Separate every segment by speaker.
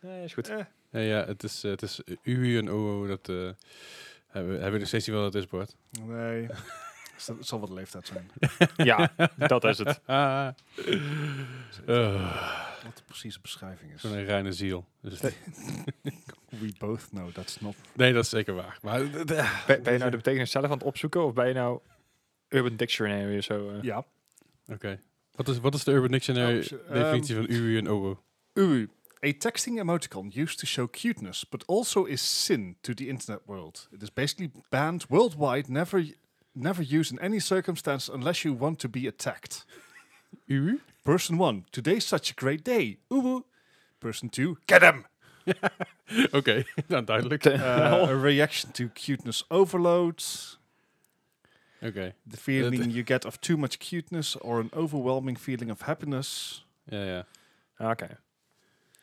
Speaker 1: Nee, is goed.
Speaker 2: Eh,
Speaker 3: Ja, ja het is, eh, het is U en OO, dat eh, hebben, hebben we nog steeds niet wel dat is, Bart.
Speaker 2: nee. Dus dat zal wat de leeftijd zijn.
Speaker 1: Ja, dat is het.
Speaker 3: Ah, Eh,
Speaker 2: Wat de precieze beschrijving is.
Speaker 3: zo'n reine ziel. Dus-
Speaker 2: We both know that's not...
Speaker 3: nee, dat is zeker waar. Maar eh,
Speaker 1: Ben, ben je nou de betekenis zelf aan het opzoeken of ben je nou Urban Dictionary of zo? eh?
Speaker 2: Ja.
Speaker 3: Wat is, wat is de Urban Dictionary
Speaker 2: Oh, shit.
Speaker 3: definitie van UU en OO?
Speaker 2: Uwu. A texting emoticon used to show cuteness, but also is sin to the internet world. It is basically banned worldwide, never never used in any circumstance unless you want to be attacked.
Speaker 3: UU?
Speaker 2: Person 1, today's such a great day. Uwu. Person 2, get him!
Speaker 3: Oké, nou duidelijk.
Speaker 1: Te-
Speaker 3: Oké.
Speaker 2: Uh, a reaction to cuteness overload. The feeling you get of too much cuteness or an overwhelming feeling of happiness.
Speaker 3: Ja, ja.
Speaker 1: Ah, Oké.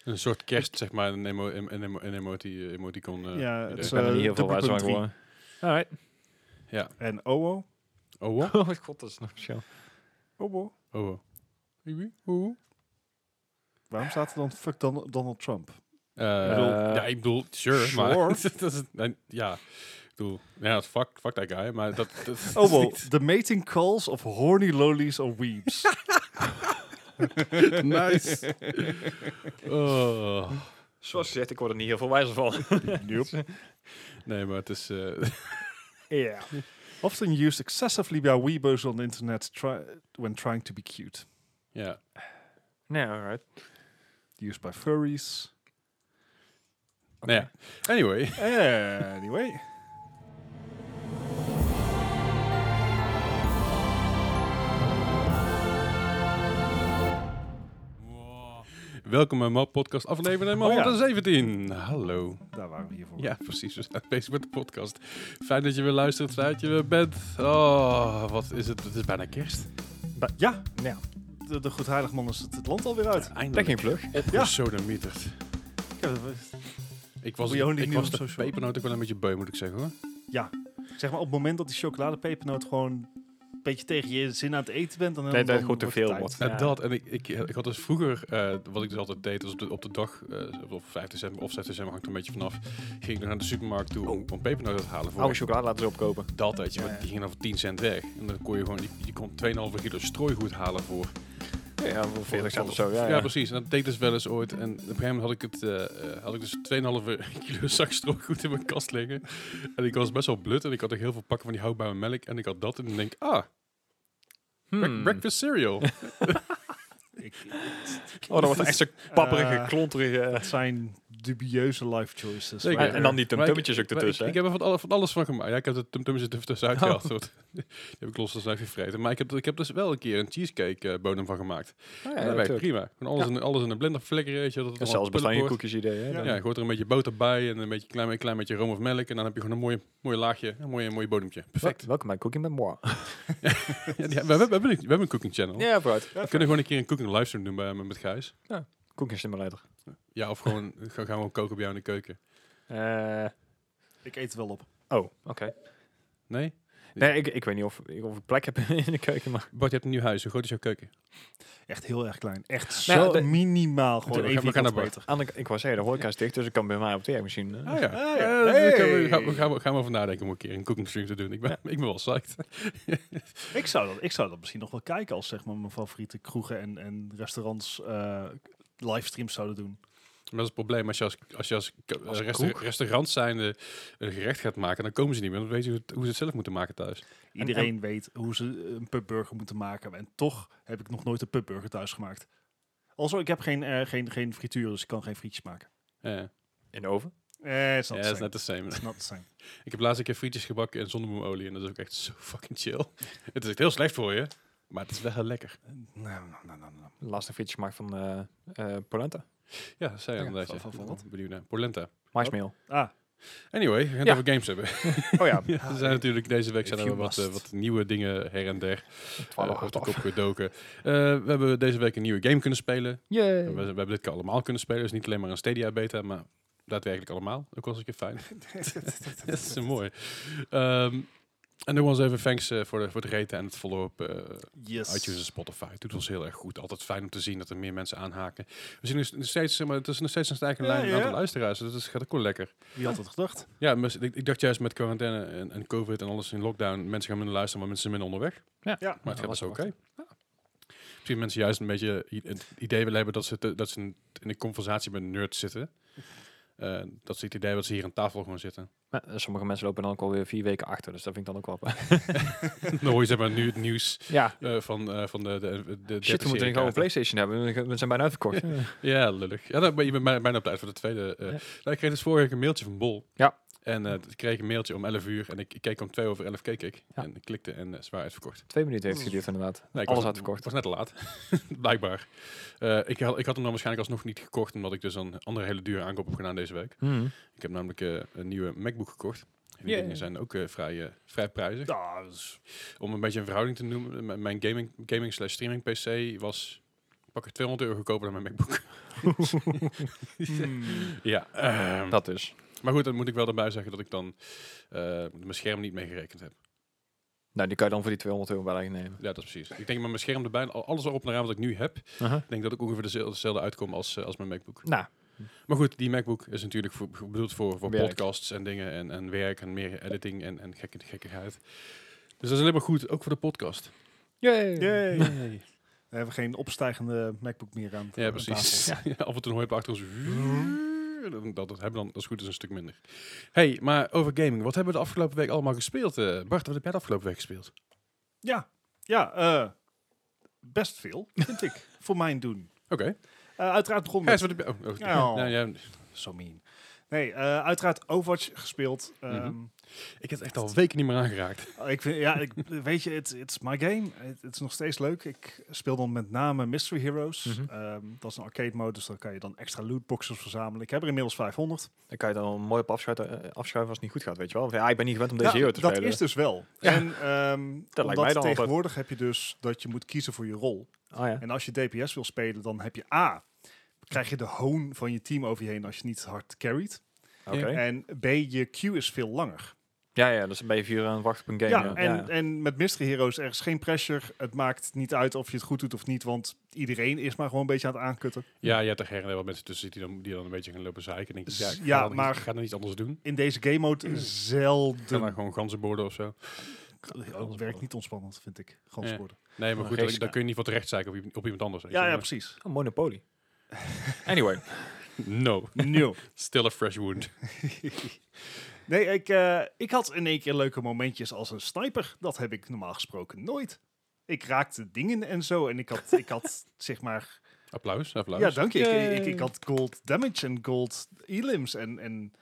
Speaker 3: Een soort kerst, zeg maar, een, emo, een, een emo- een emoti- emoticon. eh,
Speaker 2: Ja,
Speaker 3: idee.
Speaker 2: het is,
Speaker 1: Ik ben er
Speaker 2: eh,
Speaker 1: niet heel veel
Speaker 2: dubbele
Speaker 1: wijzer van
Speaker 2: punt
Speaker 1: geworden. Alright.
Speaker 3: ja.
Speaker 2: En OO.
Speaker 3: OO?
Speaker 1: Oh god, dat is nog verschil.
Speaker 2: OO.
Speaker 3: OO. UU? OO?
Speaker 2: Waarom staat er dan fuck Don- Donald Trump?
Speaker 3: Eh,
Speaker 1: Ik bedoel-
Speaker 3: ja, ik bedoel, sure,
Speaker 2: Sure.
Speaker 3: maar dat is, nee, ja, ik bedoel, ja, fuck, fuck that guy, maar dat, dat is
Speaker 2: Oh well,
Speaker 3: niet-
Speaker 2: the mating calls of horny lolies or weebs.
Speaker 3: nice. Oh.
Speaker 1: Zoals gezegd, ik word er niet heel veel wijzer van.
Speaker 3: Nee, maar het is, eh,
Speaker 1: Ja.
Speaker 2: Often used excessively by weebos on the internet try- when trying to be cute.
Speaker 3: ja,
Speaker 1: Nee, alright.
Speaker 2: Used by furries.
Speaker 3: nou ja. Anyway,
Speaker 2: Anyway.
Speaker 3: welkom bij MAP Podcast aflevering
Speaker 2: Oh ja.
Speaker 3: 117. Hallo.
Speaker 2: Daar waren we hier voor.
Speaker 3: Ja, precies, we zijn bezig met de podcast. Fijn dat je weer luistert, fijn dat je weer bent. Oh, wat is het, het is bijna kerst.
Speaker 2: Ba- ja
Speaker 1: Ja.
Speaker 2: Nou, de, de Goedheiligman is het, het land alweer uit.
Speaker 1: Dat
Speaker 3: Eindelijk.
Speaker 1: ging vlug.
Speaker 2: Ja.
Speaker 3: Gesodemieterd.
Speaker 2: Ja, dat was-
Speaker 3: Ik was,
Speaker 2: We only
Speaker 3: ik
Speaker 2: knew
Speaker 3: was
Speaker 2: him
Speaker 3: de
Speaker 2: so short.
Speaker 3: pepernoot ook wel een beetje beu, moet ik zeggen hoor.
Speaker 2: Zeg maar op het moment dat die chocoladepepernoot gewoon een beetje tegen je zin aan het eten bent. Dan
Speaker 1: Nee, dat
Speaker 2: dan
Speaker 1: het gewoon te
Speaker 2: wordt het
Speaker 1: veel
Speaker 2: tijd.
Speaker 1: wordt.
Speaker 3: Nou,
Speaker 1: Ja.
Speaker 3: dat. En ik, ik, ik had dus vroeger, eh, wat ik dus altijd deed, was op de, op de dag, eh, of 5 december of 6 december, hangt er een beetje vanaf, ging ik dan naar de supermarkt
Speaker 2: Oh.
Speaker 3: toe om, om pepernoten te halen. Voor
Speaker 1: Oude chocolade laten ze opkopen.
Speaker 3: dat, weet je,
Speaker 1: Ja,
Speaker 3: want
Speaker 1: ja.
Speaker 3: die ging dan voor 10 cent weg. En dan kon je gewoon, je, je kon 2,5 kilo strooigoed halen voor
Speaker 1: Ja, voor 40 cent of
Speaker 3: voor-
Speaker 1: zo. Ja,
Speaker 3: Ja,
Speaker 1: ja.
Speaker 3: precies. En dat deed ik dus wel eens ooit. En op een gegeven moment had ik, het, eh, eh, had ik dus 2,5 kilo zak strooigoed in mijn kast liggen. En ik was best wel blut en ik had ook heel veel pakken van die houdbare melk. En ik had dat en dan denk ik, ah, bre-
Speaker 1: Hmm.
Speaker 3: breakfast cereal.
Speaker 1: Oh, dan wordt het echt zo'n papperige,
Speaker 2: Eh,
Speaker 1: klonterige... eh,
Speaker 2: Het zijn dubieuze life choices.
Speaker 3: Zeker.
Speaker 2: maar-
Speaker 1: en dan die
Speaker 3: Maar ik-
Speaker 1: tumtummetjes ook
Speaker 3: maar
Speaker 1: ertussen.
Speaker 3: Ik,
Speaker 1: hè? Oh.
Speaker 3: ik heb er van alles, van alles van gemaakt. Ja, ik heb de tumtummetjes er tussenuit gehaald. want Die heb ik los als lijf gevreten. Maar ik heb, ik heb dus wel een keer een cheesecake eh, bodem van gemaakt.
Speaker 1: Oh, Ja,
Speaker 3: en
Speaker 1: ja,
Speaker 3: dat werkt
Speaker 1: natuurlijk.
Speaker 3: prima. Gewoon alles, in, alles in een blender flikkeren. Weet je, dat het
Speaker 1: En
Speaker 3: allemaal
Speaker 1: zelfs bestaan je
Speaker 3: pulp wordt.
Speaker 1: koekjes idee. Hè?
Speaker 2: Ja.
Speaker 1: Dan-
Speaker 3: Ja, gooit er een beetje boter bij en een beetje klein, een klein beetje room of melk. En dan heb je gewoon een mooi, mooi laagje, een mooi, mooi bodempje. Perfect.
Speaker 1: Wel- Welkom bij Cooking met Moi.
Speaker 3: Ja, die- we, hebben, we, hebben een, we hebben een cooking channel.
Speaker 1: Ja, vooruit.
Speaker 3: We kunnen gewoon een keer een cooking livestream doen bij, met Gijs.
Speaker 1: Cooking Simulator.
Speaker 3: Ja, of gewoon gaan gaan we gewoon koken bij jou in de keuken.
Speaker 1: Eh,
Speaker 2: Ik eet wel op.
Speaker 1: oh, oké.
Speaker 3: Nee?
Speaker 1: Nee, ik, ik weet niet of, ik- of ik plek heb in de keuken, maar...
Speaker 3: Bart, je hebt een nieuw huis. Hoe groot is jouw keuken?
Speaker 2: Echt heel erg klein. Echt
Speaker 1: Nou ja,
Speaker 2: zo
Speaker 1: de-
Speaker 2: minimaal.
Speaker 3: We
Speaker 2: Gewoon
Speaker 3: gaan-
Speaker 2: één
Speaker 3: we gaan
Speaker 2: vierkante
Speaker 3: naar
Speaker 2: meter.
Speaker 1: Aan de- ik wou zeggen, de horeca is dicht, dus ik kan bij mij op de misschien. eh.
Speaker 3: Ah ja.
Speaker 2: Ah, ja.
Speaker 3: ja. daar kunnen we-
Speaker 2: Hey.
Speaker 3: gaan, we, gaan, we, gaan we over nadenken om een keer een cooking stream te doen. Ik ben, ik ben wel psyched.
Speaker 2: Ik zou, dat, ik zou dat misschien nog wel kijken als zeg maar mijn favoriete kroegen en, en restaurants eh, livestreams zouden doen.
Speaker 3: Maar dat is het probleem. Als je als, als, je als, ko-
Speaker 1: Als
Speaker 3: eh, resta-
Speaker 1: kroeg?
Speaker 3: restaurant zijnde een gerecht gaat maken, dan komen ze niet meer. Dan weten ze hoe, het- hoe ze het zelf moeten maken thuis.
Speaker 2: Iedereen weet hoe ze een pubburger moeten maken. En toch heb ik nog nooit een pubburger thuis gemaakt. Also, ik heb geen, eh, geen, geen frituur, dus ik kan geen frietjes maken.
Speaker 3: Ja,
Speaker 1: In de oven?
Speaker 2: Eh, het is
Speaker 3: Ja,
Speaker 2: not
Speaker 3: dat
Speaker 2: the
Speaker 3: is
Speaker 2: same.
Speaker 3: net the same.
Speaker 2: It's not the same.
Speaker 3: Ik heb laatst een keer frietjes gebakken en zonnebloemolie. En dat is ook echt zo fucking chill. het is echt heel slecht voor je, maar het is wel heel lekker.
Speaker 2: Nou, nou, nou, nou, nou.
Speaker 1: Laatste frietje gemaakt van eh, eh, polenta.
Speaker 3: Ja, dat zei je
Speaker 2: Ja,
Speaker 3: inderdaad.
Speaker 2: van- van- van wat?
Speaker 3: ja. Benieuwd naar. Polenta. Oh.
Speaker 1: Maismeel.
Speaker 2: Ah,
Speaker 3: Anyway, we gaan het
Speaker 1: Ja.
Speaker 3: over games hebben.
Speaker 1: Oh ja,
Speaker 3: er zijn natuurlijk deze week
Speaker 2: If
Speaker 3: zijn er
Speaker 2: you
Speaker 3: wat, eh,
Speaker 2: must.
Speaker 3: wat nieuwe dingen her en der.
Speaker 1: 12
Speaker 3: eh, uit
Speaker 1: wordt
Speaker 3: de
Speaker 1: af.
Speaker 3: kop gedoken. Eh, we hebben deze week een nieuwe game kunnen spelen. En We, we
Speaker 1: Yay.
Speaker 3: hebben dit keer allemaal kunnen spelen. Dus niet alleen maar een Stadia beta, maar
Speaker 2: Ah.
Speaker 3: daadwerkelijk allemaal. Ook was een keer fijn. dat is zo mooi. Ehm, En nogmaals even thanks eh, voor, de, voor het reten en het follow-up eh,
Speaker 2: Yes.
Speaker 3: iTunes en Spotify. Het doet ons heel erg goed. Altijd fijn om te zien dat er meer mensen aanhaken. We zien dus nog steeds, zeg maar, het is nog steeds een stijgende
Speaker 2: Ja,
Speaker 3: lijn aan
Speaker 2: ja.
Speaker 3: aantal luisteraars. Dus dat gaat ook wel lekker.
Speaker 2: Wie had het gedacht?
Speaker 3: Ja, maar ik, ik dacht juist met quarantaine en, en covid en alles in lockdown. Mensen gaan minder luisteren, maar mensen zijn minder onderweg.
Speaker 2: Ja.
Speaker 3: Maar het gaat best
Speaker 1: dat
Speaker 3: oké.
Speaker 1: was te
Speaker 3: Misschien mensen juist een beetje i- het idee willen hebben dat ze, te- dat ze in, in een conversatie met nerds zitten. Eh, dat ze het idee hebben dat ze hier aan tafel gewoon zitten.
Speaker 1: Maar, eh, sommige mensen lopen dan ook alweer vier weken achter, dus dat vind ik dan ook wel.
Speaker 3: Dan hoor je zeg maar nu het nieuws
Speaker 1: ja.
Speaker 3: eh, van, eh, van de, de, de- de
Speaker 1: Shit, we moeten gewoon een PlayStation hebben. We zijn bijna uitverkocht.
Speaker 3: Ja, lullig. Ja, dan ben je bent bijna, bijna op tijd voor de tweede. eh.
Speaker 1: Ja.
Speaker 3: Nou, ik kreeg dus vorige week een mailtje van Bol.
Speaker 1: Ja.
Speaker 3: En eh, ik kreeg een mailtje om 11 uur en ik, ik keek om 2 over 11 keek ik.
Speaker 1: Ja.
Speaker 3: En ik klikte en eh, ze waren uitverkocht.
Speaker 1: Twee minuten heeft het geduurd inderdaad.
Speaker 3: Nee, ik
Speaker 1: Alles
Speaker 3: was,
Speaker 1: uitverkocht.
Speaker 3: Ik was net te laat, blijkbaar. Eh, ik, had, ik had hem dan waarschijnlijk alsnog niet gekocht, omdat ik dus een andere hele dure aankoop heb gedaan deze week.
Speaker 1: Hmm.
Speaker 3: Ik heb namelijk eh, een nieuwe MacBook gekocht. En die
Speaker 1: Yay.
Speaker 3: dingen zijn ook eh, vrij, eh, vrij prijzig.
Speaker 2: Ja, dat is-
Speaker 3: Om een beetje een verhouding te noemen, m- mijn gaming, gaming slash streaming PC was pakken 200 euro goedkoper dan mijn MacBook.
Speaker 2: Hmm.
Speaker 3: ja, ehm,
Speaker 1: Dat dus.
Speaker 3: maar goed, dan moet ik wel erbij zeggen dat ik dan eh, mijn scherm niet mee gerekend heb.
Speaker 1: Nou, die kan je dan voor die 200 euro wel nemen.
Speaker 3: Ja, dat is precies. Ik denk met mijn scherm erbij, en al- alles erop en eraan wat ik nu heb, Ik denk dat ik ongeveer dezelfde, dezelfde uitkom als, eh, als mijn MacBook.
Speaker 1: Nou,
Speaker 3: Maar goed, die MacBook is natuurlijk voor, voor- bedoeld voor, voor
Speaker 1: Werk.
Speaker 3: podcasts en dingen en, en werk en meer editing en, en gekke, gekkigheid. Dus dat is alleen maar goed, ook voor de podcast.
Speaker 1: yay.
Speaker 2: Yay.
Speaker 3: Nee.
Speaker 2: We hebben geen opstijgende MacBook meer aan.
Speaker 3: Ja,
Speaker 2: aan
Speaker 3: precies.
Speaker 2: tafel.
Speaker 3: Ja. Af en toe hoor je achter ons... Dat, dat hebben we dan, als het goed is, een stuk minder. hey, maar over gaming. Wat hebben we de afgelopen week allemaal gespeeld? eh? Bart, wat heb jij de afgelopen week gespeeld?
Speaker 2: Ja, ja eh, best veel, vind ik, voor mijn doen.
Speaker 3: Oké.
Speaker 2: Eh, uiteraard begon met...
Speaker 3: Gijs, wat heb je... Oh, oh.
Speaker 2: Ja.
Speaker 3: Ja, ja.
Speaker 2: So mean. Nee, eh, uiteraard Overwatch gespeeld. Ehm,
Speaker 1: Mhm.
Speaker 3: Ik heb het echt al weken niet meer aangeraakt.
Speaker 2: ik vind, ja, ik, weet je, het is my game. Het het is nog steeds leuk. Ik speel dan met name Mystery Heroes.
Speaker 1: Mhm.
Speaker 2: Ehm, dat is een arcade mode, dus dan kan je dan extra lootboxes verzamelen. Ik heb er inmiddels 500.
Speaker 1: Dan kan je dan mooi op afschuiven, eh, afschuiven als het niet goed gaat, weet je wel. Of, ja, ik ben niet gewend om deze
Speaker 2: Ja,
Speaker 1: hero te
Speaker 2: dat
Speaker 1: spelen.
Speaker 2: is dus wel. En ehm
Speaker 1: mij
Speaker 2: omdat
Speaker 1: dan altijd.
Speaker 2: tegenwoordig heb je dus dat je moet kiezen voor je rol.
Speaker 1: Ah, ja.
Speaker 2: En als je DPS wil spelen, dan heb je A. Krijg je de hoon van je team over je heen als je niet hard carried.
Speaker 1: Oké.
Speaker 3: Ja.
Speaker 2: En B, je queue is veel langer.
Speaker 1: Ja, ja, dus dan ben je vier uur aan het wachten op een
Speaker 2: ja,
Speaker 1: game.
Speaker 2: en, en met Mystery Heroes, er is geen pressure. Het maakt niet uit of je het goed doet of niet, want iedereen is maar gewoon een beetje aan het aankutten.
Speaker 3: Ja, je hebt er her en der wel mensen tussen zitten die dan, die dan een beetje gaan lopen zeiken. En denk ik, ja, ik ga
Speaker 2: Ja,
Speaker 3: dan niet-
Speaker 2: maar-
Speaker 3: ik ga dan iets anders doen.
Speaker 2: In deze game mode
Speaker 3: Ga dan
Speaker 2: zelden.
Speaker 3: gewoon ganzenborden of zo.
Speaker 2: Oh, het werkt niet ontspannend, vind ik. Gewoon
Speaker 3: Ja.
Speaker 2: sporten.
Speaker 3: Nee, maar
Speaker 1: Maar
Speaker 3: goed,
Speaker 1: geen
Speaker 3: dan, dan
Speaker 1: sna-
Speaker 3: kun je niet wat recht zeiken op, i- op iemand anders. weet
Speaker 2: Ja,
Speaker 3: je.
Speaker 2: ja, precies.
Speaker 1: Oh, Monopoly. Anyway.
Speaker 3: No,
Speaker 2: Nieuw.
Speaker 3: still a fresh wound.
Speaker 2: nee, ik, eh, ik had in één keer leuke momentjes als een sniper. Dat heb ik normaal gesproken nooit. Ik raakte dingen en zo. En ik had, ik had zeg maar,
Speaker 3: Applaus, applaus.
Speaker 2: Ja, dank je. Ik- Ik, ik,
Speaker 1: Yay.
Speaker 2: ik had gold damage en gold elims. En, en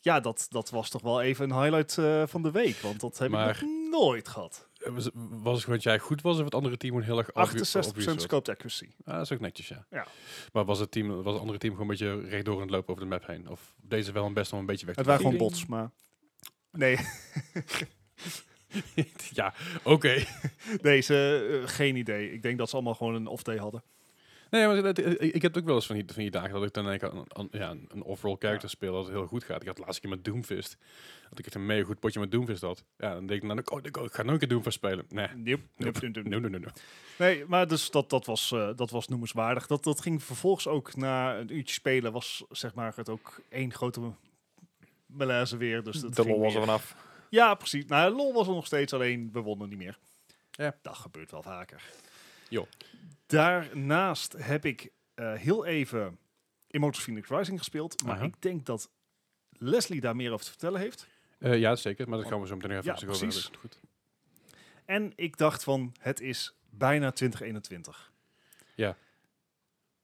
Speaker 2: ja, dat, dat was toch wel even een highlight eh, van de week. Want dat heb
Speaker 3: Maar-
Speaker 2: ik nog nooit gehad.
Speaker 3: Was, was het gewoon dat jij goed was of het andere team gewoon heel erg obvi-
Speaker 2: 68%
Speaker 3: obvious was?
Speaker 2: scope accuracy.
Speaker 3: Ah, dat is ook netjes, ja.
Speaker 2: Ja.
Speaker 3: Maar was het, team, was het andere team gewoon een beetje rechtdoor aan het lopen over de map heen? Of deze wel een best om een beetje weg te
Speaker 2: Het waren gewoon
Speaker 3: vliegen?
Speaker 2: bots, maar... Nee,
Speaker 3: ja, oké.
Speaker 2: deze eh, geen idee. Ik denk dat ze allemaal gewoon een off-day hadden.
Speaker 3: Nee, maar dat- ik, ik heb het ook wel eens van die, van die dagen dat ik dan denk ik aan- aan- ja, een een off-roll character speel dat het heel goed gaat. Ik had de laatste keer met Doomfist. Dat ik echt een mega goed potje met Doomfist had. Ja, dan denk ik, nou, oh, ik, oh, ik ga nog een keer Doomfist spelen. Nee,
Speaker 2: Nope, nope, nope, nope.
Speaker 3: no, no, no, no.
Speaker 2: Nee, maar dus dat, dat, was, eh, dat was noemenswaardig. Dat, dat ging vervolgens ook na een uurtje spelen. Was zeg maar het ook één grote malaise weer. Dus dat
Speaker 1: de
Speaker 2: ging
Speaker 1: lol was
Speaker 2: weer-
Speaker 1: er vanaf.
Speaker 2: Ja, precies. Nou, lol was er nog steeds, alleen we wonnen niet meer.
Speaker 3: Ja.
Speaker 2: Dat gebeurt wel vaker.
Speaker 3: Joh.
Speaker 2: Daarnaast heb ik eh, heel even Immortals Phoenix Rising gespeeld. Maar
Speaker 3: Aha.
Speaker 2: ik denk dat Leslie daar meer over te vertellen heeft.
Speaker 3: Eh, ja, zeker. Maar dat gaan we zo meteen nog even
Speaker 2: Ja,
Speaker 3: rustig over
Speaker 2: precies.
Speaker 3: hebben. Goed.
Speaker 2: En ik dacht van, het is bijna 2021.
Speaker 3: Ja.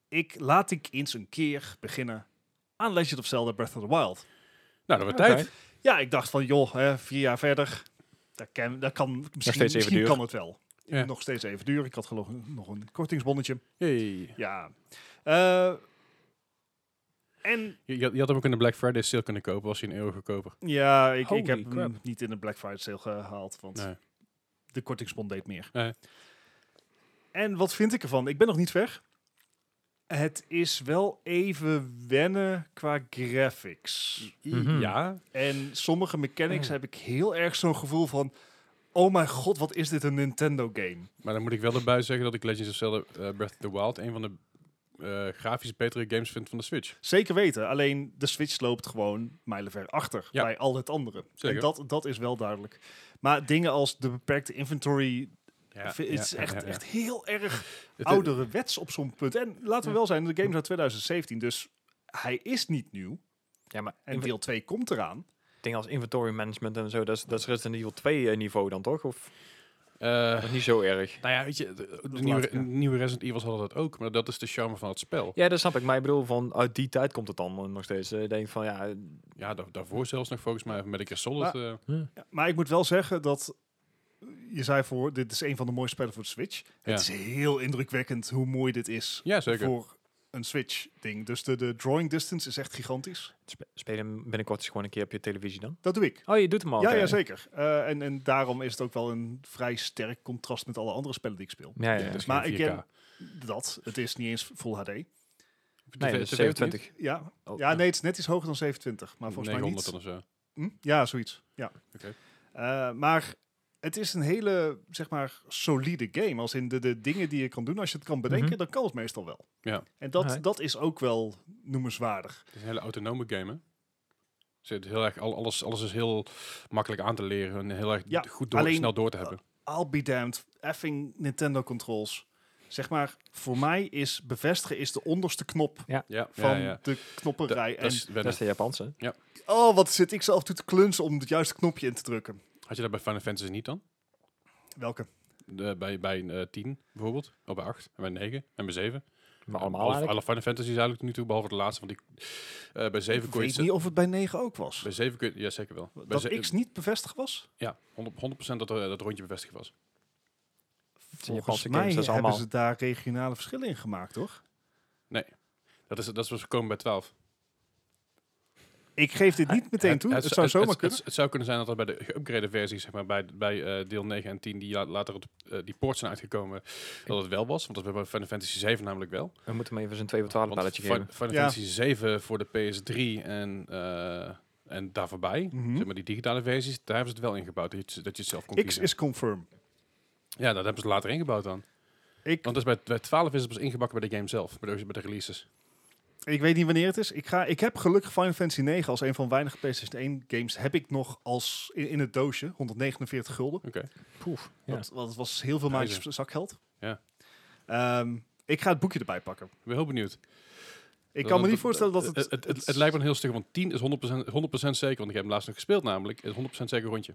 Speaker 2: Ik laat ik eens een keer beginnen aan Legend of Zelda Breath of the Wild.
Speaker 3: Nou, dat wordt
Speaker 1: Oké.
Speaker 3: tijd.
Speaker 2: Ja, ik dacht van, joh, hè, vier jaar verder. Dat kan, dat kan misschien,
Speaker 1: steeds even
Speaker 2: misschien
Speaker 1: duur.
Speaker 2: kan het wel.
Speaker 3: Ja.
Speaker 2: Nog steeds even duur. Ik had geloof ik nog een kortingsbonnetje.
Speaker 3: Hey.
Speaker 2: Ja. Eh, en
Speaker 3: Je, je had- je had hem ook in de Black Friday sale kunnen kopen. Was hij een euro goedkoper.
Speaker 2: ja, ik, ik
Speaker 1: Holy
Speaker 2: heb hem
Speaker 1: crap.
Speaker 2: niet in de Black Friday sale gehaald, want
Speaker 3: Nee.
Speaker 2: de kortingsbon deed meer.
Speaker 3: Nee.
Speaker 2: En wat vind ik ervan? Ik ben nog niet ver. Het is wel even wennen qua graphics.
Speaker 1: Mhm.
Speaker 3: Ja. Mm.
Speaker 2: En sommige mechanics heb ik heel erg zo'n gevoel van... oh mijn god, wat is dit een Nintendo game?
Speaker 3: Maar dan moet ik wel erbij zeggen dat ik Legends of Zelda eh, Breath of the Wild een van de eh, grafisch betere games vind van de Switch.
Speaker 2: Zeker weten, alleen de Switch loopt gewoon mijlenver achter
Speaker 3: Ja.
Speaker 2: bij al het andere.
Speaker 3: Zeker.
Speaker 2: En dat, dat is wel duidelijk. Maar dingen als de beperkte inventory,
Speaker 3: Ja,
Speaker 2: vi- het is echt, echt heel erg
Speaker 3: Het-
Speaker 2: ouderwets op zo'n punt. En laten we wel zijn, de game is uit 2017, dus hij is niet nieuw.
Speaker 1: Ja, maar
Speaker 2: En
Speaker 1: inv-
Speaker 2: deel 2 komt eraan.
Speaker 1: dingen als inventory management en zo, dat is, dat is Resident Evil 2 eh, niveau dan toch? Of
Speaker 3: eh,
Speaker 1: dat is niet zo erg?
Speaker 3: nou ja, weet je, de, de
Speaker 2: laat
Speaker 3: nieuwe,
Speaker 2: ik, ja.
Speaker 3: nieuwe Resident Evils hadden dat ook, maar dat is de charme van het spel.
Speaker 1: Ja, dat snap ik. Maar ik bedoel, van uit die tijd komt het dan eh, nog steeds. Eh, Ik denk van, ja,
Speaker 3: Ja, da- daarvoor zelfs nog volgens mij met een Solid. eh
Speaker 2: Ja, maar ik moet wel zeggen dat, je zei voor, dit is een van de mooiste spellen voor de Switch.
Speaker 3: Ja.
Speaker 2: Het is heel indrukwekkend hoe mooi dit is
Speaker 3: ja, zeker.
Speaker 2: voor een Switch-ding. Dus de, de drawing distance is echt gigantisch.
Speaker 1: spe- speel hem binnenkort eens gewoon een keer op je televisie dan.
Speaker 2: Dat doe ik.
Speaker 1: Oh, je doet hem al.
Speaker 2: Ja,
Speaker 1: oké.
Speaker 2: ja, zeker. Eh, en, en daarom is het ook wel een vrij sterk contrast met alle andere spellen die ik speel.
Speaker 1: Ja, ja.
Speaker 3: Ja, dat is
Speaker 2: Maar
Speaker 3: geen
Speaker 2: ik
Speaker 3: 4K.
Speaker 2: ken- Dat, het is niet eens Full HD.
Speaker 1: Nee,
Speaker 3: De-
Speaker 1: dat is
Speaker 3: de
Speaker 1: 27.
Speaker 2: Ja,
Speaker 1: Oh,
Speaker 2: ja nee, het is net iets hoger dan 27, maar volgens mij
Speaker 3: 900
Speaker 2: niet.
Speaker 3: dan of zo.
Speaker 2: Hm? Ja, zoiets. Ja.
Speaker 3: Oké.
Speaker 2: Eh, maar het is een hele, zeg maar, solide game. Als in de, de dingen die je kan doen, als je het kan bedenken,
Speaker 1: Mhm.
Speaker 2: dan kan het meestal wel.
Speaker 3: Ja.
Speaker 2: En dat,
Speaker 1: Alright.
Speaker 2: dat is ook wel noemenswaardig.
Speaker 3: Het is een hele autonome game, hè? Dus het is heel erg, al- alles, alles is heel makkelijk aan te leren en heel erg
Speaker 2: Ja,
Speaker 3: goed door,
Speaker 2: alleen- eh,
Speaker 3: snel door te hebben.
Speaker 2: I'll be damned, effing Nintendo controls. Zeg maar, voor mij is bevestigen is de onderste knop
Speaker 3: ja,
Speaker 2: van
Speaker 3: ja, ja.
Speaker 2: de
Speaker 3: Da-
Speaker 2: knoppenrij.
Speaker 3: dat
Speaker 2: en
Speaker 3: is
Speaker 1: Dat
Speaker 3: wennen.
Speaker 1: is de Japanse.
Speaker 2: Oh, wat zit ik zelf toe te klunsen om het juiste knopje in te drukken.
Speaker 3: Had je dat bij Final Fantasy niet dan?
Speaker 2: Welke?
Speaker 3: De- bij bij eh, 10 bijvoorbeeld, of bij 8, en bij 9 en bij 7.
Speaker 1: Maar
Speaker 3: alle,
Speaker 1: allemaal eigenlijk.
Speaker 3: alle Final Fantasy's eigenlijk tot nu toe, behalve de laatste, want die, eh, bij 7
Speaker 2: ik
Speaker 3: kon je...
Speaker 2: weet
Speaker 3: ze-
Speaker 2: niet of het bij 9 ook was.
Speaker 3: Bij 7 kun je... Ja, zeker wel. Bij
Speaker 2: Dat
Speaker 3: ze-
Speaker 2: X niet bevestigd was?
Speaker 3: Ja, 100%, 100 dat, eh, dat rondje bevestigd was.
Speaker 1: Japanse
Speaker 2: Volgens
Speaker 1: games,
Speaker 2: mij
Speaker 1: dat is
Speaker 2: hebben
Speaker 1: allemaal-
Speaker 2: ze daar regionale verschillen in gemaakt, toch?
Speaker 3: Dat is, dat is gekomen bij 12.
Speaker 2: Ik geef dit niet meteen toe. Het, zou zomaar
Speaker 3: het-
Speaker 2: kunnen.
Speaker 3: het zou kunnen zijn dat er bij de geüpgrade versie, zeg maar, bij, bij eh, deel 9 en 10, die la- later op de- eh, die poort zijn uitgekomen, dat het wel was. Want dat hebben we bij Final Fantasy 7 namelijk wel.
Speaker 1: We moeten hem even zijn 2 voor 12
Speaker 3: Want
Speaker 1: palletje
Speaker 3: Fin- Final
Speaker 1: geven.
Speaker 3: Fantasy
Speaker 2: Ja.
Speaker 3: 7 voor de PS3 en, eh, en daar voorbij,
Speaker 2: Mhm.
Speaker 3: zeg maar die digitale versies, daar hebben ze het wel ingebouwd, dat je het, dat je het zelf kon
Speaker 2: X
Speaker 3: kiezen.
Speaker 2: is confirm.
Speaker 3: Ja, dat hebben ze later ingebouwd dan.
Speaker 2: Ik,
Speaker 3: Want dus bij, bij 12 is het pas ingebakken bij de game zelf, bij de, bij de releases.
Speaker 2: ik weet niet wanneer het is. Ik, ga, ik heb gelukkig Final Fantasy 9 als een van weinige PlayStation 1 games. Heb ik nog als in, in het doosje. 149 gulden.
Speaker 3: Oké.
Speaker 1: Poef. Ja.
Speaker 2: Want, want het was heel veel maandjes zakgeld.
Speaker 3: Ja.
Speaker 2: Ehm, ik ga het boekje erbij pakken.
Speaker 3: Ik ben heel benieuwd.
Speaker 2: Ik
Speaker 3: Dat-
Speaker 2: kan me
Speaker 3: dat-
Speaker 2: niet voorstellen dat het...
Speaker 3: Het, het, het, lijkt me een heel stuk, want 10 is 100%, 100 zeker, want ik heb hem laatst nog gespeeld namelijk, is 100% zeker rondje.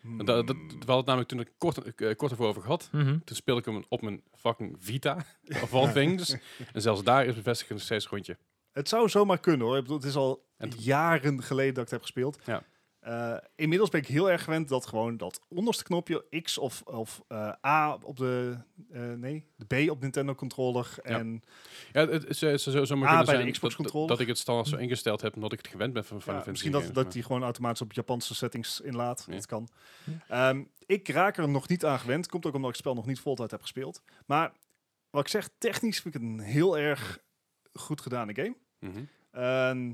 Speaker 2: Hmm.
Speaker 3: Want dat, dat, we hadden het namelijk toen ik kort, eh, kort ervoor over gehad.
Speaker 1: Mhm.
Speaker 3: Toen speelde ik hem op mijn fucking Vita, of all things. En zelfs daar is bevestigd nog steeds rondje.
Speaker 2: Het zou zomaar kunnen hoor. Ik bedoel, het is al
Speaker 3: En t-
Speaker 2: jaren geleden dat ik het heb gespeeld.
Speaker 3: Ja.
Speaker 2: Eh, inmiddels ben ik heel erg gewend dat gewoon dat onderste knopje X of, of eh, A op de eh, nee de B op Nintendo controller en
Speaker 3: Ja, het, het zou zou- zou zomaar
Speaker 2: Ah,
Speaker 3: kunnen
Speaker 2: bij de
Speaker 3: zijn dat-
Speaker 2: Xbox
Speaker 3: dat,
Speaker 2: controller?
Speaker 3: dat ik het standaard zo ingesteld heb, omdat ik het gewend ben van Final
Speaker 2: ja,
Speaker 3: Fantasy
Speaker 2: misschien dat,
Speaker 3: games,
Speaker 2: dat
Speaker 3: maar-
Speaker 2: die gewoon automatisch op Japanse settings inlaat.
Speaker 3: Ja.
Speaker 2: Dat kan.
Speaker 1: Ja.
Speaker 2: Ehm, ik raak er nog niet aan gewend. Komt ook omdat ik het spel nog niet voluit heb gespeeld. Maar wat ik zeg, technisch vind ik het een heel erg goed gedane game.
Speaker 3: Mhm.
Speaker 2: Ehm,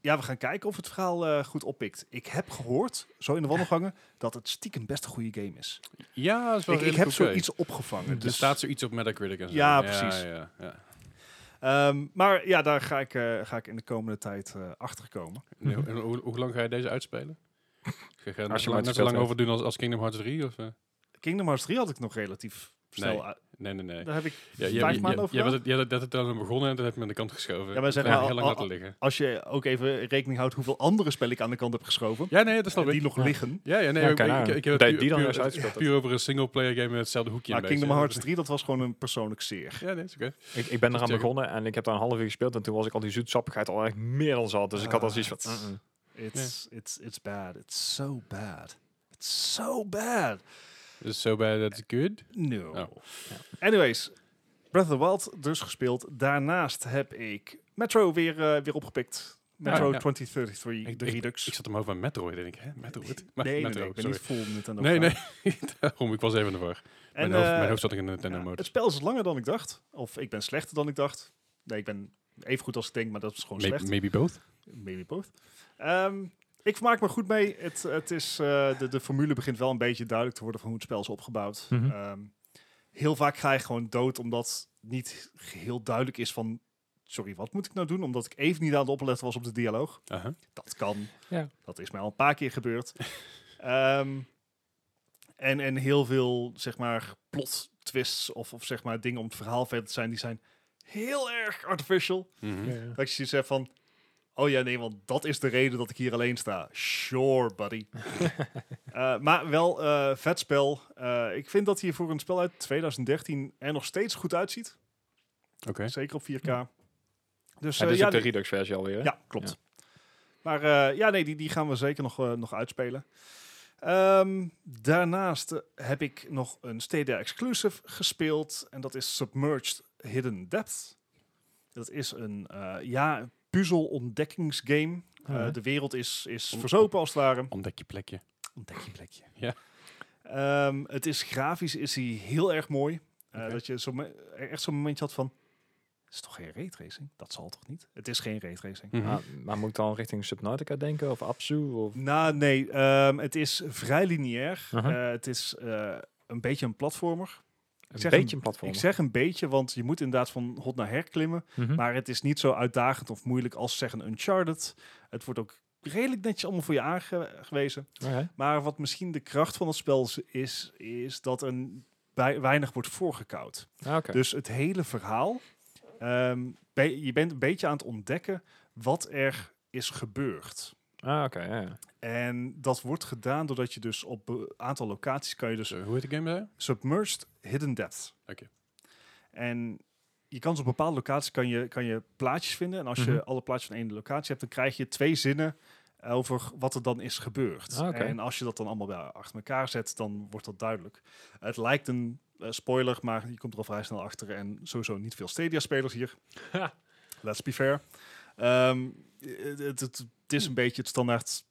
Speaker 2: ja, we gaan kijken of het verhaal eh, goed oppikt. Ik heb gehoord, zo in de wandelgangen, dat het stiekem best een goede game is.
Speaker 3: Ja, dat is wel
Speaker 2: Ik, ik
Speaker 3: redelijk
Speaker 2: heb
Speaker 3: oké.
Speaker 2: zoiets opgevangen.
Speaker 3: Er
Speaker 2: Dus,
Speaker 3: staat zoiets op Metacritic en zo.
Speaker 2: Ja, precies.
Speaker 3: Ja, ja.
Speaker 2: Ehm, maar ja, daar ga ik, eh, ga ik in de komende tijd eh achter komen.
Speaker 3: En hoe- en hoe, hoe lang ga je deze uitspelen? Ga je
Speaker 1: maar
Speaker 3: er net zo lang, net zo
Speaker 1: gespeeld
Speaker 3: lang
Speaker 1: hebt.
Speaker 3: over doen als, als Kingdom Hearts 3? Of, eh?
Speaker 2: Kingdom Hearts 3 had ik nog relatief snel.
Speaker 3: Nee.
Speaker 2: uit-
Speaker 3: Nee, nee, nee.
Speaker 2: Daar heb ik
Speaker 3: Ja,
Speaker 2: vijf
Speaker 3: je, je,
Speaker 2: maanden
Speaker 3: je,
Speaker 2: over
Speaker 3: je,
Speaker 2: gedaan.
Speaker 3: bent- je, dat het dan begonnen en dat heb je me aan de kant geschoven.
Speaker 2: Ja, maar zeg
Speaker 3: En heb
Speaker 2: maar,
Speaker 3: je heel
Speaker 2: al-
Speaker 3: lang
Speaker 2: al-
Speaker 3: laten liggen.
Speaker 2: Als je ook even rekening houdt hoeveel andere spellen ik aan de kant heb geschoven.
Speaker 3: Ja, nee, dat snap
Speaker 2: en
Speaker 3: ik.
Speaker 2: die nog
Speaker 1: Ja.
Speaker 2: liggen.
Speaker 3: Ja, ja, nee,
Speaker 1: Ja,
Speaker 3: ik,
Speaker 1: kan
Speaker 3: ik,
Speaker 1: aan.
Speaker 3: ik, ik heb
Speaker 1: Dat
Speaker 3: het
Speaker 1: die dan
Speaker 3: puur,
Speaker 1: juist uitgespeeld
Speaker 3: puur over een singleplayer game met hetzelfde hoekje.
Speaker 2: Maar
Speaker 3: een beetje.
Speaker 2: Kingdom Hearts 3, dat was gewoon een persoonlijk zeer.
Speaker 3: Ja, nee, is oké.
Speaker 1: Ik, ik ben
Speaker 3: Dat
Speaker 1: eraan
Speaker 3: is
Speaker 1: begonnen en ik heb daar een half uur gespeeld. En toen was ik al die zoetsappigheid al echt meer dan zat. Dus ik had al zoiets van...
Speaker 2: Ah.
Speaker 1: mm, mm.
Speaker 2: It's, it's, it's bad. It's so bad. It's so bad.
Speaker 3: Dus zo bij that's good.
Speaker 2: No.
Speaker 3: Oh.
Speaker 2: Anyways, Breath of the Wild dus gespeeld. Daarnaast heb ik Metro weer, eh, weer opgepikt. Metro
Speaker 3: Ah, Ja, ja.
Speaker 2: 2033, de Redux.
Speaker 3: Ik zat hem over bij Metroid, denk ik. Hè? Metroid? Maar
Speaker 2: nee, nee, nee,
Speaker 3: Metro,
Speaker 2: ik ben
Speaker 3: sorry.
Speaker 2: niet vol Nintendo.
Speaker 3: Nee,
Speaker 2: fan.
Speaker 3: nee. Daarom, ik was even ervoor.
Speaker 2: En,
Speaker 3: Mijn, hoofd,
Speaker 2: eh,
Speaker 3: mijn hoofd zat in een Nintendo
Speaker 2: ja,
Speaker 3: mode.
Speaker 2: het spel is langer dan ik dacht. Of ik ben slechter dan ik dacht. Nee, ik ben even goed als ik denk, maar dat is gewoon
Speaker 3: Maybe,
Speaker 2: slecht.
Speaker 3: maybe both.
Speaker 2: Maybe both. Ehm, Ik vermaak me goed mee. Het, het is, eh, de, de formule begint wel een beetje duidelijk te worden van hoe het spel is opgebouwd.
Speaker 1: Mhm.
Speaker 2: Ehm, heel vaak ga je gewoon dood omdat niet geheel duidelijk is van... Sorry, wat moet ik nou doen? Omdat ik even niet aan het opletten was op de dialoog.
Speaker 3: Aha.
Speaker 2: Dat kan.
Speaker 1: Ja.
Speaker 2: Dat is mij al een paar keer gebeurd. Ehm, en, en heel veel, zeg maar, plot twists of, of zeg maar dingen om het verhaal verder te zijn, die zijn heel erg artificial.
Speaker 3: Mhm.
Speaker 1: Ja.
Speaker 2: Dat je zoiets hebt van, oh ja, nee, want dat is de reden dat ik hier alleen sta. Sure, buddy. Eh, maar wel, eh, vet spel. Eh, ik vind dat hij voor een spel uit 2013 er nog steeds goed uitziet.
Speaker 3: Oké.
Speaker 2: Zeker op 4K. Dus
Speaker 1: Het
Speaker 2: eh,
Speaker 1: is
Speaker 2: ja,
Speaker 1: ook de
Speaker 2: die-
Speaker 1: Redux versie alweer. hè?
Speaker 2: ja, klopt. Maar eh, ja, nee, die, die gaan we zeker nog, eh, nog uitspelen. Ehm, daarnaast eh, heb ik nog een Stadia exclusive gespeeld. En dat is Submerged Hidden Depth. Dat is een eh, ja, puzzel-ontdekkingsgame. Eh,
Speaker 1: Ja.
Speaker 2: de wereld is, is
Speaker 3: Om-
Speaker 2: verzopen als het ware.
Speaker 3: Ontdek je plekje.
Speaker 2: Ontdek je plekje.
Speaker 3: Ja.
Speaker 2: Ehm, het is grafisch is hij heel erg mooi. Eh,
Speaker 3: Oké.
Speaker 2: Dat je zo me- echt zo'n momentje had van... Is toch geen raytracing? Dat zal toch niet? Het is geen raytracing.
Speaker 3: Mhm.
Speaker 1: Maar, Ah, maar moet ik dan richting Subnautica denken of Absu? Of...
Speaker 2: Nou, nee. ehm, het is vrij lineair.
Speaker 1: Aha.
Speaker 2: Eh, het is eh, een beetje een platformer.
Speaker 1: Een
Speaker 2: zeg
Speaker 1: beetje een platform.
Speaker 2: Ik zeg een beetje, want je moet inderdaad van hot naar her klimmen.
Speaker 1: Mhm. Hm.
Speaker 2: Maar het is niet zo uitdagend of moeilijk als zeggen Uncharted. Het wordt ook redelijk netjes allemaal voor je aangewezen. Maar wat misschien de kracht van het spel is- is, is dat er bij, weinig wordt voorgekoud.
Speaker 1: Ah, Oké.
Speaker 2: Dus het hele verhaal, ehm, be- je bent een beetje aan het ontdekken wat er is gebeurd.
Speaker 1: Ah, oké, ja, ja.
Speaker 2: En dat wordt gedaan doordat je dus op een aantal locaties kan je dus
Speaker 3: Zo, hoe heet de game daar?
Speaker 2: submerged hidden depth.
Speaker 3: Oké.
Speaker 2: En je kan dus op bepaalde locaties kan je, kan je plaatjes vinden. En als
Speaker 1: Mhm.
Speaker 2: je alle plaatjes van één locatie hebt, dan krijg je twee zinnen over wat er dan is gebeurd.
Speaker 1: Ah, oké.
Speaker 2: En als je dat dan allemaal bij achter elkaar zet, dan wordt dat duidelijk. Het lijkt een eh, spoiler, maar je komt er al vrij snel achter. En sowieso niet veel Stadia-spelers hier.
Speaker 1: Ha.
Speaker 2: Let's be fair. Ehm, het, het, het- het is een beetje het standaard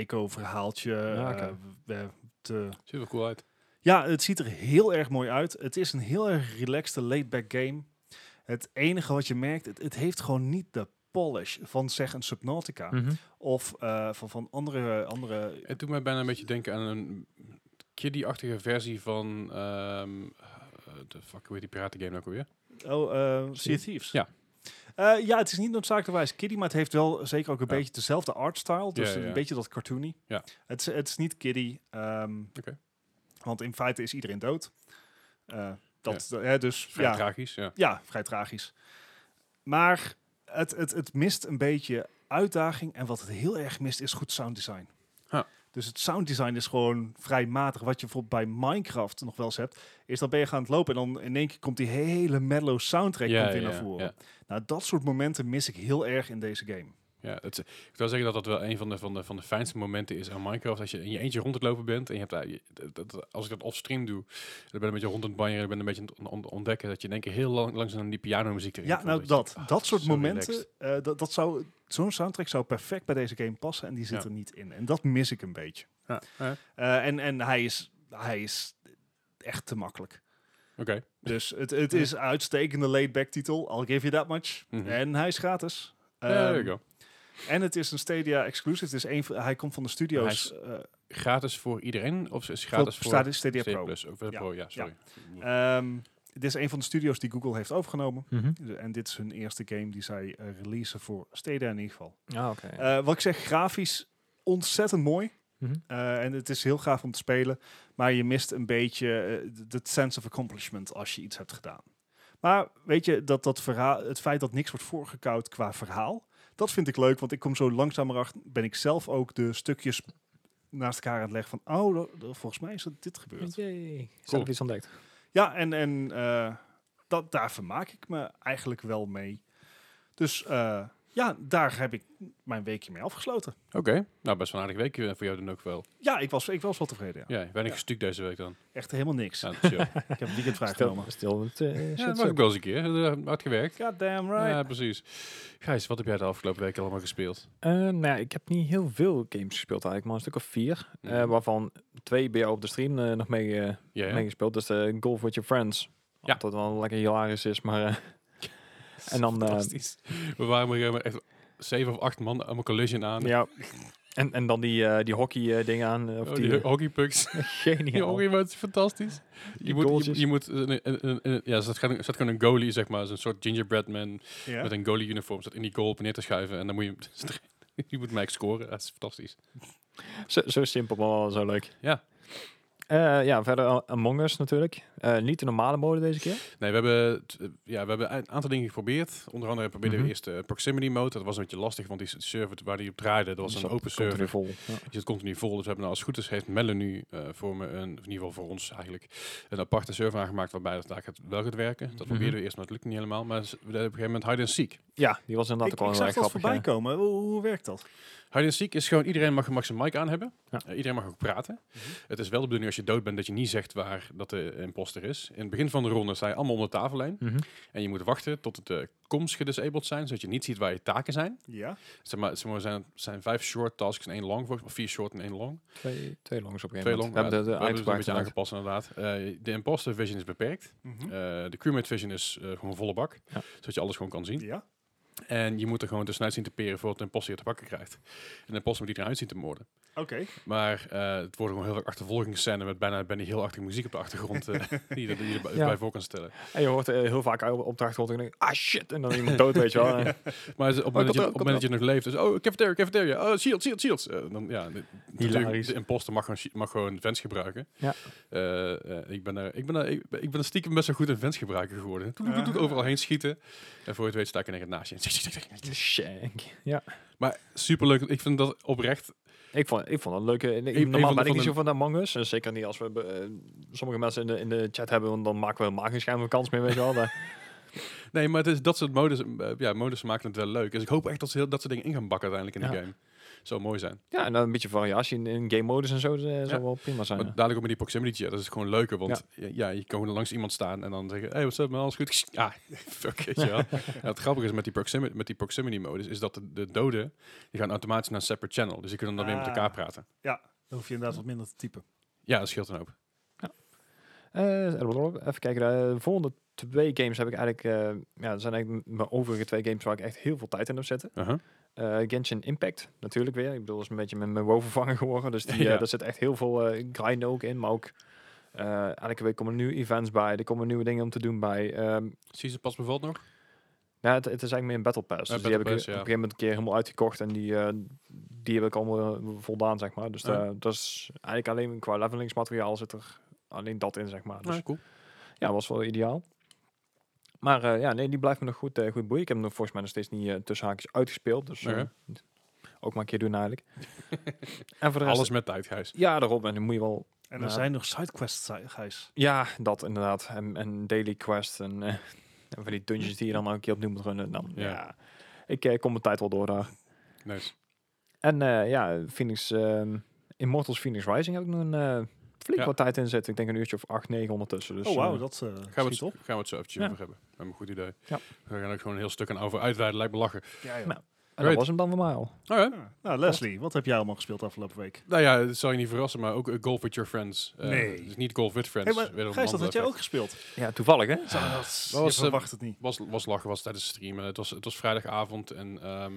Speaker 2: eco-verhaaltje.
Speaker 1: Ja, oké.
Speaker 2: Eh, we- de,
Speaker 3: Ziet er wel cool uit.
Speaker 2: ja, het ziet er heel erg mooi uit. Het is een heel erg relaxed, laid-back game. Het enige wat je merkt, het, het heeft gewoon niet de polish van zeg een Subnautica.
Speaker 3: Hm.
Speaker 1: Mhm.
Speaker 2: Of eh, van, van andere... andere
Speaker 3: Het doet mij bijna een beetje denken aan een kiddie-achtige versie van... ehm, eh, de fuck, hoe heet die piratengame ook alweer?
Speaker 2: oh, eh Sea of Thieves.
Speaker 3: Ja.
Speaker 2: Eh, ja, het is niet noodzakelijkerwijs kiddie, maar het heeft wel zeker ook een
Speaker 3: Ja.
Speaker 2: beetje dezelfde artstyle. Dus
Speaker 3: Ja, ja, ja.
Speaker 2: een beetje dat cartoony.
Speaker 3: Ja.
Speaker 2: Het, is, het is niet kiddie. ehm,
Speaker 3: Oké.
Speaker 2: Want in feite is iedereen dood. Eh, dat, ja. dus
Speaker 3: Vrij
Speaker 2: ja,
Speaker 3: tragisch, ja.
Speaker 2: Ja, vrij tragisch. Maar het, het, het mist een beetje uitdaging. En wat het heel erg mist, is goed sound design.
Speaker 3: Ja.
Speaker 2: Dus het sound design is gewoon vrij matig. Wat je bijvoorbeeld bij Minecraft nog wel eens hebt, is dan ben je gaan het lopen en dan in één keer komt die hele mellow soundtrack komt weer naar voren.
Speaker 3: ja.
Speaker 2: Nou, dat soort momenten mis ik heel erg in deze game.
Speaker 3: Ja, het, ik zou zeggen dat dat wel een van de, van, de, van de fijnste momenten is aan Minecraft. Als je in je eentje rond het lopen bent en je hebt daar, je- dat, dat- als ik dat offstream doe, dan ben ik een beetje rond aan het banjeren, ben een beetje aan het on- on- ontdekken dat je in één keer heel lang, langzaam die pianomuziek erin
Speaker 2: Ja,
Speaker 3: komt,
Speaker 2: nou
Speaker 3: je
Speaker 2: dat.
Speaker 3: denkt, ah,
Speaker 2: dat soort
Speaker 3: zo
Speaker 2: momenten,
Speaker 3: relaxed.
Speaker 2: eh, dat, dat zou, zo'n soundtrack zou perfect bij deze game passen en die zit
Speaker 3: Ja.
Speaker 2: er niet in. En dat mis ik een beetje.
Speaker 3: Ja, ja.
Speaker 2: Eh, en en hij, is, hij is echt te makkelijk.
Speaker 3: Oké,
Speaker 2: Dus het, het is een uitstekende laid-back titel. I'll give you that much.
Speaker 3: Mhm.
Speaker 2: En hij is gratis.
Speaker 3: Ja, there
Speaker 2: Ehm,
Speaker 3: you go.
Speaker 2: en het is een Stadia exclusive. Het is een, van- hij komt van de studio's. eh,
Speaker 3: Gratis voor iedereen of is het
Speaker 2: voor
Speaker 3: gratis voor
Speaker 2: Stadia, Stadia
Speaker 3: Stadia
Speaker 2: Pro.
Speaker 3: Plus? Of voor de
Speaker 2: Ja,
Speaker 3: Pro, ja, sorry.
Speaker 2: Ehm, het is een van de studio's die Google heeft overgenomen.
Speaker 1: Mhm.
Speaker 2: En dit is hun eerste game die zij eh, releasen voor Stadia in ieder geval.
Speaker 1: Ah, oké. ja.
Speaker 2: Eh, wat ik zeg, grafisch ontzettend mooi.
Speaker 1: Mhm.
Speaker 2: Eh, en het is heel gaaf om te spelen. Maar je mist een beetje eh, het sense of accomplishment als je iets hebt gedaan. Maar weet je, dat, dat verhaal, het feit dat niks wordt voorgekoud qua verhaal, dat vind ik leuk. Want ik kom zo langzamerhand, ben ik zelf ook de stukjes naast elkaar aan het leggen van, oh, dat- dat- volgens mij is dat dit gebeurd.
Speaker 1: Yay. Zelf iets ontdekt.
Speaker 2: Ja, en, en eh, dat, daar vermaak ik me eigenlijk wel mee. Dus eh, ja, daar heb ik mijn weekje mee afgesloten.
Speaker 3: Oké, nou best wel een aardig weekje voor jou dan ook wel.
Speaker 2: Ja, ik was, ik was wel tevreden. Ja.
Speaker 3: Ja, weinig
Speaker 2: Ja.
Speaker 3: stuk deze week dan.
Speaker 2: Echt helemaal niks.
Speaker 3: Nou, chill. ja,
Speaker 2: Ik heb een weekend vrijgenomen.
Speaker 1: Stil, stil met eh,
Speaker 3: dat
Speaker 1: shit
Speaker 3: mag
Speaker 1: zo.
Speaker 3: ik wel eens een keer. Eh, Hard gewerkt.
Speaker 2: God damn right.
Speaker 3: Ja, precies. Gijs, wat heb jij de afgelopen week allemaal gespeeld?
Speaker 1: Eh, nou ja, ik heb niet heel veel games gespeeld eigenlijk, maar een stuk of vier. eh,
Speaker 3: Mhm.
Speaker 1: waarvan twee bij jou op de stream eh, nog mee, eh,
Speaker 3: Mm. Ja, ja.
Speaker 1: meegespeeld. Dus eh, Golf With Your Friends.
Speaker 3: Ja.
Speaker 1: Dat wel lekker hilarisch is, maar... eh, en dan... eh,
Speaker 3: eh, Ah, We waren maar echt zeven of acht man allemaal collision aan.
Speaker 1: ja. En, en dan die, eh, die hockey eh, dingen aan. eh, Of
Speaker 3: Oh,
Speaker 1: die,
Speaker 3: die hockeypucks. Die
Speaker 1: geniaal.
Speaker 3: hockeypucks, fantastisch. Je
Speaker 1: Die
Speaker 3: moet, je,
Speaker 1: goaltjes.
Speaker 3: je moet eh, een, een, een- een- ja, er staat gewoon er staat gewoon een goalie, zeg maar. Zo'n soort gingerbread man
Speaker 4: Ja.
Speaker 3: met een goalie uniform. Staat in die goal op en neer te schuiven. En dan moet je hem- je moet Mike scoren. Dat is fantastisch.
Speaker 1: Zo, zo simpel, maar wel zo leuk.
Speaker 3: Ja.
Speaker 1: Eh, ja, verder A- Among Us natuurlijk. Eh, niet de normale mode deze keer.
Speaker 3: Nee, we hebben, t- eh, ja, we hebben een aantal dingen geprobeerd. Onder andere probeerden
Speaker 1: Mhm.
Speaker 3: we eerst de proximity mode. Dat was een beetje lastig, want die s- server waar die op draaide, dat was
Speaker 1: Dus
Speaker 3: een open
Speaker 1: komt er
Speaker 3: server.
Speaker 1: weer vol. Ja.
Speaker 3: Je zit continu vol. Dus we hebben nou, als het goed is, heeft Melle nu eh, voor me, een, of in ieder geval voor ons eigenlijk, een aparte server aangemaakt waarbij dat daar gaat, wel gaat werken.
Speaker 1: Mhm.
Speaker 3: Dat probeerden we eerst, maar dat lukt niet helemaal. Maar ze- we deden op een gegeven moment hide and seek.
Speaker 1: Ja, die was inderdaad
Speaker 4: ik,
Speaker 1: ook
Speaker 4: ik
Speaker 1: wel heel
Speaker 4: zag
Speaker 1: erg
Speaker 4: dat
Speaker 1: grappig.
Speaker 4: voorbij
Speaker 1: ja.
Speaker 4: komen. Hoe, hoe werkt dat?
Speaker 3: Hide and seek is gewoon iedereen mag, mag zijn mic aan hebben.
Speaker 1: Ja. Mhm.
Speaker 3: Eh, iedereen mag ook praten. Het is wel de bedoeling als je dood bent dat je niet zegt waar dat de imposter is. In het begin van de ronde sta je allemaal om de tafellijn.
Speaker 1: Mhm.
Speaker 3: En je moet wachten tot het eh komst gedisabled zijn, zodat je niet ziet waar je taken zijn.
Speaker 4: Ja.
Speaker 3: Zeg maar, zeg maar, er zijn, zijn vijf short tasks en één long, volgens mij. of vier short en één long.
Speaker 1: Twee, twee longs op een
Speaker 3: Twee
Speaker 1: gegeven moment.
Speaker 3: long.
Speaker 1: We hebben
Speaker 3: ja,
Speaker 1: de, de
Speaker 3: we hebben het een
Speaker 1: uitspraak
Speaker 3: beetje
Speaker 1: gemaakt.
Speaker 3: aangepast inderdaad. Eh, de imposter vision is beperkt.
Speaker 4: Mhm.
Speaker 3: Eh, de crewmate vision is eh, gewoon volle bak,
Speaker 1: Hm. Ja.
Speaker 3: zodat je alles gewoon kan zien.
Speaker 4: ja.
Speaker 3: En je moet er gewoon tussenuit zien te peren voordat de imposter je te pakken krijgt. En de imposter moet iedereen uit zien te moorden.
Speaker 4: Oké.
Speaker 3: Maar eh, het worden gewoon heel veel achtervolgingsscènes met bijna ben heel achtige muziek op de achtergrond eh, die je er- die je erbij
Speaker 1: Ja.
Speaker 3: bij voor kan stellen.
Speaker 1: En je hoort eh, heel vaak op op de achtergrond en denk ik, ah shit, en dan iemand dood, weet je wel. En-
Speaker 3: Maar op het moment, dat je,
Speaker 1: eraan,
Speaker 3: op het
Speaker 1: komt
Speaker 3: moment dat je nog leeft, dus oh, cafeteria, cafeteria, oh, shield, shield, shield. Eh, dan, ja, de, natuurlijk,
Speaker 1: Hilarisch.
Speaker 3: de imposter mag gewoon, shi- mag gewoon vents gebruiken.
Speaker 1: Ja.
Speaker 3: Eh, eh, ik, ben er, ik, ben er, ik, ben- ik ben er stiekem best wel goed in vents gebruiken geworden. Toen doet
Speaker 4: Ah.
Speaker 3: overal heen schieten. En voor je het weet sta ik in het naast je.
Speaker 1: Shank. Ja,
Speaker 3: Maar superleuk. Ik vind dat oprecht.
Speaker 1: ik vond, ik vond het een leuke. en ik-
Speaker 3: een van
Speaker 1: normaal
Speaker 3: de-
Speaker 1: ben ik niet
Speaker 3: van de-
Speaker 1: zo van de Among Us. En zeker niet als we eh, sommige mensen in de, in de chat hebben, want dan maken we helemaal geen schijn van kans meer, weet je wel. Maar-
Speaker 3: Nee, maar het is, dat soort modus, eh, ja, modus maken het wel leuk. Dus ik hoop echt dat ze heel, dat soort dingen in gaan bakken uiteindelijk in
Speaker 1: Ja.
Speaker 3: de game. Zou mooi zijn.
Speaker 1: ja, en dan een beetje variatie in, in game modus en zo, dat eh, zou wel prima zijn.
Speaker 3: Maar
Speaker 1: ja.
Speaker 3: dadelijk ook met die proximity, chat, dat is gewoon leuker. Want ja. ja, je kan gewoon langs iemand staan en dan zeggen... Hey, what's up, man? Alles goed? Ah, fuck, weet je wel. En het grappige is met die proximity, met die proximity modus... is dat de, de doden, die gaan automatisch naar een separate channel. Dus die kunnen dan weer met
Speaker 4: Ah.
Speaker 3: elkaar praten.
Speaker 4: Dan hoef je inderdaad wat minder te typen.
Speaker 3: Ja, dat scheelt een hoop.
Speaker 1: Eh, even kijken, eh, de volgende twee games heb ik eigenlijk, eh, ja, dat zijn eigenlijk m- mijn overige twee games waar ik echt heel veel tijd in heb zitten.
Speaker 3: Uh-huh.
Speaker 1: Eh, Genshin Impact, natuurlijk weer. Ik bedoel, dat is een beetje met mijn wow vervangen geworden. Dus die, eh,
Speaker 3: Ja.
Speaker 1: daar zit echt heel veel eh, grind ook in. Maar ook eh, elke week komen er nieuwe events bij. Er komen nieuwe dingen om te doen bij. Ehm,
Speaker 3: Season Pass bijvoorbeeld nog?
Speaker 1: nou, het, het is eigenlijk meer een Battle Pass.
Speaker 3: Ja,
Speaker 1: dus die
Speaker 3: Battle
Speaker 1: heb
Speaker 3: Pass,
Speaker 1: ik eh,
Speaker 3: ja.
Speaker 1: op een gegeven moment een keer helemaal uitgekocht. En die, eh, die heb ik allemaal eh, voldaan, zeg maar. Dus
Speaker 3: Ja.
Speaker 1: eh, dat is eigenlijk alleen qua levelingsmateriaal zit er alleen dat in, zeg maar. Dus
Speaker 3: cool.
Speaker 1: ja, was wel ideaal. Maar eh, ja, nee, die blijft me nog goed, eh, goed boeien. Ik heb hem nog volgens mij nog steeds niet eh, tussen haakjes uitgespeeld. Dus eh,
Speaker 3: Oké.
Speaker 1: ook maar een keer doen eigenlijk. en voor de rest...
Speaker 3: Alles met tijd, Gijs.
Speaker 1: Ja, daarop. En dan moet je wel...
Speaker 4: En er
Speaker 1: Ja.
Speaker 4: zijn nog sidequests, eh, Gijs.
Speaker 1: Ja, dat inderdaad. En, en daily quest en, eh, en van die dungeons die je dan ook een keer opnieuw moet runnen. Dan,
Speaker 3: Ja.
Speaker 1: ja. Ik eh, kom mijn tijd wel door daar.
Speaker 3: Nice.
Speaker 1: En eh, ja, Phoenix... ehm, Immortals Phoenix Rising heb ik nog een eh, flink
Speaker 3: Ja.
Speaker 1: wat tijd in zitten. Ik denk een uurtje of acht, negen ondertussen. Dus,
Speaker 4: oh, wauw.
Speaker 1: eh,
Speaker 4: dat eh
Speaker 3: Gaan we,
Speaker 4: schiet
Speaker 3: het,
Speaker 4: op.
Speaker 3: gaan we het zo eventjes
Speaker 1: Ja.
Speaker 3: over hebben. We hebben een goed idee.
Speaker 1: Ja.
Speaker 3: We gaan er ook gewoon een heel stuk aan over uitweiden. Lijkt me lachen.
Speaker 4: Ja, ja.
Speaker 1: Nou. en dat
Speaker 3: Alright.
Speaker 1: was hem dan voor mij al.
Speaker 3: Alright.
Speaker 4: Ja. Nou, Leslie, wat heb jij allemaal gespeeld afgelopen week?
Speaker 3: Nou ja, dat zal je niet verrassen, maar ook eh, Golf with Your Friends. Eh,
Speaker 4: Nee.
Speaker 3: Dus niet Golf with Friends.
Speaker 4: Hey, maar
Speaker 3: weer een
Speaker 4: Gijs, dat
Speaker 3: ander
Speaker 4: had jij
Speaker 3: effect.
Speaker 4: ook gespeeld.
Speaker 1: Ja, toevallig hè?
Speaker 4: Zo,
Speaker 3: dat
Speaker 4: je
Speaker 3: was, eh,
Speaker 4: verwacht het niet.
Speaker 3: was, was lachen, was tijdens het streamen. Het was, het was vrijdagavond en... ehm,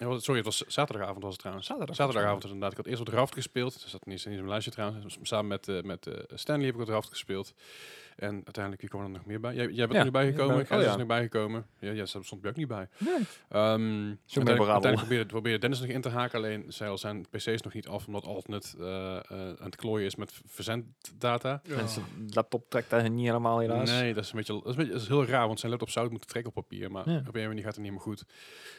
Speaker 3: ja, wat- sorry, het was zaterdagavond was het trouwens.
Speaker 1: Zaterdag.
Speaker 3: Zaterdagavond was inderdaad. Ik had eerst op Raft gespeeld. Dat zat niet, niet in mijn lijstje trouwens. Samen met, eh, met eh, Stanley heb ik op Raft gespeeld. En uiteindelijk, wie kwam er nog meer bij? Jij, jij bent
Speaker 1: Ja,
Speaker 3: er nu bij
Speaker 1: ik ben-
Speaker 3: gekomen.
Speaker 1: oh
Speaker 3: Gijs is
Speaker 1: ja.
Speaker 3: er nu bij gekomen. Ja, ja, daar stond bij ook niet bij.
Speaker 1: Nee.
Speaker 3: Ehm uiteindelijk,
Speaker 1: memorabel.
Speaker 3: uiteindelijk probeerde, probeerde Dennis nog in te haken, alleen zij al zijn PC is nog niet af, omdat Altnet eh, eh, aan het klooien is met v- verzenddata.
Speaker 1: En zijn laptop trekt daar niet helemaal helaas.
Speaker 3: Nee, dat is, een beetje, dat, is een beetje- dat is heel raar, want zijn laptop zou het moeten trekken op papier, maar
Speaker 1: Ja.
Speaker 3: op een of andere manier gaat het niet meer goed.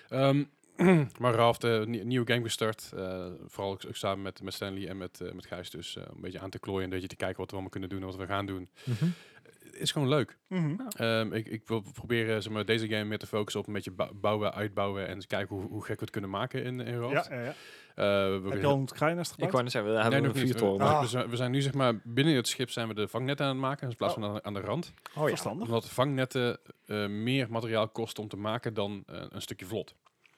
Speaker 3: Ehm, maar Raft, eh, nie- nieuwe game gestart, eh, vooral ook, ook samen met, met Stanley en met, eh, met Gijs, dus eh, een beetje aan te klooien en een beetje te kijken wat we allemaal kunnen doen en wat we gaan doen.
Speaker 1: Mhm.
Speaker 3: Is gewoon leuk.
Speaker 4: Mhm.
Speaker 3: Ehm, ik, ik wil proberen zeg maar, deze game meer te focussen op een beetje bou- bouwen, uitbouwen en eens kijken hoe, hoe gek we het kunnen maken in, in Raft.
Speaker 4: Ja, ja, ja.
Speaker 3: Eh, we
Speaker 4: Heb je
Speaker 3: gaan-
Speaker 4: al een kraaiennest
Speaker 1: Ik
Speaker 4: gebouwd?
Speaker 1: wou net zeggen, we hebben
Speaker 3: Nee,
Speaker 1: een
Speaker 3: nog niet. We,
Speaker 1: vuurtoren.
Speaker 4: Ah.
Speaker 3: we zijn, we zijn nu zeg maar binnen het schip zijn we de vangnetten aan het maken in plaats van aan, aan de rand.
Speaker 1: Oh ja.
Speaker 4: Verstandig.
Speaker 3: Omdat vangnetten eh, meer materiaal kosten om te maken dan eh, een stukje vlot.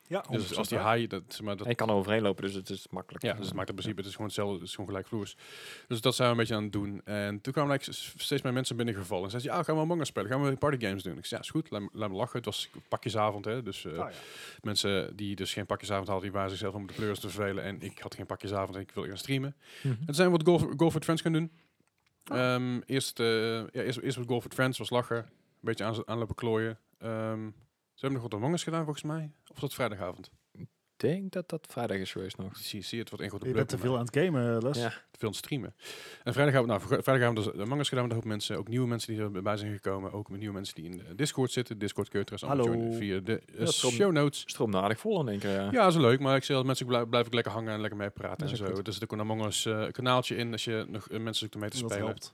Speaker 1: Ja,
Speaker 3: Dus als die haai, dat, zeg maar, dat,
Speaker 1: Hij kan er overheen lopen, dus het is makkelijk.
Speaker 3: ja, dus het maakt in principe, het is gewoon hetzelfde, het is gewoon gelijkvloers. Dus dat zijn we een beetje aan het doen. En toen kwamen eigenlijk s- steeds meer mensen binnengevallen. En zeiden ze, ja, gaan we Among Us spelen, gaan we partygames doen. Ik zei, ja, is goed, laat, me- laat me lachen. Het was pakjesavond, hè, dus eh,
Speaker 4: Ah, ja.
Speaker 3: mensen die dus geen pakjesavond hadden, die waren zichzelf om de pleurs te vervelen. En ik had geen pakjesavond en ik wilde gaan streamen.
Speaker 1: Mhm.
Speaker 3: Het zijn wat Golf, golf with Friends gaan doen.
Speaker 2: Oh.
Speaker 3: Ehm, eerst, eh, ja, eerst, eerst wat Golf with Friends was lachen. Een beetje aan, aanlopen klooien. Ehm, ze hebben nog wat Among Us gedaan volgens mij. Of was dat vrijdagavond?
Speaker 1: Ik denk dat dat vrijdag is geweest nog.
Speaker 3: Zie, zie je, het wordt een grote
Speaker 2: Je
Speaker 3: blur
Speaker 2: bent te
Speaker 3: voor mij.
Speaker 2: veel aan het gamen, eh, Les.
Speaker 1: Ja.
Speaker 3: Te veel aan het streamen. En vrijdagavond, nou, vri- vrijdagavond dus Among Us gedaan met een hoop mensen. Ook nieuwe mensen die erbij zijn gekomen. Ook met nieuwe mensen die in de Discord zitten. Discord kun je trouwens allemaal
Speaker 2: Hallo.
Speaker 3: joinen via de eh,
Speaker 1: dat is om-
Speaker 3: show notes.
Speaker 1: Stroom aardig vol in één keer. Ja.
Speaker 3: Ja, dat is leuk. Maar ik zeg altijd, mensen blijf, blijf ik lekker hangen en lekker meepraten
Speaker 1: Dat
Speaker 3: en
Speaker 1: is
Speaker 3: zo.
Speaker 1: ook goed.
Speaker 3: Er zit ook een Among Us eh, kanaaltje in als je nog eh, mensen zoekt om mee te
Speaker 2: Dat
Speaker 3: spelen.
Speaker 2: helpt.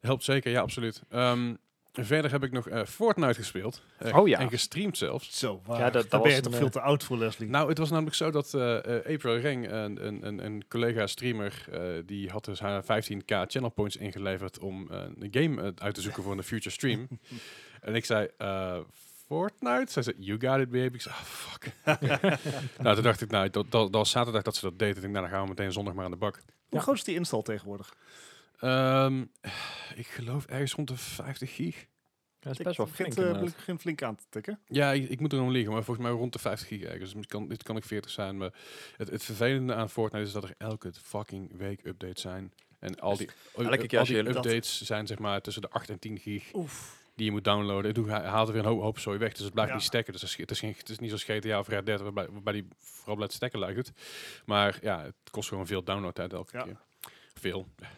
Speaker 3: Helpt zeker, ja, absoluut. Ehm, verder heb ik nog eh, Fortnite gespeeld. Eh,
Speaker 1: Oh ja.
Speaker 3: En gestreamd zelfs.
Speaker 4: Zo, waar.
Speaker 1: Ja, dat- dat
Speaker 2: Daar ben je
Speaker 1: was
Speaker 2: toch
Speaker 1: een,
Speaker 2: veel
Speaker 1: eh,
Speaker 2: te oud voor, Leslie.
Speaker 3: Nou, het was namelijk zo dat eh, eh, April Reng, een, een, een, een collega streamer, eh, die had dus haar 15k channel points ingeleverd om eh, een game eh, uit te zoeken voor een future stream. en ik zei, eh, Fortnite? Zij zei, you got it baby. Ik zei, ah, fuck. nou, toen dacht ik, nou, dat, dat, dat was zaterdag dat ze dat deed. Ik denk, nou, dan gaan we meteen zondag maar aan de bak.
Speaker 2: Hoe
Speaker 1: ja.
Speaker 2: groot is die install tegenwoordig?
Speaker 3: Ehm, ik geloof ergens rond de 50 gig.
Speaker 1: Dat is best wel flink.
Speaker 2: begint, eh,
Speaker 1: inderdaad.
Speaker 2: begint flink aan te tikken.
Speaker 3: Ja, ik, ik moet er nog liggen, maar volgens mij rond de 50 gig ergens. Dus het kan, dit kan ik 40 zijn. Maar het, het vervelende aan Fortnite is dat er elke fucking week updates zijn. En al die, eh,
Speaker 1: elke keer
Speaker 3: al
Speaker 1: als
Speaker 3: die
Speaker 1: je dat-
Speaker 3: updates zijn zeg maar tussen de 8 en 10 gig
Speaker 2: Oef.
Speaker 3: die je moet downloaden. Toen ha- haalt er weer een hoop, hoop zooi weg, dus het blijft
Speaker 2: Ja.
Speaker 3: niet stekken. Dus het is, het, is geen, het is niet zoals GTA of Red Dead, waarbij, waarbij die vooral blijft stekken lijkt het. Maar ja, het kost gewoon veel downloadtijd elke
Speaker 2: Ja.
Speaker 3: keer. Veel. Ja,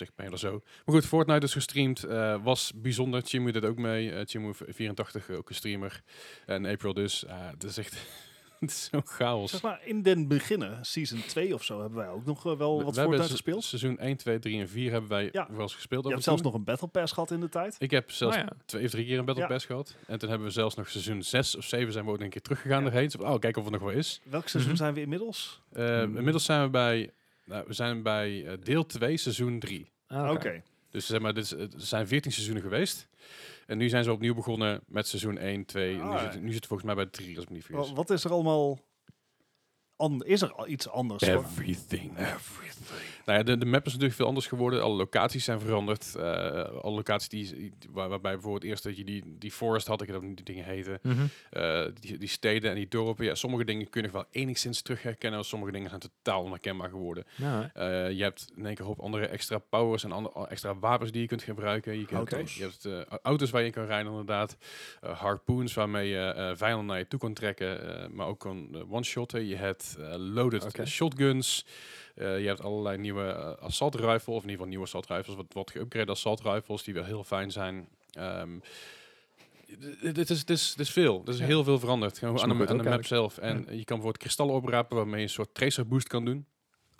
Speaker 3: Op zich ben je er zo. Maar goed, Fortnite is gestreamd. eh, was bijzonder. Chimu deed ook mee. eh Chimu84, ook een streamer. En April dus. Ah, het is echt het is zo'n chaos.
Speaker 2: Zeg maar, in den beginnen, season 2 of zo, hebben wij ook nog eh, wel wat
Speaker 3: We hebben
Speaker 2: Fortnite
Speaker 3: se-
Speaker 2: gespeeld.
Speaker 3: Seizoen 1, 2, 3 en 4 hebben wij
Speaker 2: Ja.
Speaker 3: wel eens gespeeld.
Speaker 2: Je
Speaker 3: af
Speaker 2: hebt
Speaker 3: en toe.
Speaker 2: zelfs nog Ah, een Battle Pass gehad in de tijd.
Speaker 3: Ik heb zelfs
Speaker 1: Nou ja.
Speaker 3: twee of drie keer een Battle
Speaker 2: Ja.
Speaker 3: Pass gehad. En toen hebben we zelfs nog seizoen 6 of 7 zijn we ook een keer teruggegaan erheen. Zo van, oh, kijk of het nog wel is.
Speaker 2: Welk seizoen
Speaker 1: Mhm.
Speaker 2: zijn we inmiddels?
Speaker 3: Eh,
Speaker 1: Hmm.
Speaker 3: Inmiddels zijn we bij, nou, we zijn bij eh, deel 2, seizoen 3.
Speaker 1: Ah,
Speaker 2: Oké.
Speaker 1: oké.
Speaker 3: Dus zeg maar, dit is, het zijn 14 seizoenen geweest. En nu zijn ze opnieuw begonnen met seizoen 1, 2. en nu,
Speaker 4: Ah.
Speaker 3: zit, nu zitten we volgens mij bij 3, als ik me niet vergis.
Speaker 2: Wa- Wat is er allemaal... an- is er al iets anders?
Speaker 3: Everything. Nou ja, de, de map is natuurlijk veel anders geworden. Alle locaties zijn veranderd. Eh, alle locaties die, die- waar, waarbij bijvoorbeeld eerst dat je die, die forest had, ik weet ook niet hoe die dingen heten.
Speaker 1: Mhm.
Speaker 3: Eh, die, die steden en die dorpen. Ja, sommige dingen kun je nog wel enigszins terug herkennen. Sommige dingen zijn totaal onherkenbaar geworden.
Speaker 1: Nou, hè.
Speaker 3: Eh, je hebt in één keer een hoop andere extra powers en ander- extra wapens die je kunt gebruiken. Je, kunt,
Speaker 2: Auto's.
Speaker 3: je hebt eh, auto's waar je in kan rijden, inderdaad. Eh, harpoons waarmee je eh, vijanden naar je toe kan trekken, eh, maar ook kan eh, one-shotten. Je hebt eh, loaded
Speaker 1: Oké.
Speaker 3: shotguns. Eh, je hebt allerlei nieuwe eh, assault rifles, of in ieder geval nieuwe assault rifles, wat, wat geüpgrade assault rifles, die wel heel fijn zijn. Ehm, d- d- dit is, dit is, dit is veel. Er is
Speaker 1: Ja.
Speaker 3: heel veel veranderd. Gewoon
Speaker 1: is
Speaker 3: Aan
Speaker 1: maar
Speaker 3: de,
Speaker 1: goed
Speaker 3: aan de
Speaker 1: ook
Speaker 3: map zelf. En je kan bijvoorbeeld kristallen oprapen waarmee je een soort tracer boost kan doen.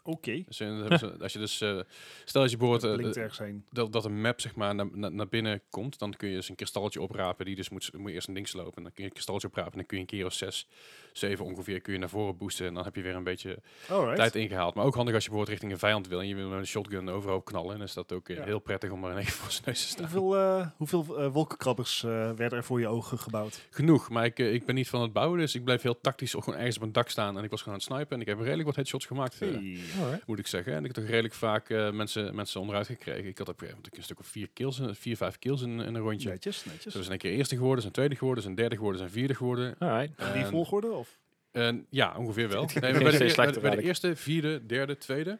Speaker 2: Oké.
Speaker 3: Dus in- hebben ze- als je dus, eh, stel als je bijvoorbeeld
Speaker 2: Dat
Speaker 3: eh,
Speaker 2: blinkt
Speaker 3: eh,
Speaker 2: ergens heen.
Speaker 3: dat, dat een map zeg maar naar, naar, naar binnen komt, dan kun je dus een kristalletje oprapen. Die dus moet, s- moet je eerst een ding slopen. En dan kun je een kristalletje oprapen. En dan kun je een keer of zes, zeven ongeveer kun je naar voren boosten. En dan heb je weer een beetje tijd
Speaker 2: Alright.
Speaker 3: ingehaald. Maar ook handig als je bijvoorbeeld richting een vijand wil. En je wil met een shotgun overhoop knallen. En is dat ook eh,
Speaker 2: Ja.
Speaker 3: heel prettig om er in één keer voor zijn neus te staan.
Speaker 2: Hoeveel, eh, hoeveel eh, wolkenkrabbers eh, werden er voor je ogen gebouwd?
Speaker 3: Genoeg, maar ik, eh, ik ben niet van het bouwen. Dus ik bleef heel tactisch gewoon ergens op een dak staan. En ik was gewoon aan het snipen. En ik heb redelijk wat headshots gemaakt.
Speaker 2: Hmm.
Speaker 3: eh,
Speaker 1: Alright.
Speaker 3: moet ik zeggen. En ik heb toch redelijk vaak eh, mensen, mensen onderuit gekregen. Ik had op een gegeven moment een stuk of vier, kills, in- vier vijf kills in, in een rondje.
Speaker 2: Netjes,
Speaker 3: Dus
Speaker 2: netjes.
Speaker 3: we zijn een keer eerste geworden, zijn tweede geworden, zijn derde geworden, zijn vierde geworden.
Speaker 1: Alright.
Speaker 2: In die
Speaker 3: En-
Speaker 2: volgorde? Of?
Speaker 3: en ja, ongeveer wel.
Speaker 1: Het
Speaker 3: Nee,
Speaker 1: ging
Speaker 3: bij,
Speaker 1: steeds
Speaker 3: de, eer- bij, de-
Speaker 1: slechter
Speaker 3: bij de
Speaker 1: eigenlijk.
Speaker 3: eerste, vierde, derde, tweede.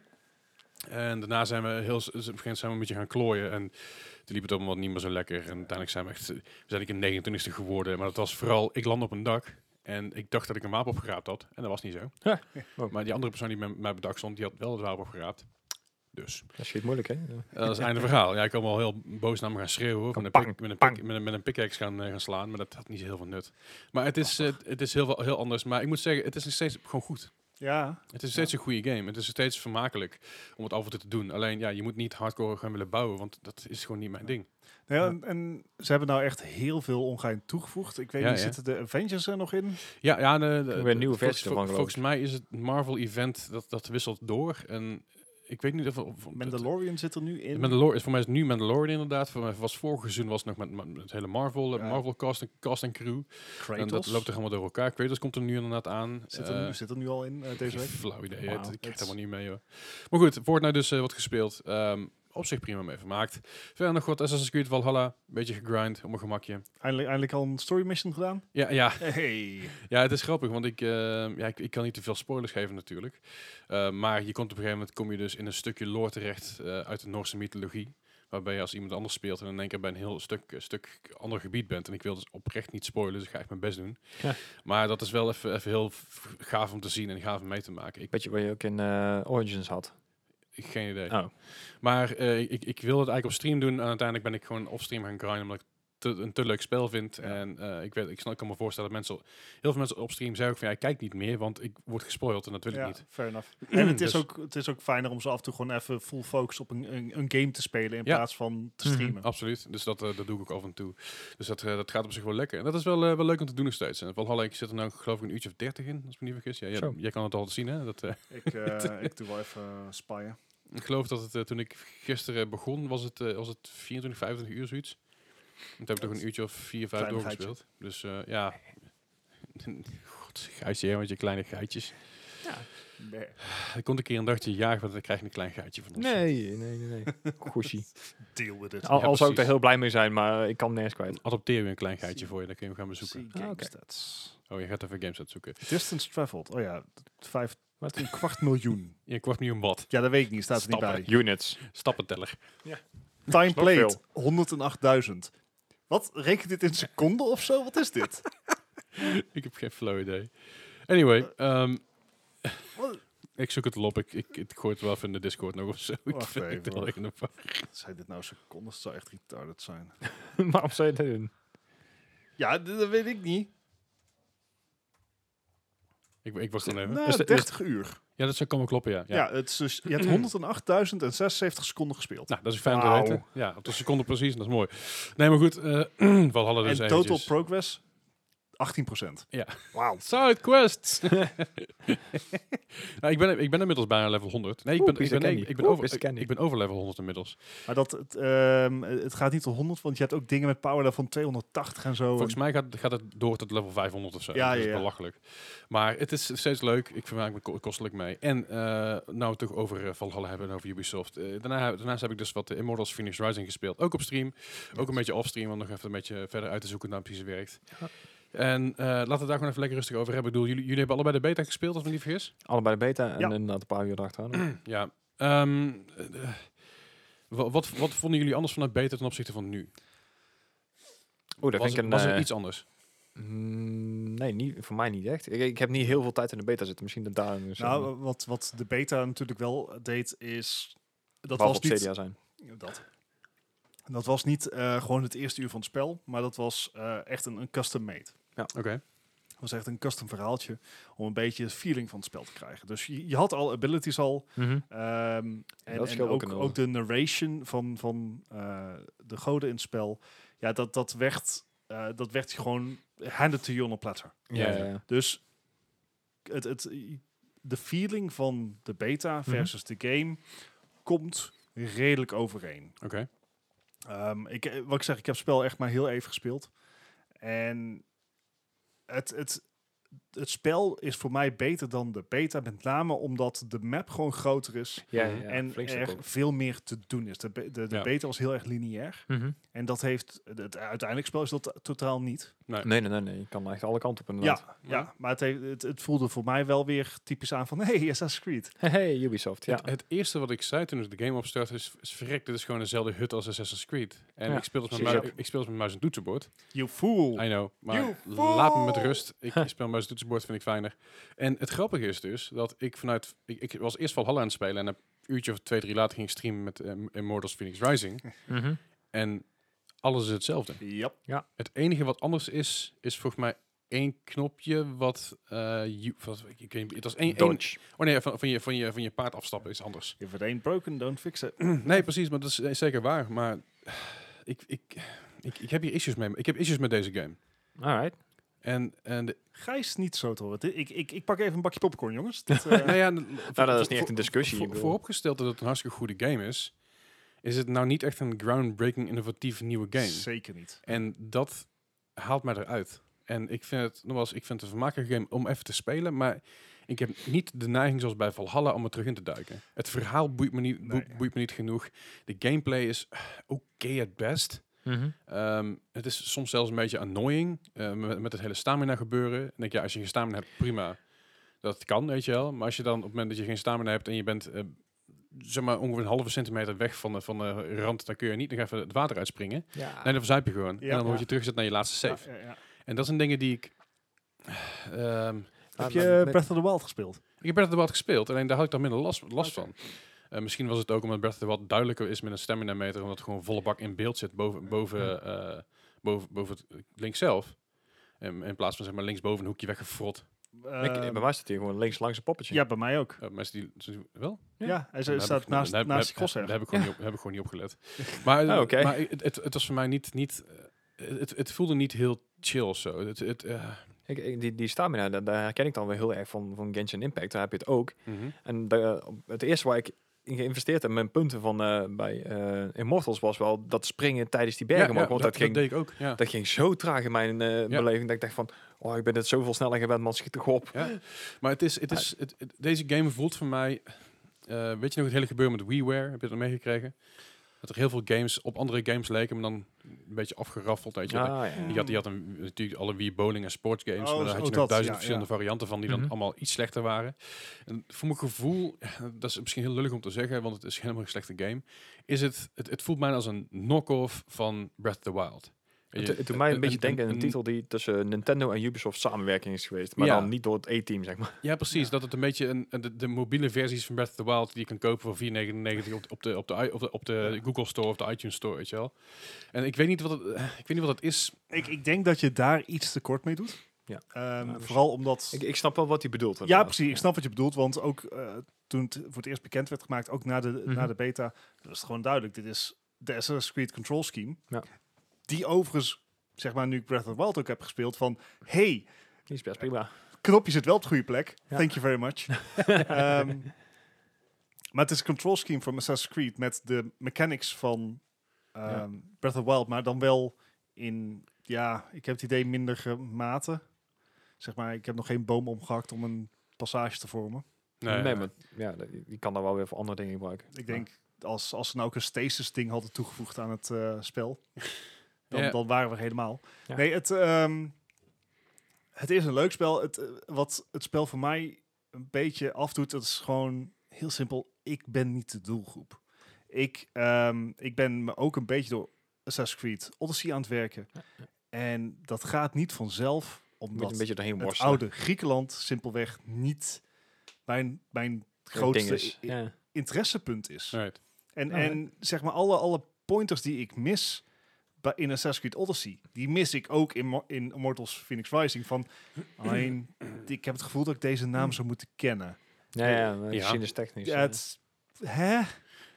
Speaker 3: En daarna zijn we heel s- op een gegeven moment zijn we een beetje gaan klooien. En toen liep het allemaal niet meer zo lekker. En uiteindelijk zijn we echt, eh, we zijn ik een 29ste geworden. Maar dat was vooral, ik landde op een dak. En ik dacht dat ik een wapen opgeraapt had. En dat was niet zo.
Speaker 1: Ja. Oh.
Speaker 3: Maar die andere persoon die met mij op het dak stond, die had wel het wapen opgeraapt. Dus.
Speaker 1: Dat is shit moeilijk, hè? Ja.
Speaker 3: Ja, dat is het einde verhaal. Ja, ik kwam al heel boos naar me gaan schreeuwen. Met een,
Speaker 1: Bang,
Speaker 3: pik, met, een
Speaker 1: bang.
Speaker 3: pik, met, een, met een pickaxe gaan, eh, gaan slaan. Maar dat had niet zo heel veel nut. Maar het is, eh, het, is heel, veel- heel anders. Maar ik moet zeggen, het is nog steeds gewoon goed.
Speaker 2: Ja.
Speaker 3: Het is steeds een goede game. Het is steeds vermakelijk om het af en toe te doen. Alleen, ja, je moet niet hardcore gaan willen bouwen. Want dat is gewoon niet mijn ding.
Speaker 2: Nou ja, en, en ze hebben nou echt heel veel ongein toegevoegd. Ik weet
Speaker 3: Ja,
Speaker 2: niet,
Speaker 3: ja.
Speaker 2: zitten de Avengers er nog in?
Speaker 3: Ja, ja de, de-
Speaker 1: weer een nieuwe
Speaker 3: volgens-
Speaker 1: versie ervan, geloof
Speaker 3: Volgens mij is het Marvel-event, dat, dat wisselt door. En ik weet niet of... of of-
Speaker 2: Mandalorian zit er nu in.
Speaker 3: Mandalor is voor mij is nu Mandalorian inderdaad. Voor mij was vorig seizoen was het nog met, met het hele Marvel, eh,
Speaker 4: Ja.
Speaker 3: Marvel cast en, cast en crew. En dat
Speaker 2: Kratos
Speaker 3: loopt er helemaal door elkaar. Kratos komt er nu inderdaad aan.
Speaker 2: zit, er
Speaker 3: Eh,
Speaker 2: nu, zit er nu al in eh, deze
Speaker 3: geen
Speaker 2: week.
Speaker 3: Flauw idee.
Speaker 2: Wauw,
Speaker 3: het- ik krijg het
Speaker 2: het-
Speaker 3: helemaal niet mee, joh. Maar goed, Fortnite dus eh, wat gespeeld. Ehm, op zich prima mee vermaakt. Verder nog wat Assassin's Creed Valhalla. Een beetje gegrind, om een gemakje.
Speaker 2: Eindelijk, eindelijk al een story mission gedaan.
Speaker 3: Ja, ja,
Speaker 4: Hey.
Speaker 3: ja, het is grappig, want ik, ehm, ja, ik, ik kan niet te veel spoilers geven natuurlijk. Eh, maar je komt op een gegeven moment kom je dus in een stukje lore terecht eh, uit de Noorse mythologie. Waarbij je als iemand anders speelt en in één keer bij een heel stuk, stuk ander gebied bent. En ik wil dus oprecht niet spoilen, dus ik ga echt mijn best doen.
Speaker 1: Ja.
Speaker 3: Maar dat is wel even, even heel f- gaaf om te zien en gaaf om mee te maken. Ik,
Speaker 1: Beetje wat je ook in eh, Origins had.
Speaker 3: ik- geen idee.
Speaker 1: Oh.
Speaker 3: Maar eh, ik, ik wil het eigenlijk op stream doen. En uiteindelijk ben ik gewoon off-stream gaan grinden. Omdat ik te, een te leuk spel vind. En eh, ik, weet, ik, snap, ik kan me voorstellen dat mensen... Heel veel mensen op stream zeggen ook van... Ja, ik kijk niet meer, want ik word gespoild. En dat wil ik niet.
Speaker 2: fair enough. en het is,
Speaker 3: Dus-
Speaker 2: ook, het is ook fijner om zo af en toe gewoon even full focus op een, een, een game te spelen in
Speaker 3: Ja.
Speaker 2: plaats van te
Speaker 1: Mhm.
Speaker 2: streamen.
Speaker 3: Absoluut. Dus dat, eh, dat doe ik ook af en toe. Dus dat, eh, dat gaat op zich wel lekker. En dat is wel, eh, wel leuk om te doen nog steeds. En Valhalla, ik zit er nou geloof ik een uurtje of dertig in. Als ik me niet vergis. Ja, jij,
Speaker 1: Zo.
Speaker 3: jij kan het altijd zien, hè? Dat, eh,
Speaker 4: Ik, eh, ik doe wel even eh, spyen.
Speaker 3: ik geloof dat het, eh, toen ik gisteren begon, was het, eh, was het 24, 25 uur zoiets. En toen heb ik nog een uurtje of 4, 5
Speaker 2: Klein geitje.
Speaker 3: doorgespeeld. Dus eh, ja... God, geitje, hè, met je kleine geitjes.
Speaker 4: Nee.
Speaker 3: Er komt een keer een dagje jagen, want dan krijg je een klein geitje van ons.
Speaker 1: Nee, nee, nee. nee. Goeie.
Speaker 2: Deal with it.
Speaker 1: Al,
Speaker 3: Ja,
Speaker 1: al zou ik
Speaker 3: precies.
Speaker 1: daar heel blij mee zijn, maar ik kan nergens kwijt.
Speaker 3: Adopteer je een klein geitje voor je, dan kun je hem gaan bezoeken.
Speaker 4: Zie
Speaker 2: Ah,
Speaker 4: game
Speaker 1: oké.
Speaker 4: stats.
Speaker 3: Oh, je gaat even games uitzoeken.
Speaker 4: Distance traveled. Oh ja, vijf,
Speaker 1: Wat?
Speaker 4: een kwart miljoen.
Speaker 3: Je kwart miljoen wat?
Speaker 4: Ja, dat weet ik niet. Staat er niet bij.
Speaker 1: Units.
Speaker 3: Stappenteller.
Speaker 4: Time
Speaker 1: Dat is wel
Speaker 4: played, 108.000. Wat? Reken dit in seconden of zo? Wat is dit?
Speaker 3: ik heb geen flow idee. Anyway, ehm,
Speaker 4: Wat?
Speaker 3: ik zoek het wel op. Ik, ik, ik gooi het wel even in de Discord nog of zo. ik
Speaker 4: Wacht
Speaker 3: vind
Speaker 4: even,
Speaker 3: het wel
Speaker 4: hoor.
Speaker 3: echt een va-
Speaker 4: Zijn dit nou seconden? Het zou echt retarded zijn.
Speaker 1: Waarom zou je dat doen?
Speaker 4: Ja, d- dat weet ik niet.
Speaker 3: Ik, ik wacht dan even.
Speaker 4: Nou,
Speaker 1: Dus de-
Speaker 4: 30 uur.
Speaker 3: Ja, dat zou komen kloppen, ja.
Speaker 4: Ja,
Speaker 3: ja.
Speaker 4: het is dus, je hebt 108.076 seconden gespeeld.
Speaker 3: Nou, dat is fijn om te
Speaker 4: Wauw.
Speaker 3: weten. Ja, op de seconde precies. Dat is mooi. Nee, maar goed. eh Valhalla dus
Speaker 4: en
Speaker 3: eventjes.
Speaker 4: total progress 18%.
Speaker 3: Ja.
Speaker 4: Wauw.
Speaker 3: Side quest! nou, ik, ben, ik ben inmiddels bijna level 100. Nee, ik ben,
Speaker 1: Oeh,
Speaker 3: ik ben,
Speaker 1: Pizza
Speaker 3: nee,
Speaker 1: Candy.
Speaker 3: ik ben,
Speaker 1: Oeh,
Speaker 3: over,
Speaker 1: Pizza
Speaker 3: ik,
Speaker 1: Candy.
Speaker 3: ik ben over level 100 inmiddels.
Speaker 2: Maar dat, het, ehm, het gaat niet tot 100, want je hebt ook dingen met power level van 280 en zo.
Speaker 3: Volgens mij gaat, gaat het door tot level 500 of zo.
Speaker 4: Ja,
Speaker 3: dat is
Speaker 4: ja, ja.
Speaker 3: belachelijk. Maar het is steeds leuk. Ik vermaak me ko- kostelijk mee. En eh, nou we het toch over eh, Valhalla hebben en over Ubisoft. Eh, daarna, daarnaast heb ik dus wat eh, Immortals Phoenix Rising gespeeld. Ook op stream. Ook een beetje offstream, om nog even een beetje verder uit te zoeken hoe het nou precies werkt.
Speaker 1: Ja.
Speaker 3: En eh, laten we het daar gewoon even lekker rustig over hebben. Ik bedoel, jullie, jullie hebben allebei de beta gespeeld, als ik me niet vergis.
Speaker 1: Allebei de beta en
Speaker 2: Ja.
Speaker 1: inderdaad een paar uur erachteraan.
Speaker 3: Ja. Ehm, eh, eh, wa- wat, wat vonden jullie anders vanuit beta ten opzichte van nu?
Speaker 1: Oeh, dat
Speaker 3: was
Speaker 1: vind ik
Speaker 3: het-
Speaker 1: een...
Speaker 3: was er
Speaker 1: eh,
Speaker 3: iets anders?
Speaker 1: mm, nee, niet, voor mij niet echt. Ik, ik heb niet heel veel tijd in de beta zitten. Misschien dat daar...
Speaker 2: nou, wat, wat de beta natuurlijk wel deed, is... Dat
Speaker 1: Behalve
Speaker 2: was
Speaker 1: op
Speaker 2: niet
Speaker 1: Stadia zijn.
Speaker 2: Dat. Dat was niet eh, gewoon het eerste uur van het spel, maar dat was eh, echt een, een custom made.
Speaker 3: Oké.
Speaker 2: Dat was echt een custom verhaaltje om een beetje het feeling van het spel te krijgen. Dus je, je had al abilities al. ehm, en en
Speaker 1: scheelt ook
Speaker 2: ook,
Speaker 1: een
Speaker 2: ook de narration van, van eh, de goden in het spel. Ja, dat, dat, werd, eh, dat werd gewoon handed to you on a platter.
Speaker 1: Ja, ja,
Speaker 3: Ja, ja.
Speaker 1: ja.
Speaker 2: Dus het, het, de feeling van de beta
Speaker 1: Mhm.
Speaker 2: versus de game komt redelijk overeen.
Speaker 3: Oké.
Speaker 2: Ehm, ik, eh, wat ik zeg, ik heb het spel echt maar heel even gespeeld. En het, het, het spel is voor mij beter dan de beta. Met name omdat de map gewoon groter is.
Speaker 1: ja,
Speaker 3: Mhm.
Speaker 1: ja,
Speaker 2: en
Speaker 1: flink stuk
Speaker 2: er
Speaker 1: ook.
Speaker 2: veel meer te doen is. De, be- de, de
Speaker 3: Ja.
Speaker 2: beta was heel erg lineair.
Speaker 1: Mhm.
Speaker 2: En dat heeft het uiteindelijk spel is dat totaal niet.
Speaker 1: Nee, nee, nee, nee. Je kan echt alle kanten op inderdaad.
Speaker 2: Ja, ja, maar het, heeft- het, het voelde voor mij wel weer typisch aan van... Hey, Assassin's Creed.
Speaker 1: Hey, Ubisoft. Ja.
Speaker 3: Het, het eerste wat ik zei toen ik de game opstartte is, is verrek, dit is gewoon dezelfde hut als Assassin's Creed. En
Speaker 1: Ja,
Speaker 3: ik, speel het met
Speaker 1: precies.
Speaker 3: mui- ik speel het met muis en toetsenbord.
Speaker 2: You fool.
Speaker 3: I know, maar
Speaker 2: You
Speaker 3: laat me met
Speaker 2: fool!
Speaker 3: rust. Ik speel muis en toetsenbord, vind ik fijner. En het grappige is dus dat ik vanuit... Ik, ik was eerst Valhalla aan het spelen en een uurtje of twee, drie later ging ik streamen met eh, Immortals Phoenix Rising.
Speaker 1: Mhm.
Speaker 3: En alles is hetzelfde.
Speaker 4: Yep.
Speaker 3: Het enige wat anders is, is volgens mij één knopje wat... eh, you- wat- ik weet niet, het was één... één-
Speaker 1: Dodge.
Speaker 3: oh nee, van, van, je, van, je, van je paard afstappen is anders.
Speaker 2: If it ain't broken, don't fix it.
Speaker 3: Nee, precies, maar dat is eh, zeker waar. Maar ik, ik, ik, ik heb hier issues mee. Ik heb issues met deze game.
Speaker 1: Alright.
Speaker 3: En, en de-
Speaker 2: Gijs niet zo te horen. Dit- Ik, ik, ik pak even een bakje popcorn, jongens. Dit, eh,
Speaker 3: nou ja,
Speaker 1: dat is niet echt een discussie, ik
Speaker 3: Voor,
Speaker 1: bedoel.
Speaker 3: vooropgesteld dat het een hartstikke goede game is, is het nou niet echt een groundbreaking, innovatief nieuwe game.
Speaker 2: Zeker niet.
Speaker 3: En dat haalt mij eruit. En ik vind het, nogmaals, ik vind het een vermakelijke game om even te spelen, maar ik heb niet de neiging zoals bij Valhalla om er terug in te duiken. Het verhaal boeit me niet, boe-
Speaker 2: Nee.
Speaker 3: boeit me niet genoeg. De gameplay is eh, oké at best. Ehm, het is soms zelfs een beetje annoying eh, met, met het hele stamina gebeuren. Ik denk, ja, als je geen stamina hebt, prima. Dat kan, weet je wel. Maar als je dan op het moment dat je geen stamina hebt en je bent eh, zeg maar ongeveer een halve centimeter weg van de, van de rand, dan kun je niet nog even het water uitspringen.
Speaker 1: Ja.
Speaker 3: Nee, dan verzuip je gewoon.
Speaker 2: Ja.
Speaker 3: en dan word
Speaker 2: Ja.
Speaker 3: je teruggezet naar je laatste save.
Speaker 2: Ja, ja, ja.
Speaker 3: En dat zijn dingen die ik... ehm,
Speaker 2: Heb
Speaker 1: Laat-
Speaker 2: je
Speaker 1: laat- met-
Speaker 2: Breath of the Wild gespeeld?
Speaker 3: ik heb Breath of the Wild gespeeld, alleen daar had ik dan minder last, last van. Eh, misschien was het ook omdat Breath of the Wild duidelijker is met een stamina meter, omdat het gewoon volle bak in beeld zit boven, boven, eh, boven, boven het links zelf. En in plaats van zeg maar linksboven een hoekje weggefrot.
Speaker 1: Ik-
Speaker 2: Ehm,
Speaker 1: bij mij staat hij gewoon links langs een poppetje.
Speaker 2: ja, bij mij ook.
Speaker 3: Eh, mensen die... Wel?
Speaker 2: Ja,
Speaker 1: Ja.
Speaker 3: Dan
Speaker 2: hij staat
Speaker 3: heb ik-
Speaker 2: naast,
Speaker 3: dan heb-
Speaker 2: naast
Speaker 3: heb-
Speaker 2: Crosshair. Ah,
Speaker 3: Daar heb ik gewoon, niet op, heb ik gewoon niet op gelet. Maar, eh,
Speaker 1: Oh, oké.
Speaker 3: maar het, het, het was voor mij niet... niet eh, het, het voelde niet heel chill of zo. Het, het, eh,
Speaker 1: Ik, ik- die, die stamina, daar, daar herken ik dan weer heel erg van, van Genshin Impact. Daar heb je het ook.
Speaker 3: mhm.
Speaker 1: En de- op- het eerste waar ik in geïnvesteerd heb, mijn punten van eh, bij eh, Immortals, was wel dat springen tijdens die bergen. maar ook, want dat, ging, dat,
Speaker 3: deed ik ook. Ja.
Speaker 1: ging zo traag in mijn eh,
Speaker 3: Ja.
Speaker 1: beleving. Dat ik dacht van, oh, ik ben het zoveel sneller gewend, man, schiet toch op.
Speaker 3: Ja. Maar het is, het is, het, het- deze game voelt voor mij... eh, weet je nog het hele gebeuren met WiiWare? Heb je dat meegekregen? Dat er heel veel games op andere games leken, maar dan een beetje afgeraffeld. Weet je. wel.
Speaker 1: Ah,
Speaker 3: Je had, je had een, natuurlijk alle Wii bowling en sportgames,
Speaker 2: Oh,
Speaker 3: maar
Speaker 2: zo-
Speaker 3: daar had
Speaker 2: oh,
Speaker 3: je nog
Speaker 2: dat,
Speaker 3: duizend
Speaker 2: ja,
Speaker 3: verschillende varianten van die dan
Speaker 1: Mhm.
Speaker 3: allemaal iets slechter waren. En voor mijn gevoel, dat is misschien heel lullig om te zeggen, want het is helemaal geen slechte game, is het, het, het voelt mij als een knock-off van Breath of the Wild.
Speaker 1: Het,
Speaker 3: Je-
Speaker 1: het doet mij een beetje denken aan een
Speaker 3: een-
Speaker 1: titel die tussen Nintendo en Ubisoft samenwerking is geweest. Maar
Speaker 3: Ja.
Speaker 1: dan niet door het E-team, zeg maar.
Speaker 3: Ja, precies. Dat het een beetje een, een- de, de mobiele versies van Breath of the Wild die je kan kopen voor 4,99 op, de- op, de, op, de, i- op, de, op de Google Store of de iTunes Store, weet je wel. En ik weet niet wat het, eh, ik weet niet wat het is.
Speaker 2: Ik, ik denk dat je daar iets tekort mee doet.
Speaker 1: Ja.
Speaker 2: Ehm,
Speaker 3: dus-
Speaker 1: misschien-
Speaker 2: vooral omdat...
Speaker 1: Ik, ik snap wel wat hij bedoelt.
Speaker 2: ja,
Speaker 1: inderdaad.
Speaker 2: precies. Ik snap wat je bedoelt. Want ook eh, toen het voor het eerst bekend werd gemaakt, ook na de,
Speaker 1: Mhm.
Speaker 2: na de beta, was het gewoon duidelijk. Dit is de Assassin's Creed Control Scheme.
Speaker 1: Ja.
Speaker 2: Die overigens, zeg maar nu ik Breath of the Wild ook heb gespeeld, van... Hey,
Speaker 1: Die is best prima.
Speaker 2: knopje zit wel op de goede plek.
Speaker 1: Ja.
Speaker 2: Thank you very much. Ehm, maar het is een control scheme van Assassin's Creed met de mechanics van ehm,
Speaker 1: Ja.
Speaker 2: Breath of the Wild, maar dan wel in, ja, ik heb het idee mindere mate. Zeg maar, ik heb nog geen boom omgehakt om een passage te vormen.
Speaker 1: Nee, maar ja, dat- je kan daar wel weer voor andere dingen gebruiken.
Speaker 2: Ik denk, als, als ze nou ook een stasis ding hadden toegevoegd aan het eh, spel, dan,
Speaker 3: Ja.
Speaker 2: dan waren we er helemaal.
Speaker 1: Ja.
Speaker 2: Nee, het, ehm, het is een leuk spel. Het, eh, wat het spel voor mij een beetje afdoet, dat is gewoon heel simpel. Ik ben niet de doelgroep. Ik, ehm, ik ben me ook een beetje door Assassin's Creed Odyssey aan het werken. En dat gaat niet vanzelf,
Speaker 1: Moet je
Speaker 2: omdat
Speaker 1: een beetje doorheen
Speaker 2: het
Speaker 1: worstelen.
Speaker 2: oude Griekenland simpelweg niet mijn, mijn
Speaker 1: Het ding
Speaker 2: grootste
Speaker 1: is.
Speaker 2: i- i-
Speaker 1: Ja.
Speaker 2: interessepunt is.
Speaker 3: Right.
Speaker 2: En,
Speaker 1: Ja,
Speaker 2: en zeg maar, alle, alle pointers die ik mis bij- in Assassin's Creed Odyssey, die mis ik ook in, Mo- in Immortals Phoenix Rising. Van, alleen, ik heb het gevoel dat ik deze naam zou moeten kennen.
Speaker 1: Ja, ja, maar
Speaker 3: Ja.
Speaker 1: machine is technisch. eh.
Speaker 2: Ja,
Speaker 1: ja.
Speaker 2: het, is- hè?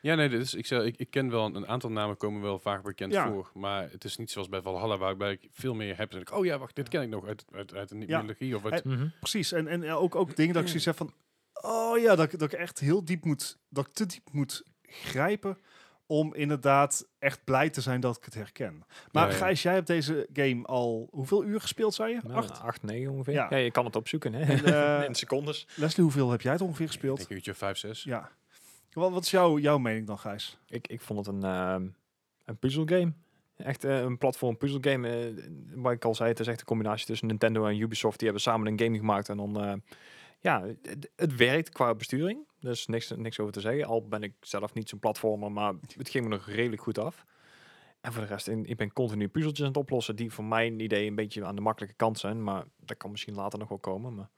Speaker 3: Ja, nee, dit is, ik, zei, ik, ik ken wel een, een aantal namen komen wel vaak bekend
Speaker 2: Ja.
Speaker 3: voor. Maar het is niet zoals bij Valhalla, waarbij ik veel meer heb. Dan denk ik, oh ja, wacht, dit ken ik nog uit, uit, uit de
Speaker 2: Ja.
Speaker 3: mythologie. Of uit,
Speaker 1: Mhm.
Speaker 2: Precies. En, en ook, ook dingen dat ik zoiets heb van, oh ja, dat, ik- dat ik echt heel diep moet, dat ik te diep moet grijpen om inderdaad echt blij te zijn dat ik het herken. Maar
Speaker 3: Ja, ja.
Speaker 2: Gijs, jij hebt deze game al hoeveel uur gespeeld, zei je?
Speaker 1: Nou,
Speaker 2: Acht?
Speaker 1: acht. 8, 9 ongeveer.
Speaker 2: Ja.
Speaker 1: Ja. je kan het opzoeken. Hè?
Speaker 2: En, eh,
Speaker 1: In secondes.
Speaker 2: Leslie, hoeveel heb jij het ongeveer
Speaker 3: ik
Speaker 2: gespeeld?
Speaker 3: denk een uurtje of vijf, zes.
Speaker 2: Ja. Wat, wat is jouw, jouw mening dan, Gijs?
Speaker 1: Ik, ik vond het een, ehm een puzzelgame. Echt eh, een platform puzzelgame. eh, waar ik al zei, het is echt een combinatie tussen Nintendo en Ubisoft. Die hebben samen een game gemaakt. En dan, eh, ja, het, het werkt qua besturing. Dus niks, niks over te zeggen. Al ben ik zelf niet zo'n platformer, maar het ging me nog redelijk goed af. En voor de rest, in, ik ben continu puzzeltjes aan het oplossen. Die voor mijn idee een beetje aan de makkelijke kant zijn. Maar dat kan misschien later nog wel komen. Maar,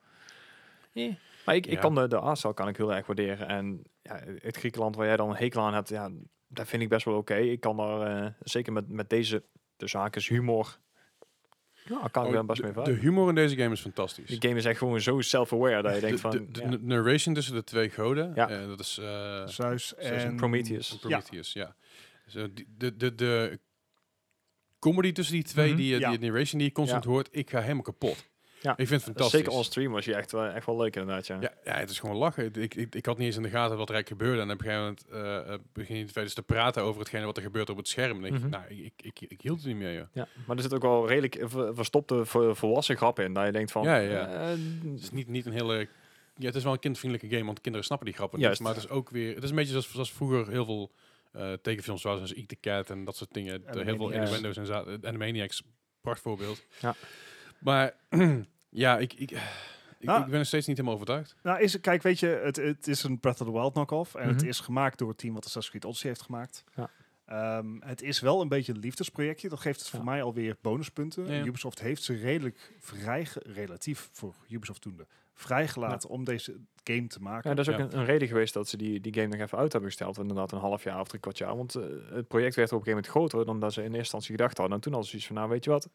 Speaker 1: Eh. maar ik, ik
Speaker 3: Ja.
Speaker 1: kan de, de aanstel kan ik heel erg waarderen. En ja, het Griekenland waar jij dan een hekel aan hebt, ja, dat vind ik best wel oké. Ik kan daar, eh, zeker met, met deze, de zaak is humor, ja, kan ik
Speaker 3: Oh,
Speaker 1: wel best
Speaker 3: de,
Speaker 1: mee
Speaker 3: de
Speaker 1: verder.
Speaker 3: humor in deze game is fantastisch.
Speaker 1: Die game is echt gewoon zo self-aware dat je
Speaker 3: de,
Speaker 1: denkt van...
Speaker 3: de- de
Speaker 1: ja.
Speaker 3: n- narration tussen de twee goden,
Speaker 1: Ja.
Speaker 3: eh, dat is eh,
Speaker 2: Zeus
Speaker 1: Zeus en Prometheus.
Speaker 3: Prometheus, ja. Zo, die- de, de, de comedy tussen die twee,
Speaker 1: Mhm,
Speaker 3: die, eh,
Speaker 2: ja.
Speaker 3: die narration die je constant
Speaker 1: Ja.
Speaker 3: hoort. Ik ga helemaal kapot.
Speaker 1: Ja.
Speaker 3: Ik vind het fantastisch.
Speaker 1: Zeker on stream was je echt, wel- echt wel leuk inderdaad, ja.
Speaker 3: Ja, ja, het is gewoon lachen. Ik, ik, ik had niet eens in de gaten wat er eigenlijk gebeurde. En op een gegeven moment eh, eh, begin je tijdens te praten over hetgene wat er gebeurt op het scherm. En ik,
Speaker 1: Mhm.
Speaker 3: nou, ik, ik, ik, ik hield het niet meer, joh.
Speaker 1: Ja, maar er zit ook wel redelijk eh, ver- verstopte ver- volwassen grap in. Dat je denkt van...
Speaker 3: Ja, ja.
Speaker 1: eh,
Speaker 3: Het is niet, niet een hele... Ja, het is wel een kindvriendelijke game, want kinderen snappen die grappen. niet.
Speaker 1: Juist.
Speaker 3: maar het is ook weer... Het is een beetje zoals, zoals vroeger heel veel eh, tekenfilms waren, zoals Eat the Cat en dat soort dingen. De- heel veel
Speaker 1: Animaniacs.
Speaker 3: Innuendo's en za- eh, Animaniacs, pracht voorbeeld.
Speaker 1: Ja.
Speaker 3: Maar ja, ik, ik, ik,
Speaker 2: Nou.
Speaker 3: ik ben er steeds niet helemaal overtuigd.
Speaker 2: Nou, is, kijk, weet je, het, het is een Breath of the Wild knock-off. En het
Speaker 1: Mhm.
Speaker 2: is gemaakt door het team wat Assassin's Creed Odyssey heeft gemaakt.
Speaker 1: Ja.
Speaker 2: Ehm, het is wel een beetje een liefdesprojectje. Dat geeft het voor
Speaker 1: Ja.
Speaker 2: mij alweer bonuspunten.
Speaker 3: Ja.
Speaker 2: Ubisoft heeft ze redelijk vrij, relatief voor Ubisoft doende, vrijgelaten om deze game te maken.
Speaker 1: ja, dat is ook
Speaker 3: Ja.
Speaker 1: een, een reden geweest dat ze die, die game nog even uit hebben gesteld. Inderdaad, een half jaar of drie kwart jaar. Want eh, het project werd op een gegeven moment groter dan dat ze in eerste instantie gedacht hadden. En toen hadden ze zoiets van, nou weet je wat,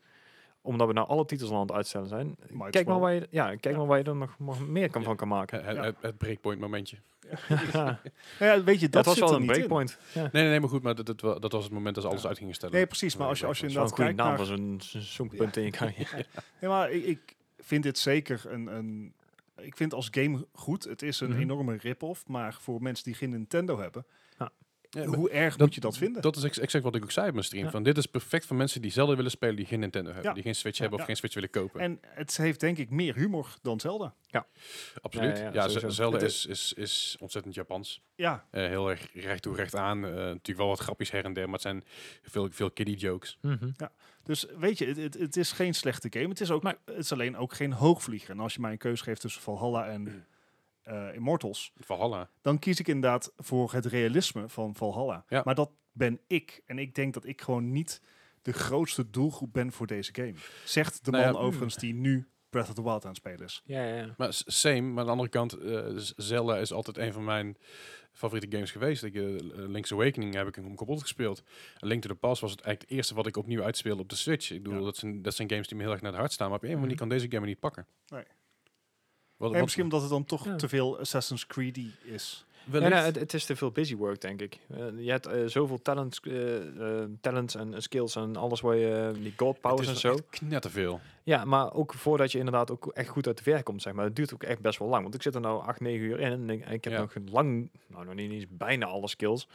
Speaker 1: omdat we nou alle titels al aan het uitstellen zijn,
Speaker 2: Might
Speaker 1: kijk,
Speaker 2: as
Speaker 1: maar waar,
Speaker 2: well.
Speaker 1: je, ja, kijk
Speaker 2: Ja.
Speaker 1: maar waar je er nog nog meer kan,
Speaker 3: Ja.
Speaker 1: van kan maken.
Speaker 3: Het, het,
Speaker 2: Ja.
Speaker 3: het- het breakpoint momentje.
Speaker 1: Ja.
Speaker 2: Nou ja, weet je, dat,
Speaker 1: Dat, was
Speaker 2: zit
Speaker 1: wel
Speaker 2: er
Speaker 1: een
Speaker 2: niet in.
Speaker 1: breakpoint. Ja.
Speaker 3: Nee, nee, nee, maar goed, maar dat, dat, wa- dat was het moment dat ze alles uit gingen stellen.
Speaker 2: Nee, precies. Maar als je, als je
Speaker 1: Dat is wel een
Speaker 2: inderdaad
Speaker 1: goede
Speaker 2: kijkt
Speaker 1: naam
Speaker 2: naar...
Speaker 1: voor zo'n zo'n zoekpunt in je carrière.
Speaker 2: Nee, maar ik, ik vind dit zeker een, een... Ik vind als game goed. Het is een
Speaker 1: Mhm.
Speaker 2: enorme rip-off. Maar voor mensen die geen Nintendo hebben...
Speaker 3: Ja, maar-
Speaker 2: hoe erg moet je dat vinden?
Speaker 3: Dat is ex- exact wat ik ook zei op mijn stream.
Speaker 1: Ja.
Speaker 3: Van, dit is perfect voor mensen die Zelda willen spelen, die geen Nintendo hebben,
Speaker 2: Ja.
Speaker 3: die geen Switch
Speaker 1: Ja.
Speaker 3: hebben of
Speaker 2: Ja.
Speaker 3: geen Switch willen kopen.
Speaker 2: En het heeft denk ik meer humor dan Zelda.
Speaker 3: Absoluut.
Speaker 1: Ja,
Speaker 3: Ja,
Speaker 1: ja,
Speaker 3: Z-
Speaker 1: sowieso.
Speaker 3: Zelda
Speaker 2: Het-
Speaker 3: is, is, is ontzettend Japans.
Speaker 2: Ja,
Speaker 3: Eh, heel erg recht toe, recht aan. Eh, natuurlijk wel wat grapjes her en der, maar het zijn veel, veel kiddie jokes.
Speaker 1: Mhm.
Speaker 2: dus weet je, het, het, het is geen slechte game. Het is, ook, het is alleen ook geen hoogvlieger. En als je mij een keuze geeft tussen Valhalla en eh, Immortals...
Speaker 3: Valhalla.
Speaker 2: dan kies ik inderdaad voor het realisme van Valhalla.
Speaker 3: Ja.
Speaker 2: Maar dat ben ik. En ik denk dat ik gewoon niet de grootste doelgroep ben voor deze game. Zegt de
Speaker 3: Nou ja,
Speaker 2: man
Speaker 3: hmm.
Speaker 2: overigens die nu Breath of the Wild aan het spelen is.
Speaker 1: Ja, ja, ja.
Speaker 3: Maar s- same, maar aan de andere kant, eh, Z- Zelda is altijd een van mijn favoriete games geweest. Ik, eh, Link's Awakening heb ik hem kapot gespeeld. En Link to the Past was het eigenlijk het eerste wat ik opnieuw uitspeelde op de Switch. Ik bedoel,
Speaker 2: Ja.
Speaker 3: dat, zijn, dat zijn games die me heel erg naar het hart staan, maar op een of andere
Speaker 1: Mhm.
Speaker 3: manier kan deze game me niet pakken.
Speaker 2: Nee.
Speaker 3: Wat,
Speaker 2: En
Speaker 3: wat-
Speaker 2: misschien omdat het dan toch
Speaker 1: Ja.
Speaker 2: te veel Assassin's Creed is.
Speaker 1: Ja,
Speaker 3: wellicht-
Speaker 1: nou, het, het is te veel busy work, denk ik. Eh, je hebt eh, zoveel talents, eh, eh, talents en eh, skills en alles waar je, eh, die god powers en
Speaker 3: Het is
Speaker 1: zo.
Speaker 3: wel echt Knetterveel.
Speaker 1: Ja, maar ook voordat je inderdaad ook echt goed uit het werk komt, zeg maar. Het duurt ook echt best wel lang. Want ik zit er nou 8, 9 uur in en ik, ik heb
Speaker 3: Ja.
Speaker 1: nog lang, nou nog niet eens bijna alle skills.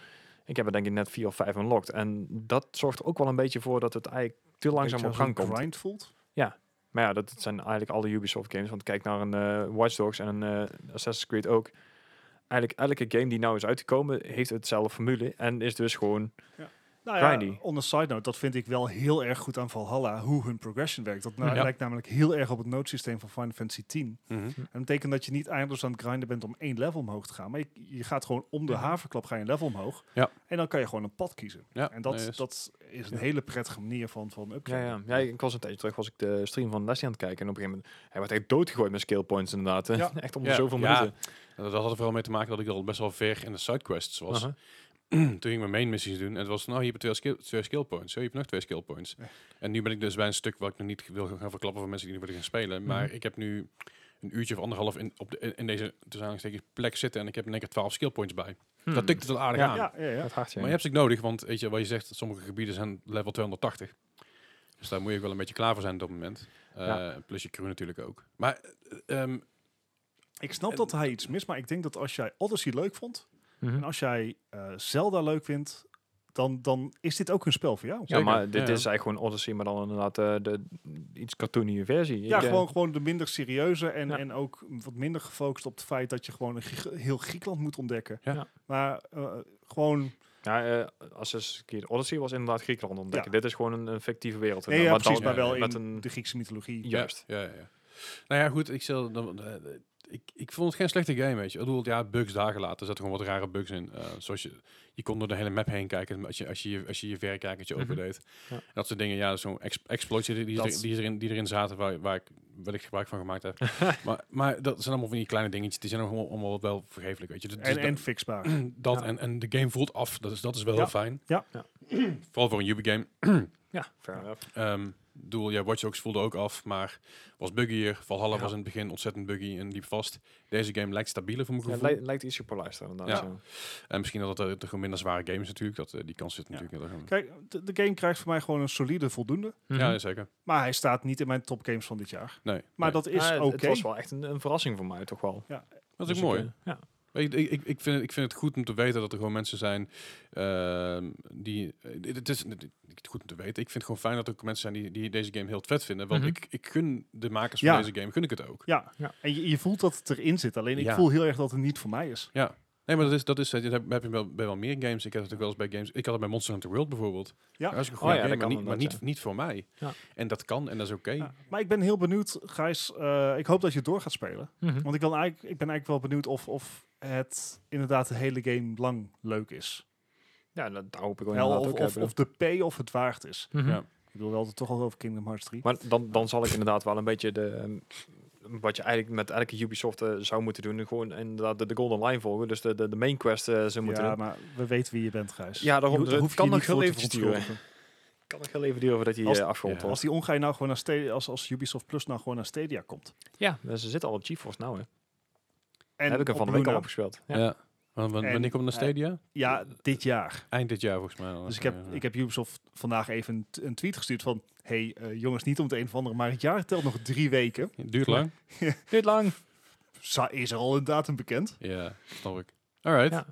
Speaker 1: Ik heb er denk ik net vier of vijf unlocked. En dat zorgt er ook wel een beetje voor dat het eigenlijk te langzaam
Speaker 2: Beetje
Speaker 1: op
Speaker 2: als
Speaker 1: gang
Speaker 2: een
Speaker 1: komt.
Speaker 2: grind voelt.
Speaker 1: Maar ja, dat zijn eigenlijk alle Ubisoft games. Want kijk naar een eh, Watch Dogs en een eh, Assassin's Creed ook. Eigenlijk elke game die nou is uitgekomen, heeft hetzelfde formule. En is dus gewoon...
Speaker 2: Nou ja,
Speaker 1: Grindy.
Speaker 2: on a side note, dat vind ik wel heel erg goed aan Valhalla, hoe hun progression werkt. Dat nou,
Speaker 3: Ja.
Speaker 2: lijkt namelijk heel erg op het noodsysteem van Final Fantasy X.
Speaker 3: Mhm.
Speaker 2: En dat betekent dat je niet eindeloos aan het grinden bent om één level omhoog te gaan. Maar je, je gaat gewoon om de haverklap ga je een level omhoog.
Speaker 3: Mhm. Ja.
Speaker 2: En dan kan je gewoon een pad kiezen.
Speaker 3: Ja,
Speaker 2: en dat,
Speaker 3: nee, is-
Speaker 2: dat is een hele prettige manier van, van
Speaker 1: Ja,
Speaker 2: upgraden.
Speaker 1: ja. ja, ik was een tijdje terug, was ik de stream van Leslie aan het kijken. En op een gegeven moment, hij werd echt doodgegooid met skill points inderdaad.
Speaker 2: Ja.
Speaker 1: echt om de
Speaker 3: Ja,
Speaker 1: zoveel
Speaker 3: ja.
Speaker 1: minuten.
Speaker 3: Dat had er vooral mee te maken dat ik al best wel ver in de sidequests was.
Speaker 1: Aha.
Speaker 3: Toen ging ik mijn main missies doen en het was, nou, hier heb je twee, skill, twee skill points. Zo, hier heb je nog twee skill points.
Speaker 2: Ja.
Speaker 3: En nu ben ik dus bij een stuk wat ik nog niet wil gaan verklappen voor mensen die nu willen gaan spelen. Maar
Speaker 1: Mhm.
Speaker 3: ik heb nu een uurtje of anderhalf in, op de, in- in deze tussen aanhalingstekens, plek zitten en ik heb in één keer twaalf skill points bij.
Speaker 1: Hmm.
Speaker 3: Dat tikt het wel aardig
Speaker 1: Ja.
Speaker 3: aan.
Speaker 2: ja, ja, ja.
Speaker 1: Dat hard, ja.
Speaker 3: Maar je hebt ze ook nodig, want weet je, wat je zegt, sommige gebieden zijn level 280. Dus daar moet je ook wel een beetje klaar voor zijn op dat moment. Eh,
Speaker 1: Ja.
Speaker 3: Plus je crew natuurlijk ook. Maar eh, ehm,
Speaker 2: Ik snap
Speaker 3: En-
Speaker 2: dat hij iets mist, maar ik denk dat als jij Odyssey leuk vond
Speaker 1: Mhm.
Speaker 2: en als jij eh, Zelda leuk vindt, dan, dan is dit ook een spel voor jou.
Speaker 1: Ja, maar
Speaker 3: Zeker,
Speaker 1: dit
Speaker 3: ja.
Speaker 1: is eigenlijk gewoon Odyssey, maar dan inderdaad eh, de iets cartoonige versie.
Speaker 2: Ja,
Speaker 1: Ik, eh,
Speaker 2: gewoon, gewoon de minder serieuze en,
Speaker 1: Ja.
Speaker 2: en ook wat minder gefocust op het feit dat je gewoon een Grie- heel Griekenland moet ontdekken.
Speaker 3: Ja.
Speaker 1: Ja.
Speaker 2: Maar eh, gewoon
Speaker 1: Ja, eh Assassin's Creed Odyssey was inderdaad Griekenland ontdekken. Dit is gewoon een, een fictieve wereld.
Speaker 2: Nee, ja,
Speaker 1: Maar dan,
Speaker 2: precies, maar
Speaker 1: eh,
Speaker 2: wel in
Speaker 1: met een,
Speaker 2: de Griekse mythologie.
Speaker 1: Ja. Juist.
Speaker 3: Ja, ja, ja. Nou ja, goed. Ik, zal, dan, eh, ik, ik vond het geen slechte game, weet je. Ik bedoel, ja, bugs daar gelaten. Er zaten gewoon wat rare bugs in. Eh, zoals je, je kon door de hele map heen kijken als je als je, je- als je, je verrekijkertje
Speaker 1: Mhm.
Speaker 3: overdeed.
Speaker 1: Ja.
Speaker 3: En Dat soort dingen, ja, zo'n ex explosie die, die,
Speaker 2: Dat
Speaker 3: er-
Speaker 2: is-
Speaker 3: die, erin, die erin zaten, waar, waar ik wellicht gebruik van gemaakt heb. maar, maar dat zijn allemaal van die kleine dingetjes, die zijn allemaal, allemaal wel vergeeflijk, weet je. Dus- dus
Speaker 2: En,
Speaker 3: dat-
Speaker 2: en fixbaar.
Speaker 3: dat
Speaker 1: Ja.
Speaker 3: en, en de game voelt af. Dat is, dat is wel
Speaker 2: Ja.
Speaker 3: heel fijn.
Speaker 2: Ja.
Speaker 1: Ja.
Speaker 3: Vooral voor een Ubi-game.
Speaker 1: ja, fair enough.
Speaker 3: Ehm, doel, ja, Watch Dogs voelde ook af, maar was buggier. Valhalla
Speaker 1: Ja.
Speaker 3: was in het begin ontzettend buggy en liep vast. Deze game lijkt stabieler voor mijn
Speaker 1: Ja, het
Speaker 3: gevoel.
Speaker 1: lijkt, lijkt iets gepolijster inderdaad.
Speaker 3: Ja.
Speaker 1: Ja.
Speaker 3: en misschien dat het eh, toch een minder zware game is natuurlijk. Dat, eh, die kans zit
Speaker 2: Ja.
Speaker 3: natuurlijk heel erg in.
Speaker 2: Kijk, de, de game krijgt voor mij gewoon een solide voldoende.
Speaker 1: Mhm.
Speaker 3: Ja, zeker.
Speaker 2: Maar hij staat niet in mijn topgames van dit jaar.
Speaker 3: Nee,
Speaker 2: Maar
Speaker 3: nee.
Speaker 2: dat is
Speaker 1: Maar Ah, het-
Speaker 2: oké.
Speaker 1: Het was wel echt een, een verrassing voor mij toch wel.
Speaker 3: dat is
Speaker 1: Dus
Speaker 3: ook
Speaker 1: ik,
Speaker 3: mooi.
Speaker 1: eh, ja.
Speaker 3: Ik, ik, ik- ik, vind het, ik vind het goed om te weten dat er gewoon mensen zijn ehm, die... eh, dit- Het is dit- dit- niet goed om te weten. Ik vind het gewoon fijn dat er ook mensen zijn die, die deze game heel vet vinden. Want
Speaker 1: Mhm.
Speaker 3: ik, ik gun de makers van
Speaker 2: Ja.
Speaker 3: deze game, gun ik het ook.
Speaker 2: Ja.
Speaker 1: Ja.
Speaker 2: En je, je voelt dat het erin zit. Alleen ik
Speaker 3: Ja.
Speaker 2: voel heel erg dat het niet voor mij is.
Speaker 3: Nee, maar dat is... Dat is eh, dat heb, heb je wel, bij wel meer games. Ik heb het ook wel eens bij games... Ik had het bij Monster Hunter World bijvoorbeeld.
Speaker 2: Ja.
Speaker 3: Dat is een
Speaker 1: Oh
Speaker 3: goede
Speaker 1: ja, dat
Speaker 3: game, maar,
Speaker 1: kan
Speaker 3: niet, maar
Speaker 1: inderdaad,
Speaker 3: niet, niet voor mij.
Speaker 1: Ja.
Speaker 3: En dat kan en dat is oké.
Speaker 2: Ja. Ah, Maar ik ben heel benieuwd, Gijs. eh, ik hoop dat je het door gaat spelen.
Speaker 1: Mhm.
Speaker 2: Want ik, wil eigenlijk, ik ben eigenlijk wel benieuwd of, of het inderdaad de hele game lang leuk is.
Speaker 1: ja, dat daar hoop ik wel
Speaker 2: Wel,
Speaker 1: inderdaad
Speaker 2: of,
Speaker 1: ook.
Speaker 2: of,
Speaker 1: eh,
Speaker 2: of de payoff het waard is.
Speaker 1: Mhm.
Speaker 3: Ja.
Speaker 2: Ik bedoel, we hadden het toch al over Kingdom Hearts 3.
Speaker 1: Maar dan, dan zal ik inderdaad wel een beetje de... ehm, wat je eigenlijk met elke Ubisoft eh, zou moeten doen, gewoon inderdaad de, de golden line volgen. Dus de, de, de main quest eh, ze moeten
Speaker 2: ja,
Speaker 1: doen.
Speaker 2: maar we weten wie je bent, Gijs.
Speaker 1: Ja, daarom, dus
Speaker 2: Je- daar
Speaker 1: het
Speaker 2: hoef je
Speaker 1: kan
Speaker 2: je
Speaker 1: nog
Speaker 2: niet voor
Speaker 1: heel
Speaker 2: te
Speaker 1: even
Speaker 2: verontschuldigen.
Speaker 1: kan nog heel even duren voordat hij
Speaker 2: Als-
Speaker 1: eh, afgerond
Speaker 3: ja.
Speaker 1: wordt.
Speaker 2: Als die ongein nou gewoon naar Stadia, als, als Ubisoft Plus nou gewoon naar Stadia komt.
Speaker 1: Ja, maar ze zitten al op GeForce nou, hè.
Speaker 2: En
Speaker 1: heb ik hem
Speaker 2: op
Speaker 1: van de week al
Speaker 2: Luna-
Speaker 1: opgespeeld.
Speaker 3: Ja.
Speaker 1: Ja.
Speaker 3: Want wan-
Speaker 2: En-
Speaker 3: wanneer komt naar
Speaker 2: eh,
Speaker 3: Stadia?
Speaker 2: Ja, dit jaar.
Speaker 3: Eind dit jaar volgens mij. al.
Speaker 2: Dus ik heb,
Speaker 3: Ja.
Speaker 2: ik heb Ubisoft vandaag even een, t- een tweet gestuurd van... hey, eh, jongens, niet om het een of ander, maar het jaar telt nog drie weken.
Speaker 3: Duurt lang?
Speaker 1: Duurt lang.
Speaker 2: Sa- is er al een datum bekend?
Speaker 3: Ja, snap ik. Alright.
Speaker 1: Ja.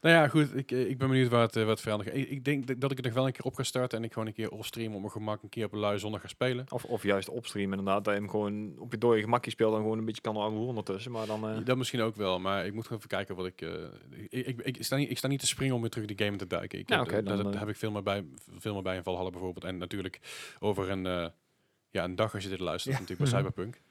Speaker 3: Nou ja, goed. Ik, eh, ik ben benieuwd waar het, eh, waar het verder gaat. Ik, ik denk dat- dat ik het nog wel een keer op ga starten en ik gewoon een keer offstream op mijn gemak een keer op een luie zondag ga spelen.
Speaker 1: Of, of juist opstreamen inderdaad, dat je hem gewoon op je dode gemakje speelt en gewoon een beetje kan ouwe hoer ondertussen. Maar dan... eh,
Speaker 3: Dat misschien ook wel, maar ik moet gewoon even kijken wat ik... eh, ik, ik, ik, sta niet, ik sta niet te springen om weer terug de game in te duiken. Ik,
Speaker 1: Ja,
Speaker 3: eh,
Speaker 1: oké,
Speaker 3: daar-
Speaker 1: dan,
Speaker 3: daar
Speaker 1: eh.
Speaker 3: heb ik veel meer bij, veel meer bij in Valhalla bijvoorbeeld. En natuurlijk over een, eh, ja, een dag als je dit luistert,
Speaker 2: Ja.
Speaker 3: natuurlijk bij
Speaker 1: Mhm.
Speaker 3: Cyberpunk.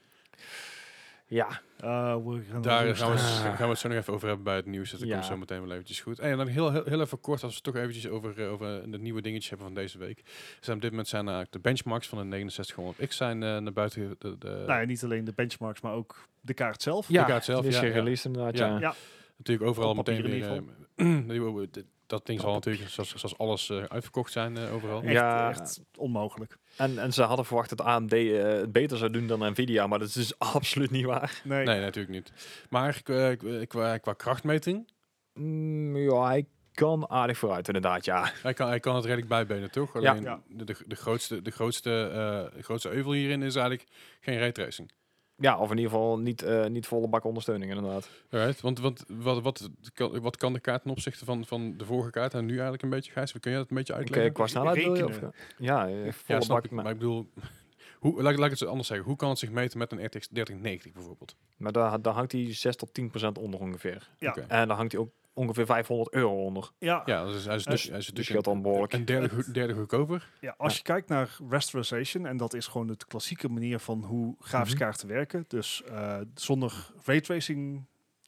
Speaker 1: ja,
Speaker 2: Ah, we gaan
Speaker 3: Daar
Speaker 2: rustig.
Speaker 3: gaan we,
Speaker 1: Ah.
Speaker 3: gaan we het zo nog even over hebben bij het nieuws. Dat
Speaker 1: Ja.
Speaker 3: komt zo meteen wel eventjes goed. En dan heel, heel, heel even kort, als we het toch eventjes over, eh, over het nieuwe dingetje hebben van deze week. Zijn op dit moment zijn eigenlijk de benchmarks van de 6900X zijn eh, naar buiten. ge- De, de,
Speaker 2: Nou ja, niet alleen de benchmarks, maar ook de kaart zelf.
Speaker 1: ja,
Speaker 3: kaart zelf,
Speaker 1: die is
Speaker 3: ja, ja.
Speaker 1: gereleased inderdaad, ja.
Speaker 3: Ja.
Speaker 2: Ja.
Speaker 3: Natuurlijk overal
Speaker 2: Op
Speaker 3: meteen
Speaker 2: papier in
Speaker 3: weer...
Speaker 2: ieder
Speaker 3: eh, die- oh, dit- dat ding zal natuurlijk, zoals, zoals alles, eh, uitverkocht zijn eh, overal.
Speaker 2: Echt,
Speaker 1: Ja.
Speaker 2: echt onmogelijk.
Speaker 1: En, en ze hadden verwacht dat AMD eh, het beter zou doen dan Nvidia, maar dat is dus absoluut niet waar.
Speaker 2: Nee.
Speaker 3: Nee, natuurlijk niet. Maar eh, qua, qua krachtmeting,
Speaker 1: Mm, ja, hij kan aardig vooruit inderdaad, ja.
Speaker 3: hij kan, hij kan het redelijk bijbenen, toch?
Speaker 1: Ja.
Speaker 3: Alleen
Speaker 2: Ja.
Speaker 3: De, de, de grootste, de, grootste, eh, de grootste euvel hierin is eigenlijk geen raytracing.
Speaker 1: Ja, of in ieder geval niet, eh, niet volle bak ondersteuning inderdaad.
Speaker 3: Alright, want, want wat, wat, kan- wat kan de kaart ten opzichte van, van de vorige kaart en nu eigenlijk een beetje, Gijs? Kun jij dat een beetje
Speaker 1: Oké,
Speaker 3: uitleggen?
Speaker 1: qua snelheid wil je? Of,
Speaker 2: Rekenen.
Speaker 1: ja, eh,
Speaker 3: ja,
Speaker 1: volle
Speaker 3: snap
Speaker 1: bak.
Speaker 3: ik,
Speaker 1: maar-
Speaker 3: maar ik bedoel, hoe, laat, ik- laat ik het zo anders zeggen. Hoe kan het zich meten met een RTX 3090 bijvoorbeeld?
Speaker 1: Maar daar, daar hangt hij 6 tot 10 onder ongeveer.
Speaker 2: Ja.
Speaker 3: Oké.
Speaker 1: En daar hangt hij ook ongeveer 500 euro onder.
Speaker 2: Ja. Ja.
Speaker 3: Ja, dus hij is, hij is, hij is
Speaker 1: Dus
Speaker 3: natuurlijk
Speaker 1: scheelt al behoorlijk.
Speaker 3: een, een derde, goed- derde goedkoper.
Speaker 2: als je kijkt naar rasterization, en dat is gewoon de klassieke manier van hoe grafische
Speaker 1: Mhm.
Speaker 2: kaarten werken. Dus eh, zonder raytracing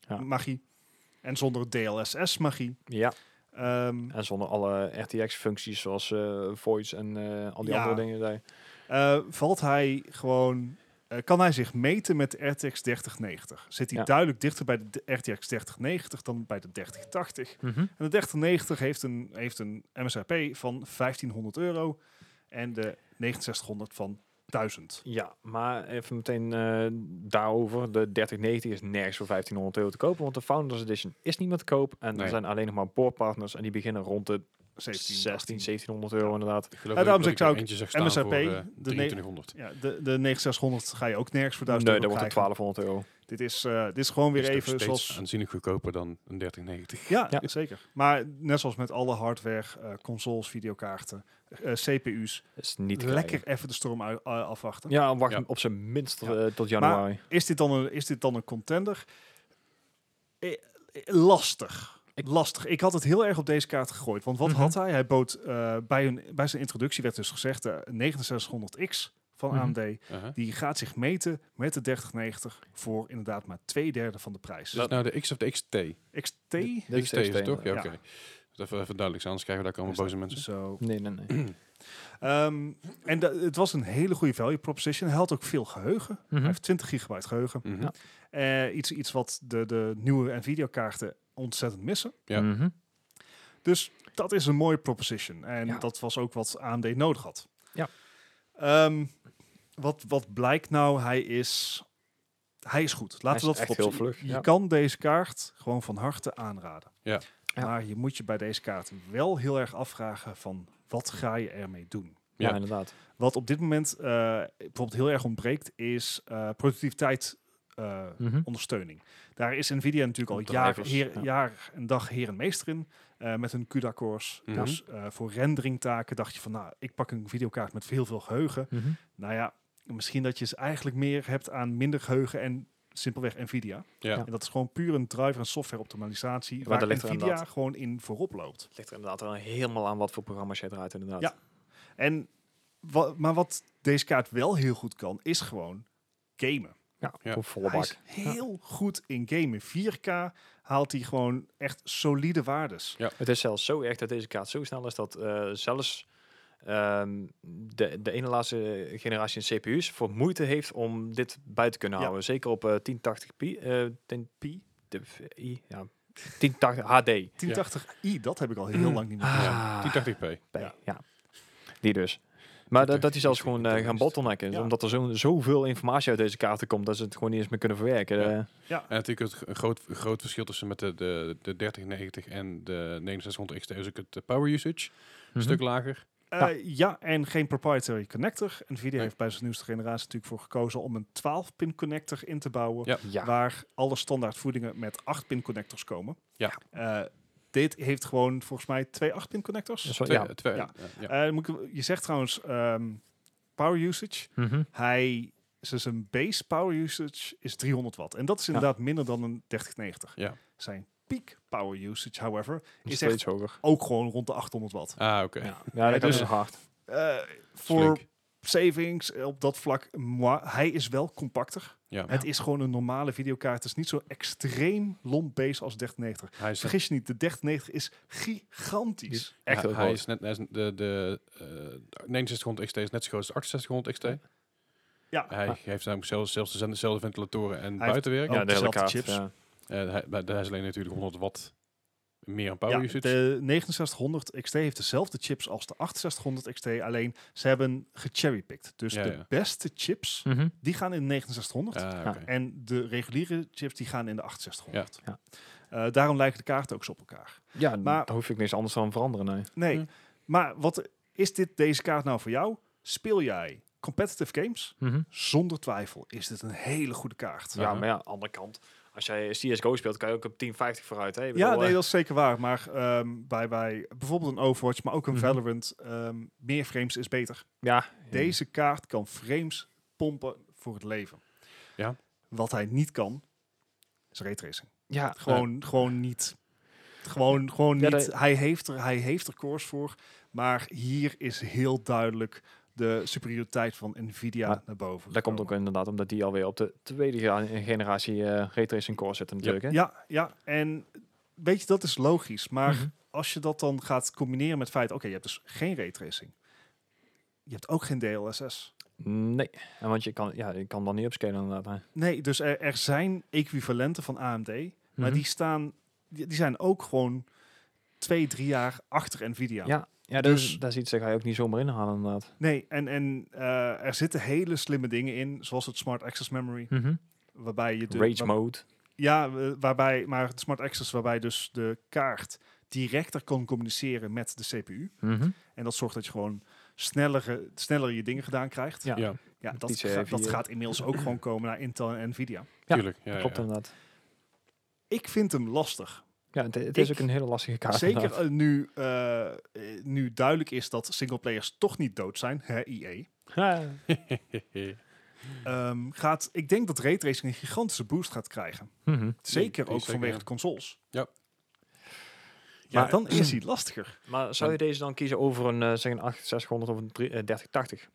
Speaker 1: Ja.
Speaker 2: magie en zonder DLSS magie.
Speaker 1: Ja,
Speaker 2: Ehm,
Speaker 1: en zonder alle RTX-functies zoals eh, voice en eh, al die
Speaker 2: Ja.
Speaker 1: andere dingen. Die,
Speaker 2: eh, valt hij gewoon, eh, kan hij zich meten met de RTX 3090? Zit hij
Speaker 1: Ja.
Speaker 2: duidelijk dichter bij de RTX 3090 dan bij de 3080? En de 3090 heeft een, heeft een MSRP van 1500 euro en de 6900 van 1000.
Speaker 1: Ja, maar even meteen eh, daarover. De 3090 is nergens voor 1500 euro te kopen, want de Founders Edition is niet meer te koop. En
Speaker 3: Nee.
Speaker 1: er zijn alleen nog maar boardpartners en die beginnen rond de
Speaker 2: 17,
Speaker 1: 16,
Speaker 2: 18.
Speaker 1: 1700 euro inderdaad.
Speaker 3: Ik geloof
Speaker 2: Ja,
Speaker 3: dat
Speaker 2: daarom
Speaker 3: ik-
Speaker 2: zeg ik
Speaker 3: dat
Speaker 2: ook,
Speaker 3: eentje zag staan
Speaker 2: MSRP,
Speaker 3: voor eh,
Speaker 2: de ne-
Speaker 3: 2300.
Speaker 2: Ja, de, de 9600 ga je ook nergens voor 1000
Speaker 1: Nee, dat
Speaker 2: euro
Speaker 1: wordt het
Speaker 2: krijgen.
Speaker 1: 1200 euro.
Speaker 2: Dit is, eh, dit is gewoon weer
Speaker 3: Dus Is nog
Speaker 2: even
Speaker 3: steeds
Speaker 2: zoals...
Speaker 3: aanzienlijk goedkoper dan een 3090.
Speaker 2: Ja,
Speaker 1: Ja.
Speaker 2: zeker. Maar net zoals met alle hardware, eh, consoles, videokaarten, eh, CPU's.
Speaker 1: Dat is niet te
Speaker 2: lekker
Speaker 1: krijgen.
Speaker 2: even de storm uit- eh, afwachten.
Speaker 1: Ja, wacht
Speaker 3: Ja.
Speaker 1: op zijn minst
Speaker 2: Ja.
Speaker 1: eh, tot januari.
Speaker 2: Is, dit dan een, is dit dan een contender? Eh, eh, lastig. Lastig. Ik had het heel erg op deze kaart gegooid. Want wat
Speaker 1: Mhm.
Speaker 2: had hij? Hij bood eh, bij, hun, bij zijn introductie werd dus gezegd de 6900X van
Speaker 1: Mhm.
Speaker 2: AMD.
Speaker 3: Uh-huh.
Speaker 2: Die gaat zich meten met de 3090 voor inderdaad maar twee derde van de prijs. Dus
Speaker 3: Is het nou de X of de XT?
Speaker 2: XT?
Speaker 1: Dit is
Speaker 3: XT is het toch? Ja,
Speaker 1: inderdaad.
Speaker 3: oké.
Speaker 2: Ja.
Speaker 3: Dat Even, even duidelijk zijn, anders krijgen we daar allemaal boze mensen.
Speaker 2: Zo.
Speaker 1: Nee, nee, Mhm. nee.
Speaker 2: Ehm, en da- het was een hele goede value proposition. Hij had ook veel geheugen.
Speaker 1: Mhm.
Speaker 2: Hij heeft 20 gigabyte geheugen.
Speaker 3: Mhm.
Speaker 1: Ja.
Speaker 2: Eh, iets, iets wat de, de nieuwe Nvidia-kaarten ontzettend missen.
Speaker 3: Ja.
Speaker 1: Mhm.
Speaker 2: Dus dat is een mooie proposition. En
Speaker 1: Ja.
Speaker 2: dat was ook wat AMD nodig had.
Speaker 1: Ja.
Speaker 2: Ehm, Ehm, wat, wat blijkt nou? Hij is, hij is goed. Laten
Speaker 1: Hij is
Speaker 2: we dat
Speaker 1: echt
Speaker 2: voorop
Speaker 1: heel
Speaker 2: zien.
Speaker 1: vlug.
Speaker 2: Je
Speaker 1: ja.
Speaker 2: kan deze kaart gewoon van harte aanraden.
Speaker 3: Ja.
Speaker 1: Ja.
Speaker 2: Maar je moet je bij deze kaart wel heel erg afvragen van wat ga je ermee doen?
Speaker 1: Ja,
Speaker 3: Ja.
Speaker 1: inderdaad.
Speaker 2: Wat op dit moment eh, bijvoorbeeld heel erg ontbreekt is eh, productiviteit eh,
Speaker 1: Mhm.
Speaker 2: ondersteuning. Daar is Nvidia natuurlijk al jaar,
Speaker 1: Drivers,
Speaker 2: heer,
Speaker 1: ja.
Speaker 2: jaar en dag heer en meester in eh, met hun CUDA-cores.
Speaker 3: Mhm.
Speaker 2: Dus eh, voor renderingtaken dacht je van, nou, ik pak een videokaart met heel veel geheugen.
Speaker 1: Mhm.
Speaker 2: Nou ja, misschien dat je ze eigenlijk meer hebt aan minder geheugen en simpelweg Nvidia.
Speaker 3: Ja.
Speaker 2: En dat is gewoon puur een driver- en software-optimalisatie
Speaker 1: maar
Speaker 2: waar
Speaker 1: dat ligt er
Speaker 2: Nvidia
Speaker 1: inderdaad.
Speaker 2: gewoon in voorop loopt.
Speaker 1: Het ligt er inderdaad wel helemaal aan wat voor programma's jij draait, inderdaad.
Speaker 2: Ja. En wa- maar wat deze kaart wel heel goed kan, is gewoon gamen.
Speaker 1: Ja,
Speaker 3: Ja.
Speaker 1: voor volle
Speaker 2: Hij
Speaker 1: bak.
Speaker 2: is heel goed in gamen. 4K haalt hij gewoon echt solide waardes.
Speaker 1: Het is zelfs zo erg dat deze kaart zo snel is dat eh, zelfs ehm, de, de ene laatste generatie in CPU's voor moeite heeft om dit bij te kunnen
Speaker 2: Ja.
Speaker 1: houden. Zeker op eh, 1080p, eh 10p, de, i, ja, 1080
Speaker 2: Ah,
Speaker 1: HD.
Speaker 2: 1080i, dat heb ik al heel lang niet meer. gezien.
Speaker 3: Mm. Ah.
Speaker 1: Ah.
Speaker 3: Ja, 1080p.
Speaker 1: P,
Speaker 2: Ja.
Speaker 1: ja. Die dus. Maar dat,
Speaker 3: Goed,
Speaker 1: dat die zelfs
Speaker 3: ik
Speaker 1: gewoon
Speaker 3: vind
Speaker 1: eh,
Speaker 3: het
Speaker 1: gaan
Speaker 3: best.
Speaker 1: bottlenecken. is,
Speaker 2: Ja.
Speaker 1: Omdat er zo, zoveel informatie uit deze kaarten komt dat ze het gewoon niet eens meer kunnen verwerken.
Speaker 3: Ja.
Speaker 1: Eh,
Speaker 3: En natuurlijk het g- een groot, groot verschil tussen met de, de, de 3090 en de 6900 XT is ook het eh, power usage.
Speaker 1: mhm.
Speaker 3: Een stuk lager.
Speaker 2: Eh, ja, en geen proprietary connector. Nvidia
Speaker 3: Nee.
Speaker 2: heeft bij zijn nieuwste generatie natuurlijk voor gekozen om een 12-pin connector in te bouwen.
Speaker 3: Ja.
Speaker 1: Ja.
Speaker 2: Waar alle standaard voedingen met 8-pin connectors komen.
Speaker 3: Ja.
Speaker 2: Eh, dit heeft gewoon volgens mij twee 8-pin connectors.
Speaker 1: Dat is wel-
Speaker 3: Twee-
Speaker 1: ja.
Speaker 3: eh, twee-
Speaker 2: Ja.
Speaker 3: eh, ja.
Speaker 2: Eh, moet ik- je zegt trouwens ehm, power usage.
Speaker 1: Mhm.
Speaker 2: Hij, dus zijn base power usage is 300 watt. En dat is inderdaad minder dan een 3090.
Speaker 3: Ja.
Speaker 2: Zijn peak power usage, however,
Speaker 1: Is
Speaker 2: is
Speaker 1: steeds
Speaker 2: echt
Speaker 1: hoger.
Speaker 2: ook gewoon rond de 800 watt.
Speaker 3: Ah, oké.
Speaker 1: Ja, ja dat
Speaker 2: dus-
Speaker 1: is hard.
Speaker 2: Eh, voor
Speaker 3: Slink.
Speaker 2: savings eh, op dat vlak, moi, hij is wel compacter.
Speaker 3: Ja.
Speaker 2: Het is gewoon een normale videokaart. Het is niet zo extreem long base als 3090.
Speaker 3: Hij is,
Speaker 2: Vergis je niet, de 3090 is gigantisch.
Speaker 1: Echt
Speaker 3: hij,
Speaker 1: heel
Speaker 3: hij
Speaker 1: groot.
Speaker 3: is net, hij is de, de eh, 6900 XT is net zo groot als de 6800 XT.
Speaker 2: Ja.
Speaker 3: Hij heeft namelijk zelfs, zelfs dezelfde- dezelfde ventilatoren en
Speaker 2: Hij heeft-
Speaker 3: buitenwerk.
Speaker 2: Oh,
Speaker 1: ja, de hele
Speaker 2: dezelfde
Speaker 1: kaart.
Speaker 2: chips.
Speaker 1: Ja.
Speaker 3: Eh, hij, maar hij is alleen natuurlijk 100 watt meer aan power
Speaker 2: Ja,
Speaker 3: usage.
Speaker 2: de 6900 XT heeft dezelfde chips als de 6800 XT, alleen ze hebben gecherrypicked. Dus
Speaker 3: Ja,
Speaker 2: de
Speaker 3: ja.
Speaker 2: beste chips,
Speaker 1: Mhm.
Speaker 2: die gaan in de 6900.
Speaker 3: Ah,
Speaker 1: Ja.
Speaker 3: oké.
Speaker 2: En de reguliere chips, die gaan in de 6800. Eh, daarom lijken de kaarten ook zo op elkaar.
Speaker 1: Ja,
Speaker 2: Maar-
Speaker 1: daar hoef ik niks anders aan veranderen. Nee.
Speaker 2: Nee,
Speaker 3: Hm.
Speaker 2: maar wat is dit, deze kaart nou voor jou? Speel jij competitive games? Zonder twijfel is dit een hele goede kaart.
Speaker 1: Ja, maar ja, aan de andere kant. Als jij CSGO speelt, kan je ook op 1050 vooruit. Hè? Ik
Speaker 2: Ja,
Speaker 1: bedoel,
Speaker 2: nee,
Speaker 1: eh,
Speaker 2: dat is zeker waar. Maar ehm, bij, bij bijvoorbeeld een Overwatch, maar ook een
Speaker 1: Mhm.
Speaker 2: Valorant, ehm, meer frames is beter.
Speaker 1: ja,
Speaker 2: Deze kaart kan frames pompen voor het leven.
Speaker 3: Ja.
Speaker 2: Wat hij niet kan, is raytracing.
Speaker 1: ja,
Speaker 2: Gewoon, gewoon niet. Gewoon, gewoon
Speaker 1: Ja,
Speaker 2: niet.
Speaker 1: dat-
Speaker 2: Hij, heeft er, hij heeft er cores voor. Maar hier is heel duidelijk de superioriteit van Nvidia
Speaker 1: Maar
Speaker 2: naar boven.
Speaker 1: dat komt ook
Speaker 2: gekomen.
Speaker 1: inderdaad omdat die alweer op de tweede ge- generatie eh raytracing core zit natuurlijk. Hè?
Speaker 2: Ja, ja, en weet je, dat is logisch. Maar
Speaker 1: Mhm.
Speaker 2: als je dat dan gaat combineren met het feit... Oké, je hebt dus geen raytracing. Je hebt ook geen DLSS.
Speaker 1: Nee, en want je kan, ja, je kan dan niet upscalen inderdaad. Hè?
Speaker 2: Nee, dus er, er zijn equivalenten van AMD, maar
Speaker 1: Mhm.
Speaker 2: die staan, die, die zijn ook gewoon twee, drie jaar achter Nvidia.
Speaker 1: Ja. Ja, dus
Speaker 2: Dus-
Speaker 1: dat is iets dat ga je ook niet zomaar inhalen inderdaad.
Speaker 2: Nee, en, en eh, er zitten hele slimme dingen in, zoals het Smart Access Memory, waarbij je de
Speaker 1: Rage
Speaker 2: waar-
Speaker 1: mode.
Speaker 2: ja, wa- waarbij, maar het Smart Access waarbij dus de kaart directer kan communiceren met de CPU,
Speaker 1: Mhm.
Speaker 2: en dat zorgt dat je gewoon snellere, sneller je dingen gedaan krijgt.
Speaker 1: Ja.
Speaker 3: Ja,
Speaker 2: Ja, dat,
Speaker 1: Die
Speaker 2: ga- dat
Speaker 1: CPU.
Speaker 2: gaat inmiddels ook gewoon komen naar Intel en Nvidia.
Speaker 1: Ja,
Speaker 3: tuurlijk. Ja, ja,
Speaker 1: Klopt
Speaker 3: ja.
Speaker 1: inderdaad.
Speaker 2: Ik vind hem lastig.
Speaker 1: Ja, het, het is
Speaker 2: Ik-
Speaker 1: ook een hele lastige kaart.
Speaker 2: Zeker
Speaker 1: inderdaad.
Speaker 2: eh, nu, eh, eh, nu duidelijk is dat singleplayers toch niet dood zijn, hè, E EA.
Speaker 1: Ja.
Speaker 2: Ehm, gaat, ik denk dat raytracing een gigantische boost gaat krijgen.
Speaker 1: Mhm.
Speaker 2: Zeker
Speaker 3: die
Speaker 2: ook
Speaker 3: is zeker,
Speaker 2: vanwege
Speaker 3: ja.
Speaker 2: de consoles.
Speaker 3: Ja.
Speaker 2: Ja,
Speaker 1: Maar-
Speaker 2: dan is hij lastiger.
Speaker 1: Maar zou je deze dan kiezen over een, eh, zeg een 8600 of een drie- eh, 3080?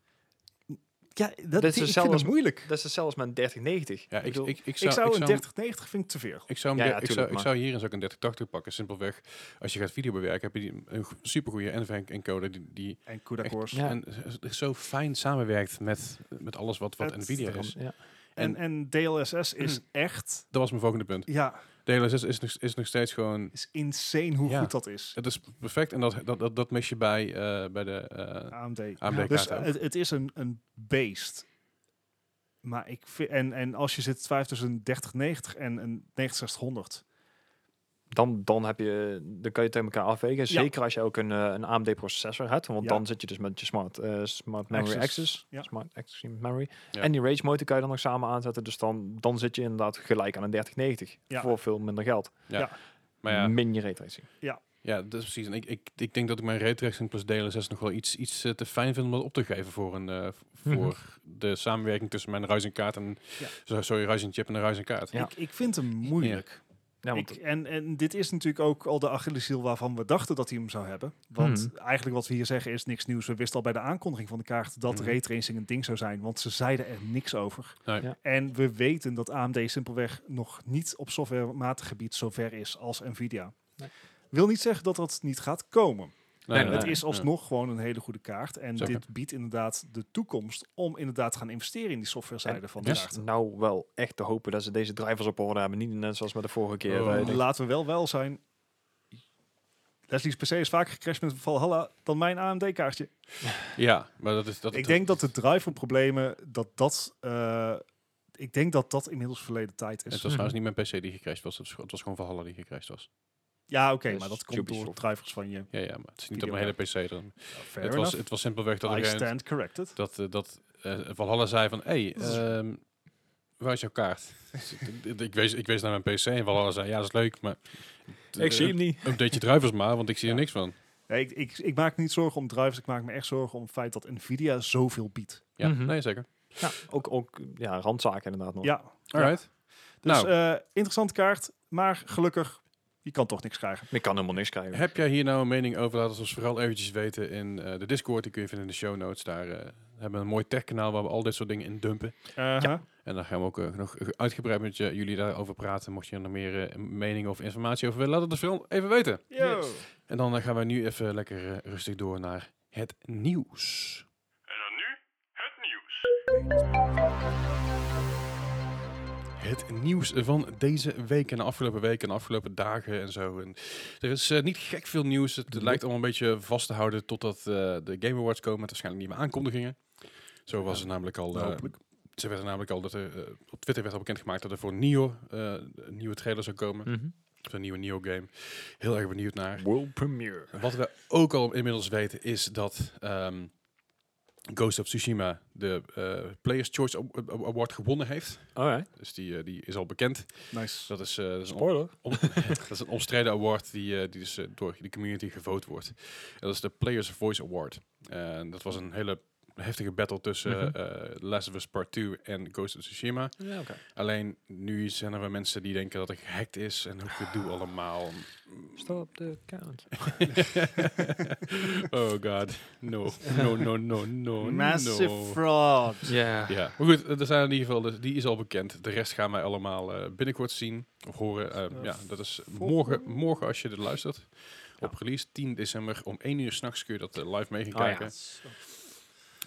Speaker 2: Ja, dat
Speaker 1: is
Speaker 2: is ik vind
Speaker 1: hetzelfde
Speaker 2: dat
Speaker 1: als-
Speaker 2: moeilijk.
Speaker 1: Dat is hetzelfde als met een 3090.
Speaker 3: Ja, ik,
Speaker 1: bedoel-
Speaker 3: ik, ik
Speaker 2: ik zou een
Speaker 3: ik
Speaker 2: 3090 vind ik te veel.
Speaker 3: Ik zou,
Speaker 1: Ja,
Speaker 3: hem
Speaker 1: ja,
Speaker 3: der- ik, zou,
Speaker 1: tuurlijk,
Speaker 3: ik
Speaker 1: maar-
Speaker 3: zou hier eens ook een 3080 pakken. Simpelweg, als je gaat video bewerken, heb je die, een go- supergoeie NVENC-encoder die, die
Speaker 2: En CUDA
Speaker 3: Echt,
Speaker 2: cores.
Speaker 1: Ja.
Speaker 3: en z- zo fijn samenwerkt met, met alles wat, wat
Speaker 2: Het-
Speaker 3: NVIDIA is.
Speaker 1: Ja.
Speaker 2: En, en DLSS is echt...
Speaker 3: Dat was mijn volgende punt.
Speaker 2: Ja,
Speaker 3: hele 6 is nog, is nog steeds gewoon...
Speaker 2: is insane hoe
Speaker 3: Ja.
Speaker 2: goed dat is.
Speaker 3: Het is perfect en dat, dat, dat, dat mis je bij, eh, bij de... eh,
Speaker 2: AMD.
Speaker 3: AMD kaart
Speaker 2: dus
Speaker 3: ook.
Speaker 2: het, het is een, een beest. Maar ik vind, en, en als je zit te twijfelen tussen een 3090 en een 9600.
Speaker 1: Dan, dan, heb je, dan kan je tegen elkaar afwegen.
Speaker 2: Ja.
Speaker 1: Zeker als je ook een, eh, een AMD processor hebt. Want
Speaker 2: Ja.
Speaker 1: dan zit je dus met je smart, eh, smart memory
Speaker 2: Access,
Speaker 1: access.
Speaker 2: ja.
Speaker 1: Smart access memory.
Speaker 3: Ja.
Speaker 1: En die rage motor kan je dan nog samen aanzetten. Dus dan, dan zit je inderdaad gelijk aan een 3090.
Speaker 2: Ja.
Speaker 1: Voor veel minder geld.
Speaker 3: maar ja,
Speaker 1: Min je raytracing.
Speaker 3: ja, dat is precies. En ik, ik, ik denk dat ik mijn raytracing plus DLSS nog wel iets, iets eh, te fijn vind om dat op te geven voor, een, eh, v-
Speaker 1: Mhm.
Speaker 3: voor de samenwerking tussen mijn Ryzen kaart en...
Speaker 2: Ja.
Speaker 3: zo- Sorry, Ryzen chip en een Ryzen kaart.
Speaker 1: Ja.
Speaker 2: Ik, ik vind hem moeilijk.
Speaker 1: Ja,
Speaker 2: ik,
Speaker 1: want
Speaker 2: en, en dit is natuurlijk ook al de Achilleshiel waarvan we dachten dat hij hem zou hebben. Want
Speaker 1: Hmm.
Speaker 3: Mhm.
Speaker 2: eigenlijk wat we hier zeggen is niks nieuws. We wisten al bij de aankondiging van de kaart dat
Speaker 3: Mhm.
Speaker 2: raytracing een ding zou zijn. Want ze zeiden er niks over.
Speaker 3: Nee.
Speaker 1: Ja.
Speaker 2: En we weten dat AMD simpelweg nog niet op softwarematig gebied zo ver is als Nvidia.
Speaker 1: Nee.
Speaker 2: Wil niet zeggen dat dat niet gaat komen.
Speaker 3: Nee,
Speaker 1: En
Speaker 3: nee,
Speaker 1: Ja,
Speaker 2: het
Speaker 3: nee.
Speaker 2: is alsnog gewoon een hele goede kaart. En
Speaker 3: Zeker.
Speaker 2: dit biedt inderdaad de toekomst om inderdaad te gaan investeren in die softwarezijde van de
Speaker 1: is
Speaker 2: kaart.
Speaker 1: nou wel echt te hopen dat ze deze drivers op orde hebben. Niet net zoals met de vorige keer.
Speaker 3: Oh.
Speaker 1: eh,
Speaker 3: nee.
Speaker 1: denk-
Speaker 2: Laten we wel wel zijn. Leslie's PC is vaker gecrashed met Valhalla dan mijn AMD-kaartje.
Speaker 3: Ja, maar dat is... Dat,
Speaker 2: Ik denk dat de driver-problemen, dat dat... eh, ik denk dat dat inmiddels verleden tijd
Speaker 3: Het
Speaker 2: is.
Speaker 3: was trouwens niet mijn PC die gecrashed was. Het was- het was gewoon Valhalla die gecrashed was.
Speaker 2: Ja, oké,
Speaker 1: Dus
Speaker 2: maar dat komt door
Speaker 1: Ubisoft.
Speaker 2: drivers van je.
Speaker 3: Ja, ja, maar het is niet op
Speaker 2: Video
Speaker 3: mijn hele PC dan.
Speaker 2: Fair
Speaker 3: Het was, het was simpelweg dat, op
Speaker 2: I
Speaker 3: een gegeven
Speaker 2: stand corrected.
Speaker 3: moment- dat, eh, dat eh, Valhalla zei van... Hé, hey, ehm, waar is jouw kaart? Dus ik- ik- ik, wees, ik wees naar mijn PC en Valhalla zei... Ja, dat is leuk, maar... eh,
Speaker 1: Ik zie hem niet.
Speaker 3: Update je drivers maar, want ik zie er
Speaker 2: Ja.
Speaker 3: niks van.
Speaker 2: Nee, ik, ik, ik maak me niet zorgen om drivers. Ik maak me echt zorgen om het feit dat Nvidia zoveel biedt.
Speaker 3: Ja,
Speaker 1: Mhm.
Speaker 3: nee, zeker.
Speaker 1: Ja, ook, ook ja, randzaken inderdaad nog.
Speaker 2: Ja,
Speaker 3: Alright.
Speaker 2: dus
Speaker 3: nou,
Speaker 2: eh, interessante kaart. Maar gelukkig, je kan toch niks krijgen.
Speaker 1: Ik kan helemaal niks krijgen.
Speaker 3: heb jij hier nou een mening over? Laat het ons vooral eventjes weten in eh, de Discord. Die kun je vinden in de show notes. Daar eh, hebben we een mooi tech-kanaal waar we al dit soort dingen in dumpen.
Speaker 2: Ja.
Speaker 3: En daar gaan we ook eh, nog uitgebreid met je- jullie daarover praten. Mocht je er nog meer eh, meningen of informatie over willen, laat het ons vooral even weten.
Speaker 2: Yo.
Speaker 3: En dan eh, gaan we nu even lekker eh, rustig door naar het nieuws.
Speaker 5: En dan nu het nieuws.
Speaker 3: Het nieuws van deze week en de afgelopen week en de afgelopen dagen en zo. En er is eh, niet gek veel nieuws. Het lijkt allemaal een beetje vast te houden totdat eh, de Game Awards komen. Met waarschijnlijk nieuwe aankondigingen. Zo was het namelijk al. eh,
Speaker 2: Hopelijk.
Speaker 3: ze werden namelijk al dat er, eh, op Twitter werd al bekendgemaakt dat er voor Nio eh, een nieuwe trailer zou komen.
Speaker 1: Mhm.
Speaker 3: Een nieuwe Nio game. Heel erg benieuwd naar.
Speaker 1: World premiere.
Speaker 3: Wat we ook al inmiddels weten is dat ehm, Ghost of Tsushima de eh, Players' Choice Aw- Aw- Award gewonnen heeft.
Speaker 1: Alright.
Speaker 3: Dus die, eh, die is al bekend.
Speaker 2: Nice.
Speaker 3: Dat is, eh, dat is een,
Speaker 1: Spoiler.
Speaker 3: om- dat is een omstreden award die, eh, die dus eh, door de community gevoten wordt. En dat is de Players' Voice Award. En dat was een hele heftige battle tussen
Speaker 1: Mhm.
Speaker 3: eh, Last of Us Part 2 en Ghost of Tsushima.
Speaker 1: Ja, oké.
Speaker 3: Alleen nu zijn er weer mensen die denken dat het gehackt is en hoe gedoe allemaal.
Speaker 1: Stop the count.
Speaker 3: oh god, no, no, no, no, no,
Speaker 2: Massive
Speaker 3: no.
Speaker 2: fraud.
Speaker 1: Ja.
Speaker 3: Ja, maar goed, er zijn in ieder geval, dus die is al bekend. De rest gaan wij allemaal eh, binnenkort zien of horen. Eh,
Speaker 2: Eh,
Speaker 3: ja, dat is morgen, morgen als je dit luistert. Op release 10 december om 1 uur s'nachts kun je dat eh, live mee gaan
Speaker 1: Oh, ja.
Speaker 3: kijken.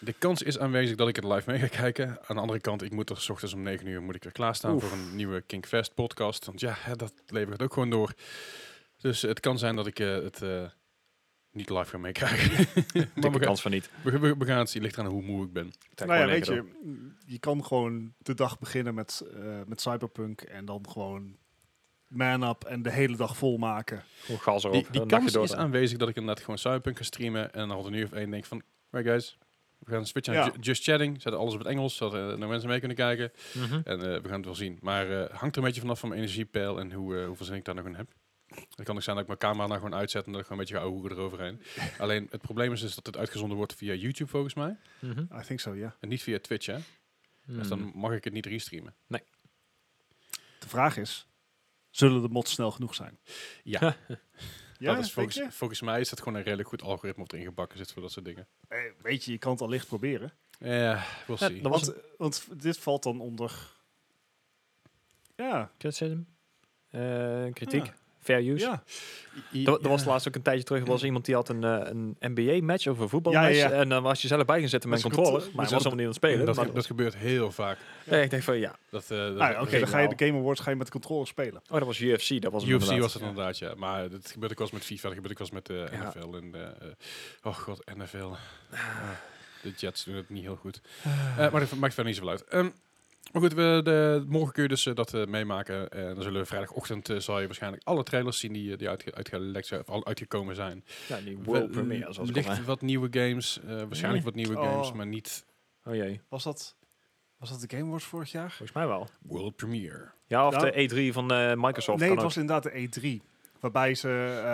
Speaker 3: De kans is aanwezig dat ik het live mee ga kijken. Aan de andere kant, ik moet er s ochtends om 9 uur moet ik weer klaarstaan
Speaker 1: Oef.
Speaker 3: voor een nieuwe Kinkfest podcast. Want ja, hè, dat levert ook gewoon door. Dus het kan zijn dat ik eh, het eh, niet live ga meekrijgen. maar
Speaker 1: Dikke
Speaker 3: we gaan,
Speaker 1: kans van niet.
Speaker 3: we, we- we gaan het zien. Ligt aan hoe moe ik ben.
Speaker 1: Kijk,
Speaker 2: nou ja,
Speaker 1: gewoon
Speaker 2: weet
Speaker 1: lekker
Speaker 2: je, je kan gewoon de dag beginnen met, eh, met Cyberpunk en dan gewoon man up en de hele dag volmaken.
Speaker 1: door. Gewoon gas erop.
Speaker 3: Die, die
Speaker 1: dan lag je
Speaker 3: kans
Speaker 1: door
Speaker 3: is
Speaker 1: dan.
Speaker 3: aanwezig dat ik inderdaad gewoon Cyberpunk ga streamen. En dan had een uur of één denk ik van, right guys, we gaan switchen naar
Speaker 2: Ja.
Speaker 3: Ju- Just Chatting. Zetten alles op het Engels, zodat er naar mensen mee kunnen kijken.
Speaker 1: Mhm.
Speaker 3: En eh, we gaan het wel zien. Maar eh, hangt er een beetje vanaf van mijn energiepeil en hoe, eh, hoeveel zin ik daar nog in heb. Het kan ook zijn dat ik mijn camera nou gewoon uitzet en dat ik gewoon een beetje ga ogen eroverheen. Alleen het probleem is dus dat het uitgezonden wordt via YouTube volgens mij.
Speaker 1: Mhm.
Speaker 2: I think so, ja.
Speaker 3: En niet via Twitch hè. Dus dan
Speaker 1: Mm.
Speaker 3: mag ik het niet restreamen.
Speaker 2: De vraag is, zullen de mods snel genoeg zijn?
Speaker 3: Ja.
Speaker 2: Ja,
Speaker 3: dat is
Speaker 2: denk
Speaker 3: volgens, volgens mij is dat gewoon een redelijk goed algoritme wat erin gebakken zit voor dat soort dingen.
Speaker 2: je? Eh, weet je, je kan het allicht proberen.
Speaker 3: Ja, we'll
Speaker 1: Ja,
Speaker 3: see.
Speaker 1: dat was
Speaker 2: Want,
Speaker 1: een
Speaker 2: eh, want dit valt dan onder... Ja,
Speaker 1: criticism. Eh, kritiek.
Speaker 2: Ah.
Speaker 1: Fair use.
Speaker 4: Ja.
Speaker 1: Er, er was laatst ook een tijdje terug, er was iemand die had een, eh, een NBA-match over voetbal.
Speaker 2: Ja, ja.
Speaker 1: En dan was je zelf bij gaan zitten met een
Speaker 4: Dat is
Speaker 1: controller.
Speaker 4: goed, eh,
Speaker 1: Maar hij was
Speaker 4: moet je
Speaker 1: allemaal niet aan het spelen.
Speaker 3: dat,
Speaker 1: maar-
Speaker 3: dat gebeurt heel vaak.
Speaker 1: Ja, ik denk van ja.
Speaker 3: Dat, eh, dat-
Speaker 2: Nou ja, oké,
Speaker 3: dat-
Speaker 2: dan ga je de Game Awards ga je met de controller spelen.
Speaker 1: Oh, dat was UFC. Dat was hem
Speaker 3: UFC
Speaker 1: inderdaad.
Speaker 3: was het inderdaad, ja. Maar het gebeurt ook wel eens met FIFA, dat gebeurt ook wel eens met de
Speaker 1: Ja.
Speaker 3: NFL. En, eh, eh, oh god, NFL.
Speaker 4: Ah.
Speaker 3: Ja, Ah, de Jets doen het niet heel goed. Eh, maar dat maakt verder niet zoveel uit. Ehm, maar goed, we, de, morgen kun je dus eh, dat eh, meemaken. En dan zullen we vrijdagochtend eh, zal je waarschijnlijk alle trailers zien die, eh, die uitge uitgelekt zijn, of al uitgekomen zijn.
Speaker 1: Ja, die world
Speaker 3: Wel-
Speaker 1: premiere zoals ik al
Speaker 3: Wellicht
Speaker 1: zei.
Speaker 3: wat nieuwe games, eh, waarschijnlijk wat nieuwe
Speaker 4: Oh.
Speaker 3: games, maar niet
Speaker 1: Oh jee,
Speaker 4: Was dat, was dat de Game Awards vorig jaar?
Speaker 1: volgens mij wel.
Speaker 3: world premiere.
Speaker 1: Ja, of
Speaker 4: Ja.
Speaker 1: de E3 van eh, Microsoft.
Speaker 4: nee,
Speaker 1: kan
Speaker 4: het
Speaker 1: ook.
Speaker 4: was inderdaad de E3. Waarbij ze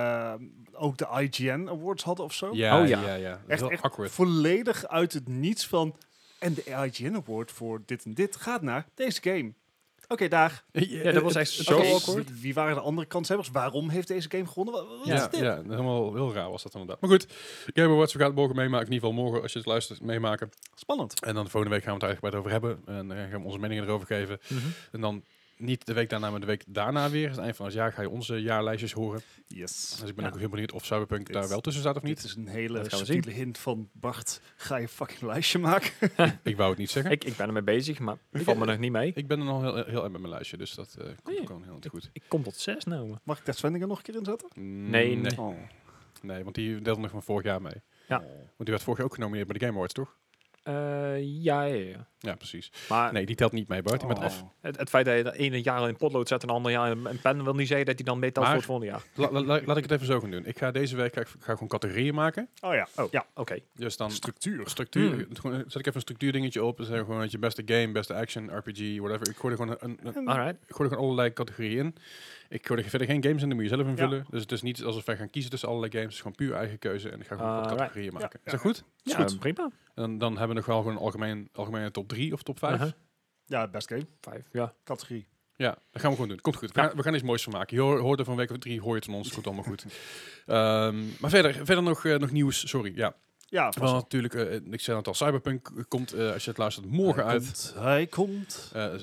Speaker 4: eh, ook de IGN Awards hadden of zo.
Speaker 3: Ja,
Speaker 1: Oh, ja.
Speaker 3: ja, ja.
Speaker 4: echt
Speaker 3: Heel
Speaker 4: echt
Speaker 3: awkward.
Speaker 4: volledig uit het niets van... En de IGN Award voor dit en dit gaat naar deze game. Oké, daar. Eh,
Speaker 1: Ja, dat was echt zo
Speaker 4: Oké,
Speaker 1: awkward.
Speaker 4: Wie, wie waren de andere kanshebbers? Waarom heeft deze game gewonnen? Wa- wa- Wat is
Speaker 3: Ja,
Speaker 4: dit?
Speaker 3: ja, helemaal heel raar was dat inderdaad. Maar goed, Game Awards, we gaan het morgen meemaken. In ieder geval morgen, als je het luistert, meemaken.
Speaker 4: Spannend.
Speaker 3: En dan volgende week gaan we het uitgebreid over hebben. En eh, gaan we onze meningen erover geven.
Speaker 1: Mhm.
Speaker 3: En dan niet de week daarna, maar de week daarna weer. Dus het eind van het jaar ga je onze jaarlijstjes horen.
Speaker 4: Yes.
Speaker 3: Dus ik ben
Speaker 1: Ja.
Speaker 3: ook heel benieuwd of Cyberpunk
Speaker 4: Dit-
Speaker 3: daar wel tussen staat of
Speaker 4: Dit
Speaker 3: niet.
Speaker 4: is een hele
Speaker 1: Dat gaan we
Speaker 4: subtiele hint van Bart. Ga je fucking lijstje maken?
Speaker 3: Ik wou het niet zeggen. Ik,
Speaker 1: Ik, ik ben ermee bezig, maar
Speaker 3: Ik-
Speaker 1: ik val me nog niet mee.
Speaker 3: ben er nog heel, heel erg met mijn lijstje, dus dat eh, komt
Speaker 1: Nee.
Speaker 3: gewoon heel goed.
Speaker 1: Ik kom tot zes nou.
Speaker 4: Mag ik daar Swendingen nog een keer in zetten?
Speaker 1: nee.
Speaker 3: nee.
Speaker 4: Oh.
Speaker 3: Mm, Nee, want die deelde nog van vorig jaar mee.
Speaker 1: Ja.
Speaker 3: Want die werd vorig jaar ook genomineerd bij de Game Awards, toch?
Speaker 1: Eh, ja, ja, ja.
Speaker 3: Ja, precies.
Speaker 1: Maar
Speaker 3: Nee, die telt niet mee, Bart. Die
Speaker 4: Oh.
Speaker 3: werd af.
Speaker 1: het, het feit dat je dat ene jaar in potlood zet en een ander jaar in een pen, wil niet zeggen dat hij dan meetelt voor
Speaker 3: Maar-
Speaker 1: het volgende jaar.
Speaker 3: La- la- la- laat ik het even zo gaan doen. Ik ga deze week ga ik ga gewoon categorieën maken.
Speaker 4: Oh ja. Oh. Ja.
Speaker 1: Oké.
Speaker 3: Dus dan
Speaker 4: Structuur.
Speaker 3: structuur.
Speaker 1: Hmm.
Speaker 3: gewoon- Zet ik even een structuurdingetje op. Dan zeg ik gewoon dat je beste game, beste action, RPG, whatever. Ik gooi er gewoon, een, een-
Speaker 1: Alright.
Speaker 3: ik gooi er gewoon allerlei categorieën in. Ik gooi er verder geen games in, dan moet je zelf invullen. Dus het is niet alsof wij gaan kiezen tussen allerlei games. Het is gewoon puur eigen keuze. En ik ga gewoon wat
Speaker 1: Alright.
Speaker 3: categorieën maken. Is dat goed?
Speaker 1: Ja, prima.
Speaker 3: En dan, dan hebben we nog wel gewoon een algemeen, algemene top 3 of top 5.
Speaker 1: Uh-huh.
Speaker 4: Ja, best game.
Speaker 1: Vijf, ja.
Speaker 4: Categorie.
Speaker 3: Ja, dat gaan we gewoon doen. Komt goed. We, gaan, we gaan iets moois van maken. Je hoor- hoort er van week of drie, hoor je het van ons. Het Komt allemaal goed. Ehm, maar verder, verder nog, eh, nog nieuws. Sorry, ja.
Speaker 4: Ja, vast.
Speaker 3: Wel natuurlijk, eh, ik zei het al, Cyberpunk komt, eh, als je het luistert, morgen
Speaker 4: Hij
Speaker 3: uit.
Speaker 4: Komt, hij komt.
Speaker 3: Eh, eh,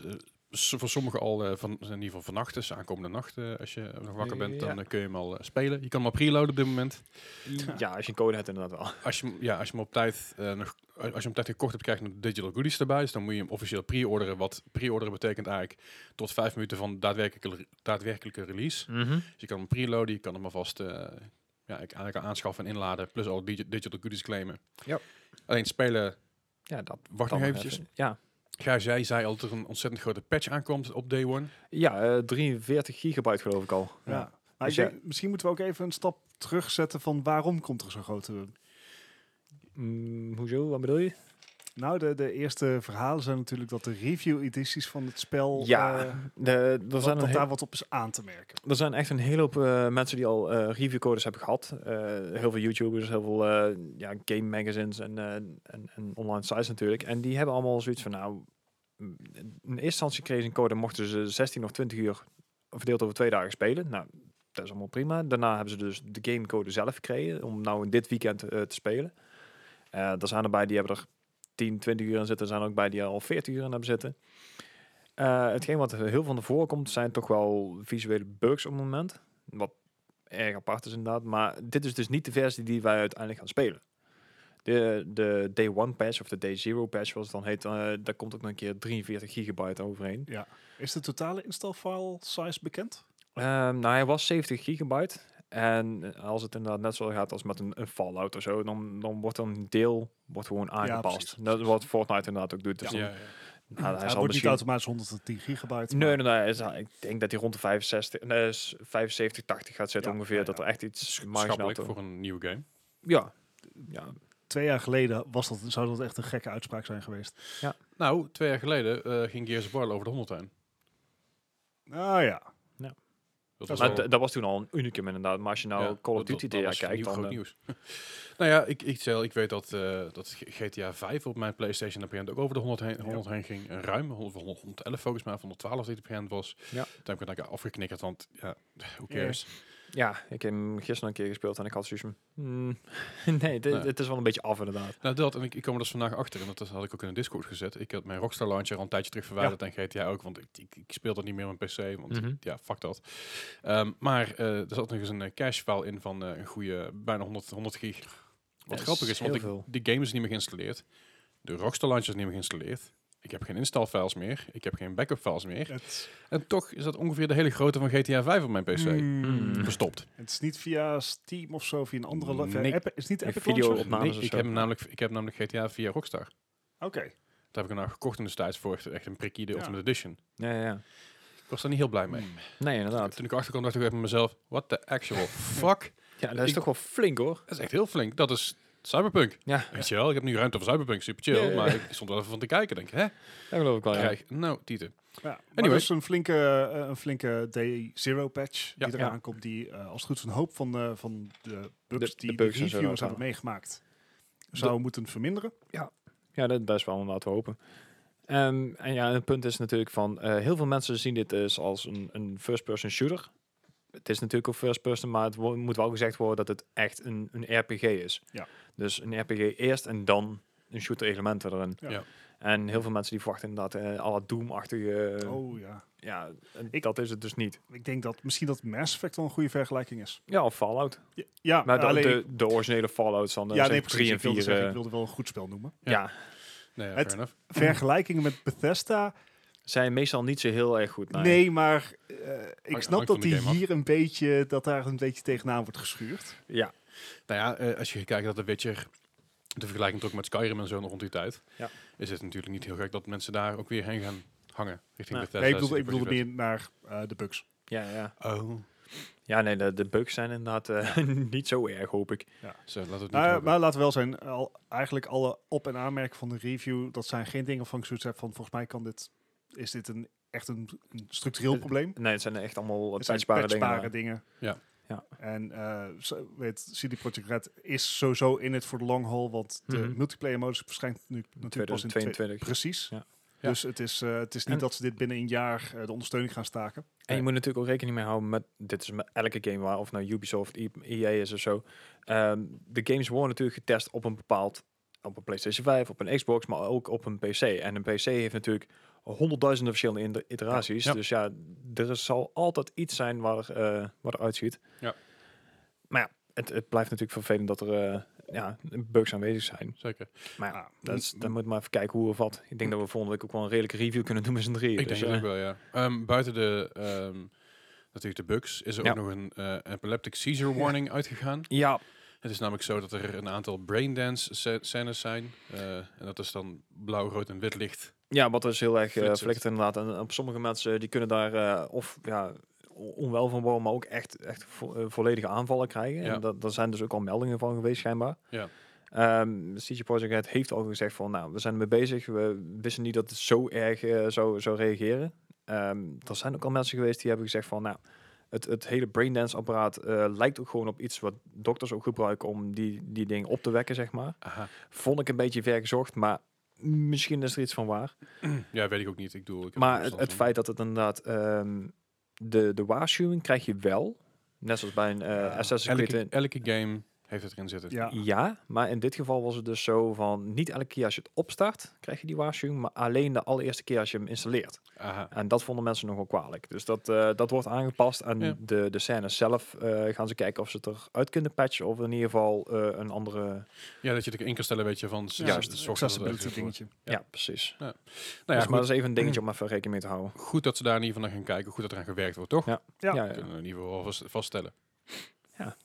Speaker 3: s- voor sommigen al, eh, van, in ieder geval vannacht, dus aankomende nacht, eh, als je nog wakker bent, dan
Speaker 1: Ja.
Speaker 3: eh, kun je hem al eh, spelen. Je kan hem al preloaden op dit moment.
Speaker 1: Ja, als je een code hebt inderdaad wel.
Speaker 3: Als je, hem- ja, als je hem op tijd, eh, nog, als je hem op tijd gekocht hebt, krijg je nog digital goodies erbij. Dus dan moet je hem officieel pre-orderen. Wat pre-orderen betekent eigenlijk tot vijf minuten van daadwerkelijke, daadwerkelijke release.
Speaker 1: Mhm.
Speaker 3: Dus je kan hem preloaden, je kan hem alvast eh ja, eigenlijk al aanschaffen en inladen. Plus al digi- digital goodies claimen.
Speaker 1: Ja.
Speaker 3: Alleen het spelen
Speaker 1: Ja, dat
Speaker 3: Wacht
Speaker 1: kan
Speaker 3: nog eventjes.
Speaker 1: even. Ja.
Speaker 3: Gijs, jij zei al dat er een ontzettend grote patch aankomt op day one.
Speaker 1: Ja, eh, 43 gigabyte geloof ik al.
Speaker 4: Ja.
Speaker 1: Ja.
Speaker 4: Maar
Speaker 1: Dus
Speaker 4: ik denk, misschien moeten we ook even een stap terugzetten van waarom komt er zo'n grote...
Speaker 1: Mm, hoezo? Wat bedoel je?
Speaker 4: Nou, de, de eerste verhalen zijn natuurlijk dat de review-edities van het spel...
Speaker 1: Ja,
Speaker 4: eh,
Speaker 1: De, er,
Speaker 4: dat,
Speaker 1: zijn
Speaker 4: dat
Speaker 1: een he-
Speaker 4: daar wat op is aan te merken.
Speaker 1: er zijn echt een hele hoop eh, mensen die al eh, reviewcodes hebben gehad. Eh, heel veel YouTubers, heel veel eh, ja, game magazines en, eh, en, en online sites natuurlijk. En die hebben allemaal zoiets van, nou, in eerste instantie kregen ze een code en mochten ze 16 of 20 uur verdeeld over twee dagen spelen. Nou, dat is allemaal prima. Daarna hebben ze dus de gamecode zelf gekregen om nou in dit weekend eh, te spelen. Eh er zijn erbij die hebben er 10, 20 uur aan zitten. Er zijn ook bij die er al 40 uur aan hebben zitten. Eh, hetgeen wat heel van tevoren komt zijn toch wel visuele bugs op het moment. Wat erg apart is inderdaad. Maar dit is dus niet de versie die wij uiteindelijk gaan spelen. De, de Day 1 patch of de Day 0 patch, zoals het dan heet, eh, daar komt ook nog een keer 43 gigabyte overheen.
Speaker 4: Is de totale install-file size bekend?
Speaker 1: Ehm, nou, hij was 70 gigabyte. En als het inderdaad net zo gaat als met een, een Fallout of zo, dan, dan wordt dan een deel wordt gewoon aangepast.
Speaker 4: precies.
Speaker 1: dat is wat Fortnite inderdaad ook doet. Dus dan, nou, hij
Speaker 4: hij
Speaker 1: zal
Speaker 4: wordt
Speaker 1: misschien-
Speaker 4: niet automatisch 110 gigabyte.
Speaker 1: Nee,
Speaker 4: maar-
Speaker 1: nee, nee. hij zal- Ik denk dat hij rond de 65, nee, s- 75, 80 gaat zitten
Speaker 4: Ja,
Speaker 1: ongeveer.
Speaker 4: ja, ja.
Speaker 1: Dat er echt iets marginaal...
Speaker 3: Schappelijk
Speaker 1: te-
Speaker 3: voor een nieuwe game.
Speaker 1: Ja. ja.
Speaker 4: Twee jaar geleden was dat, zou dat echt een gekke uitspraak zijn geweest.
Speaker 3: Nou, twee jaar geleden eh, ging Gears of War over de 100 heen.
Speaker 4: Nou ja.
Speaker 3: Dat
Speaker 1: Maar
Speaker 3: was wel-
Speaker 1: d- dat was toen al een unicum inderdaad. Maar als je nou
Speaker 3: ja,
Speaker 1: Call of
Speaker 3: dat-
Speaker 1: Duty dit
Speaker 3: dat- dat
Speaker 1: jaar
Speaker 3: was
Speaker 1: kijkt, dan...
Speaker 3: nieuw- groot
Speaker 1: eh,
Speaker 3: nieuws. nou ja, ik, ik, zei al, ik weet dat, eh, dat G- GTA 5 op mijn PlayStation op een gegeven moment ook over de 100 heen, 100 heen ging. Een ruim, 100 of 111 volgens mij, of 112 die het op een gegeven moment was.
Speaker 1: Ja.
Speaker 3: Toen heb ik het eigenlijk afgeknikkerd, want ja, who
Speaker 4: Ja.
Speaker 3: cares.
Speaker 1: Ja, ik heb hem gisteren een keer gespeeld en ik had zoiets van... mm, nee, dit-
Speaker 3: Nee.
Speaker 1: het is wel een beetje af inderdaad.
Speaker 3: Nou, dat. En ik, ik kwam er dus vandaag achter. En dat is- had ik ook in een Discord gezet. Ik had mijn Rockstar Launcher al een tijdje terug verwijderd. En GTA ook. Want ik, ik, ik speel dat niet meer op mijn PC. Want
Speaker 1: Mhm.
Speaker 3: ja, fuck dat. Ehm, maar eh, er zat nog eens een eh, cache file in van eh, een goede bijna 100, 100 gig. Wat
Speaker 1: is
Speaker 3: grappig is, want
Speaker 1: heel
Speaker 3: ik,
Speaker 1: veel.
Speaker 3: de game is niet meer geïnstalleerd. De Rockstar Launcher is niet meer geïnstalleerd. Ik heb geen install files meer. Ik heb geen backup files meer.
Speaker 2: Het,
Speaker 3: En toch is dat ongeveer de hele grootte van GTA 5 op mijn PC.
Speaker 4: Hmm.
Speaker 1: Mm.
Speaker 3: Verstopt.
Speaker 2: het is niet via Steam of zo, via een andere... la- via
Speaker 1: Nee.
Speaker 2: app, is niet
Speaker 1: Een
Speaker 2: Epic
Speaker 1: video-
Speaker 2: Launcher?
Speaker 1: Opnames
Speaker 3: Nee,
Speaker 1: of
Speaker 3: ik,
Speaker 1: zo.
Speaker 3: heb hem namelijk, ik heb namelijk GTA via Rockstar.
Speaker 2: Oké.
Speaker 3: Dat heb ik er nou gekocht in de tijd voor echt een prikkie de
Speaker 2: Ja. Hmm.
Speaker 3: Ultimate Edition.
Speaker 1: Ja, ja, ja.
Speaker 3: Ik was daar niet heel blij mee.
Speaker 1: Nee, inderdaad.
Speaker 3: Toen ik achterkwam dacht ik even bij mezelf, what the actual fuck?
Speaker 1: Ja, dat is
Speaker 3: Ik-
Speaker 1: toch wel flink hoor.
Speaker 3: Dat is echt heel flink. Dat is Cyberpunk.
Speaker 1: Ja.
Speaker 3: Weet je wel, ik heb nu ruimte voor Cyberpunk, super chill.
Speaker 1: Ja, ja, ja.
Speaker 3: Maar ik stond wel even van te kijken, denk ik,
Speaker 2: Oh,
Speaker 3: hè?
Speaker 1: Dat geloof ik wel, ja.
Speaker 3: Krijg, nou, Tieten.
Speaker 2: Ja, maar
Speaker 3: Anyway.
Speaker 2: er is een flinke, eh, een flinke day zero patch
Speaker 3: Ja.
Speaker 2: die eraan komt. Die eh, als het goed is een hoop van, eh, van de bugs
Speaker 1: De-
Speaker 2: die
Speaker 1: de
Speaker 2: de,
Speaker 1: bugs en zo
Speaker 2: reviewers
Speaker 1: eruit
Speaker 2: hebben
Speaker 1: halen.
Speaker 2: meegemaakt. Zou moeten verminderen.
Speaker 1: Ja, dat is best wel, laten we hopen. Ehm, en ja, het punt is natuurlijk van, eh, heel veel mensen zien dit dus als een, een first-person shooter. Het is natuurlijk een first-person, maar het wo- moet wel gezegd worden dat het echt een, een RPG is.
Speaker 2: Ja.
Speaker 1: Dus een RPG eerst en dan een shooter elementen erin.
Speaker 2: Ja.
Speaker 3: Ja.
Speaker 1: En heel veel mensen die verwachten inderdaad eh alle Doom-achtige... eh,
Speaker 2: oh ja.
Speaker 1: Ja, en
Speaker 2: Ik-
Speaker 1: dat is het dus niet.
Speaker 2: Ik denk dat misschien dat Mass Effect wel een goede vergelijking is.
Speaker 1: Ja, of Fallout.
Speaker 2: Ja, ja
Speaker 1: Maar de,
Speaker 2: alleen-
Speaker 1: de, de originele Fallouts van eh, de
Speaker 2: ja nee,
Speaker 1: 3
Speaker 2: precies.
Speaker 1: en
Speaker 2: Ik wilde,
Speaker 1: 4.
Speaker 2: zeggen,
Speaker 1: eh,
Speaker 2: ik wilde wel een goed spel noemen.
Speaker 3: ja.
Speaker 1: ja,
Speaker 3: Nee, ja,
Speaker 2: Het-
Speaker 3: fair enough.
Speaker 2: Vergelijkingen met Bethesda.
Speaker 1: zijn meestal niet zo heel erg goed.
Speaker 2: Nee, maar eh, ik
Speaker 3: hangt
Speaker 2: snap
Speaker 3: van
Speaker 2: dat
Speaker 3: de
Speaker 2: die
Speaker 3: game af.
Speaker 2: hier een beetje, dat daar een beetje tegenaan wordt geschuurd.
Speaker 1: Ja,
Speaker 3: Nou ja, eh, als je kijkt dat de Witcher, de vergelijking ook met Skyrim en zo nog rond die tijd,
Speaker 1: Ja.
Speaker 3: is het natuurlijk niet heel gek dat mensen daar ook weer heen gaan hangen. Richting
Speaker 1: Nee,
Speaker 3: Bethesda.
Speaker 2: nee, ik
Speaker 3: Dat is
Speaker 2: bedoelde, ik
Speaker 3: natuurlijk
Speaker 2: bedoelde meer naar eh, de bugs.
Speaker 1: ja, ja.
Speaker 3: wel vet. Oh,
Speaker 1: Ja, nee, de, de bugs zijn inderdaad eh, niet zo erg, hoop ik.
Speaker 3: zo, laten we het niet
Speaker 2: Nou, ja,
Speaker 3: hopen.
Speaker 2: maar laten we wel zijn, al, eigenlijk alle op- en aanmerken van de review, dat zijn geen dingen van ik zoiets heb van volgens mij kan dit, is dit een, echt een, een structureel
Speaker 1: Het-
Speaker 2: probleem.
Speaker 1: Nee, het zijn echt allemaal
Speaker 2: Het zijn
Speaker 1: patchbare dingen. eh,
Speaker 2: patchbare dingen.
Speaker 3: Ja.
Speaker 1: Ja.
Speaker 2: En eh, zo- weet, CD Projekt Red is sowieso in het voor de long haul, want
Speaker 1: Mhm.
Speaker 2: de multiplayer modus verschijnt nu natuurlijk pas in twee-
Speaker 1: 2022.
Speaker 2: Precies.
Speaker 1: Ja.
Speaker 3: Ja.
Speaker 2: Dus het is, eh, het is niet
Speaker 1: En-
Speaker 2: dat ze dit binnen een jaar eh, de ondersteuning gaan staken.
Speaker 1: En je moet natuurlijk ook rekening mee houden met, dit is met elke game waar, of nou Ubisoft, I- EA is of zo. Ehm, de games worden natuurlijk getest op een bepaald, op een PlayStation 5, op een Xbox, maar ook op een PC. En een PC heeft natuurlijk honderdduizenden verschillende inder- iteraties.
Speaker 3: Ja.
Speaker 1: Dus ja, er is- zal altijd iets zijn waar er, eh waar er uitziet.
Speaker 3: Ja.
Speaker 1: Maar ja, het, het blijft natuurlijk vervelend dat er eh, ja, bugs aanwezig zijn.
Speaker 3: Zeker.
Speaker 1: Maar ja,
Speaker 2: Ah,
Speaker 1: Dat is, dan moet maar even kijken hoe of wat. Ik denk dat we volgende week ook wel een redelijke review kunnen doen met z'n drieën.
Speaker 3: Ik
Speaker 1: dus,
Speaker 3: denk dat
Speaker 1: eh,
Speaker 3: ook wel, ja. Ehm, buiten de, ehm, natuurlijk de bugs, is er
Speaker 1: Ja.
Speaker 3: ook nog een eh, epileptic seizure warning uitgegaan.
Speaker 1: Ja,
Speaker 3: Het is namelijk zo dat er een aantal braindance sce- scènes zijn. eh, en dat is dan blauw, rood en wit licht.
Speaker 1: ja, wat dus heel erg eh
Speaker 3: Flitsend.
Speaker 1: flikkert inderdaad. En op sommige mensen die kunnen daar eh, of ja, o- onwel van worden, maar ook echt, echt vo- eh, volledige aanvallen krijgen.
Speaker 3: Ja.
Speaker 1: En dat, daar zijn dus ook al meldingen van geweest schijnbaar.
Speaker 3: Ja.
Speaker 1: Ehm, CG Projekt Red heeft al gezegd van, nou, we zijn ermee bezig. We wisten niet dat het zo erg eh, zou, zou reageren. Ehm, er zijn ook al mensen geweest die hebben gezegd van, nou, het, het hele braindance apparaat eh, lijkt ook gewoon op iets wat dokters ook gebruiken om die, die dingen op te wekken, zeg maar.
Speaker 3: Aha.
Speaker 1: Vond ik een beetje ver gezocht, maar misschien is er iets van waar.
Speaker 3: Ja, weet ik ook niet. Ik doe. Ik heb er
Speaker 1: Maar het,
Speaker 3: verstand
Speaker 1: het
Speaker 3: van.
Speaker 1: feit dat het inderdaad... ehm, de, de waarschuwing krijg je wel. Net zoals bij een eh Assassin's Creed.
Speaker 3: elke,
Speaker 1: in-
Speaker 3: elke game heeft het erin zitten.
Speaker 2: Ja.
Speaker 1: Ja, maar in dit geval was het dus zo van... Niet elke keer als je het opstart krijg je die waarschuwing... maar alleen de allereerste keer als je hem installeert.
Speaker 3: Aha.
Speaker 1: En dat vonden mensen nogal kwalijk. Dus dat, eh, dat wordt aangepast. En
Speaker 3: Ja.
Speaker 1: de, de scènes zelf eh, gaan ze kijken of ze het eruit kunnen patchen... of in ieder geval eh, een andere...
Speaker 3: Ja, dat je het in kan stellen, weet je, van...
Speaker 2: Ja,
Speaker 3: juist, zorg dat het
Speaker 2: accessibility
Speaker 3: echt wordt.
Speaker 2: dingetje.
Speaker 1: Ja,
Speaker 3: Ja.
Speaker 1: precies.
Speaker 3: Nou
Speaker 1: dus
Speaker 3: ja,
Speaker 1: maar
Speaker 3: goed,
Speaker 1: dat is even een dingetje om even rekening mee te houden.
Speaker 3: goed dat ze daar in ieder geval naar gaan kijken. Goed dat eraan gewerkt wordt, toch?
Speaker 1: Ja.
Speaker 2: Ja.
Speaker 1: ja,
Speaker 3: Dat
Speaker 1: ja.
Speaker 3: kunnen we in ieder geval vast- vaststellen.
Speaker 2: Ja,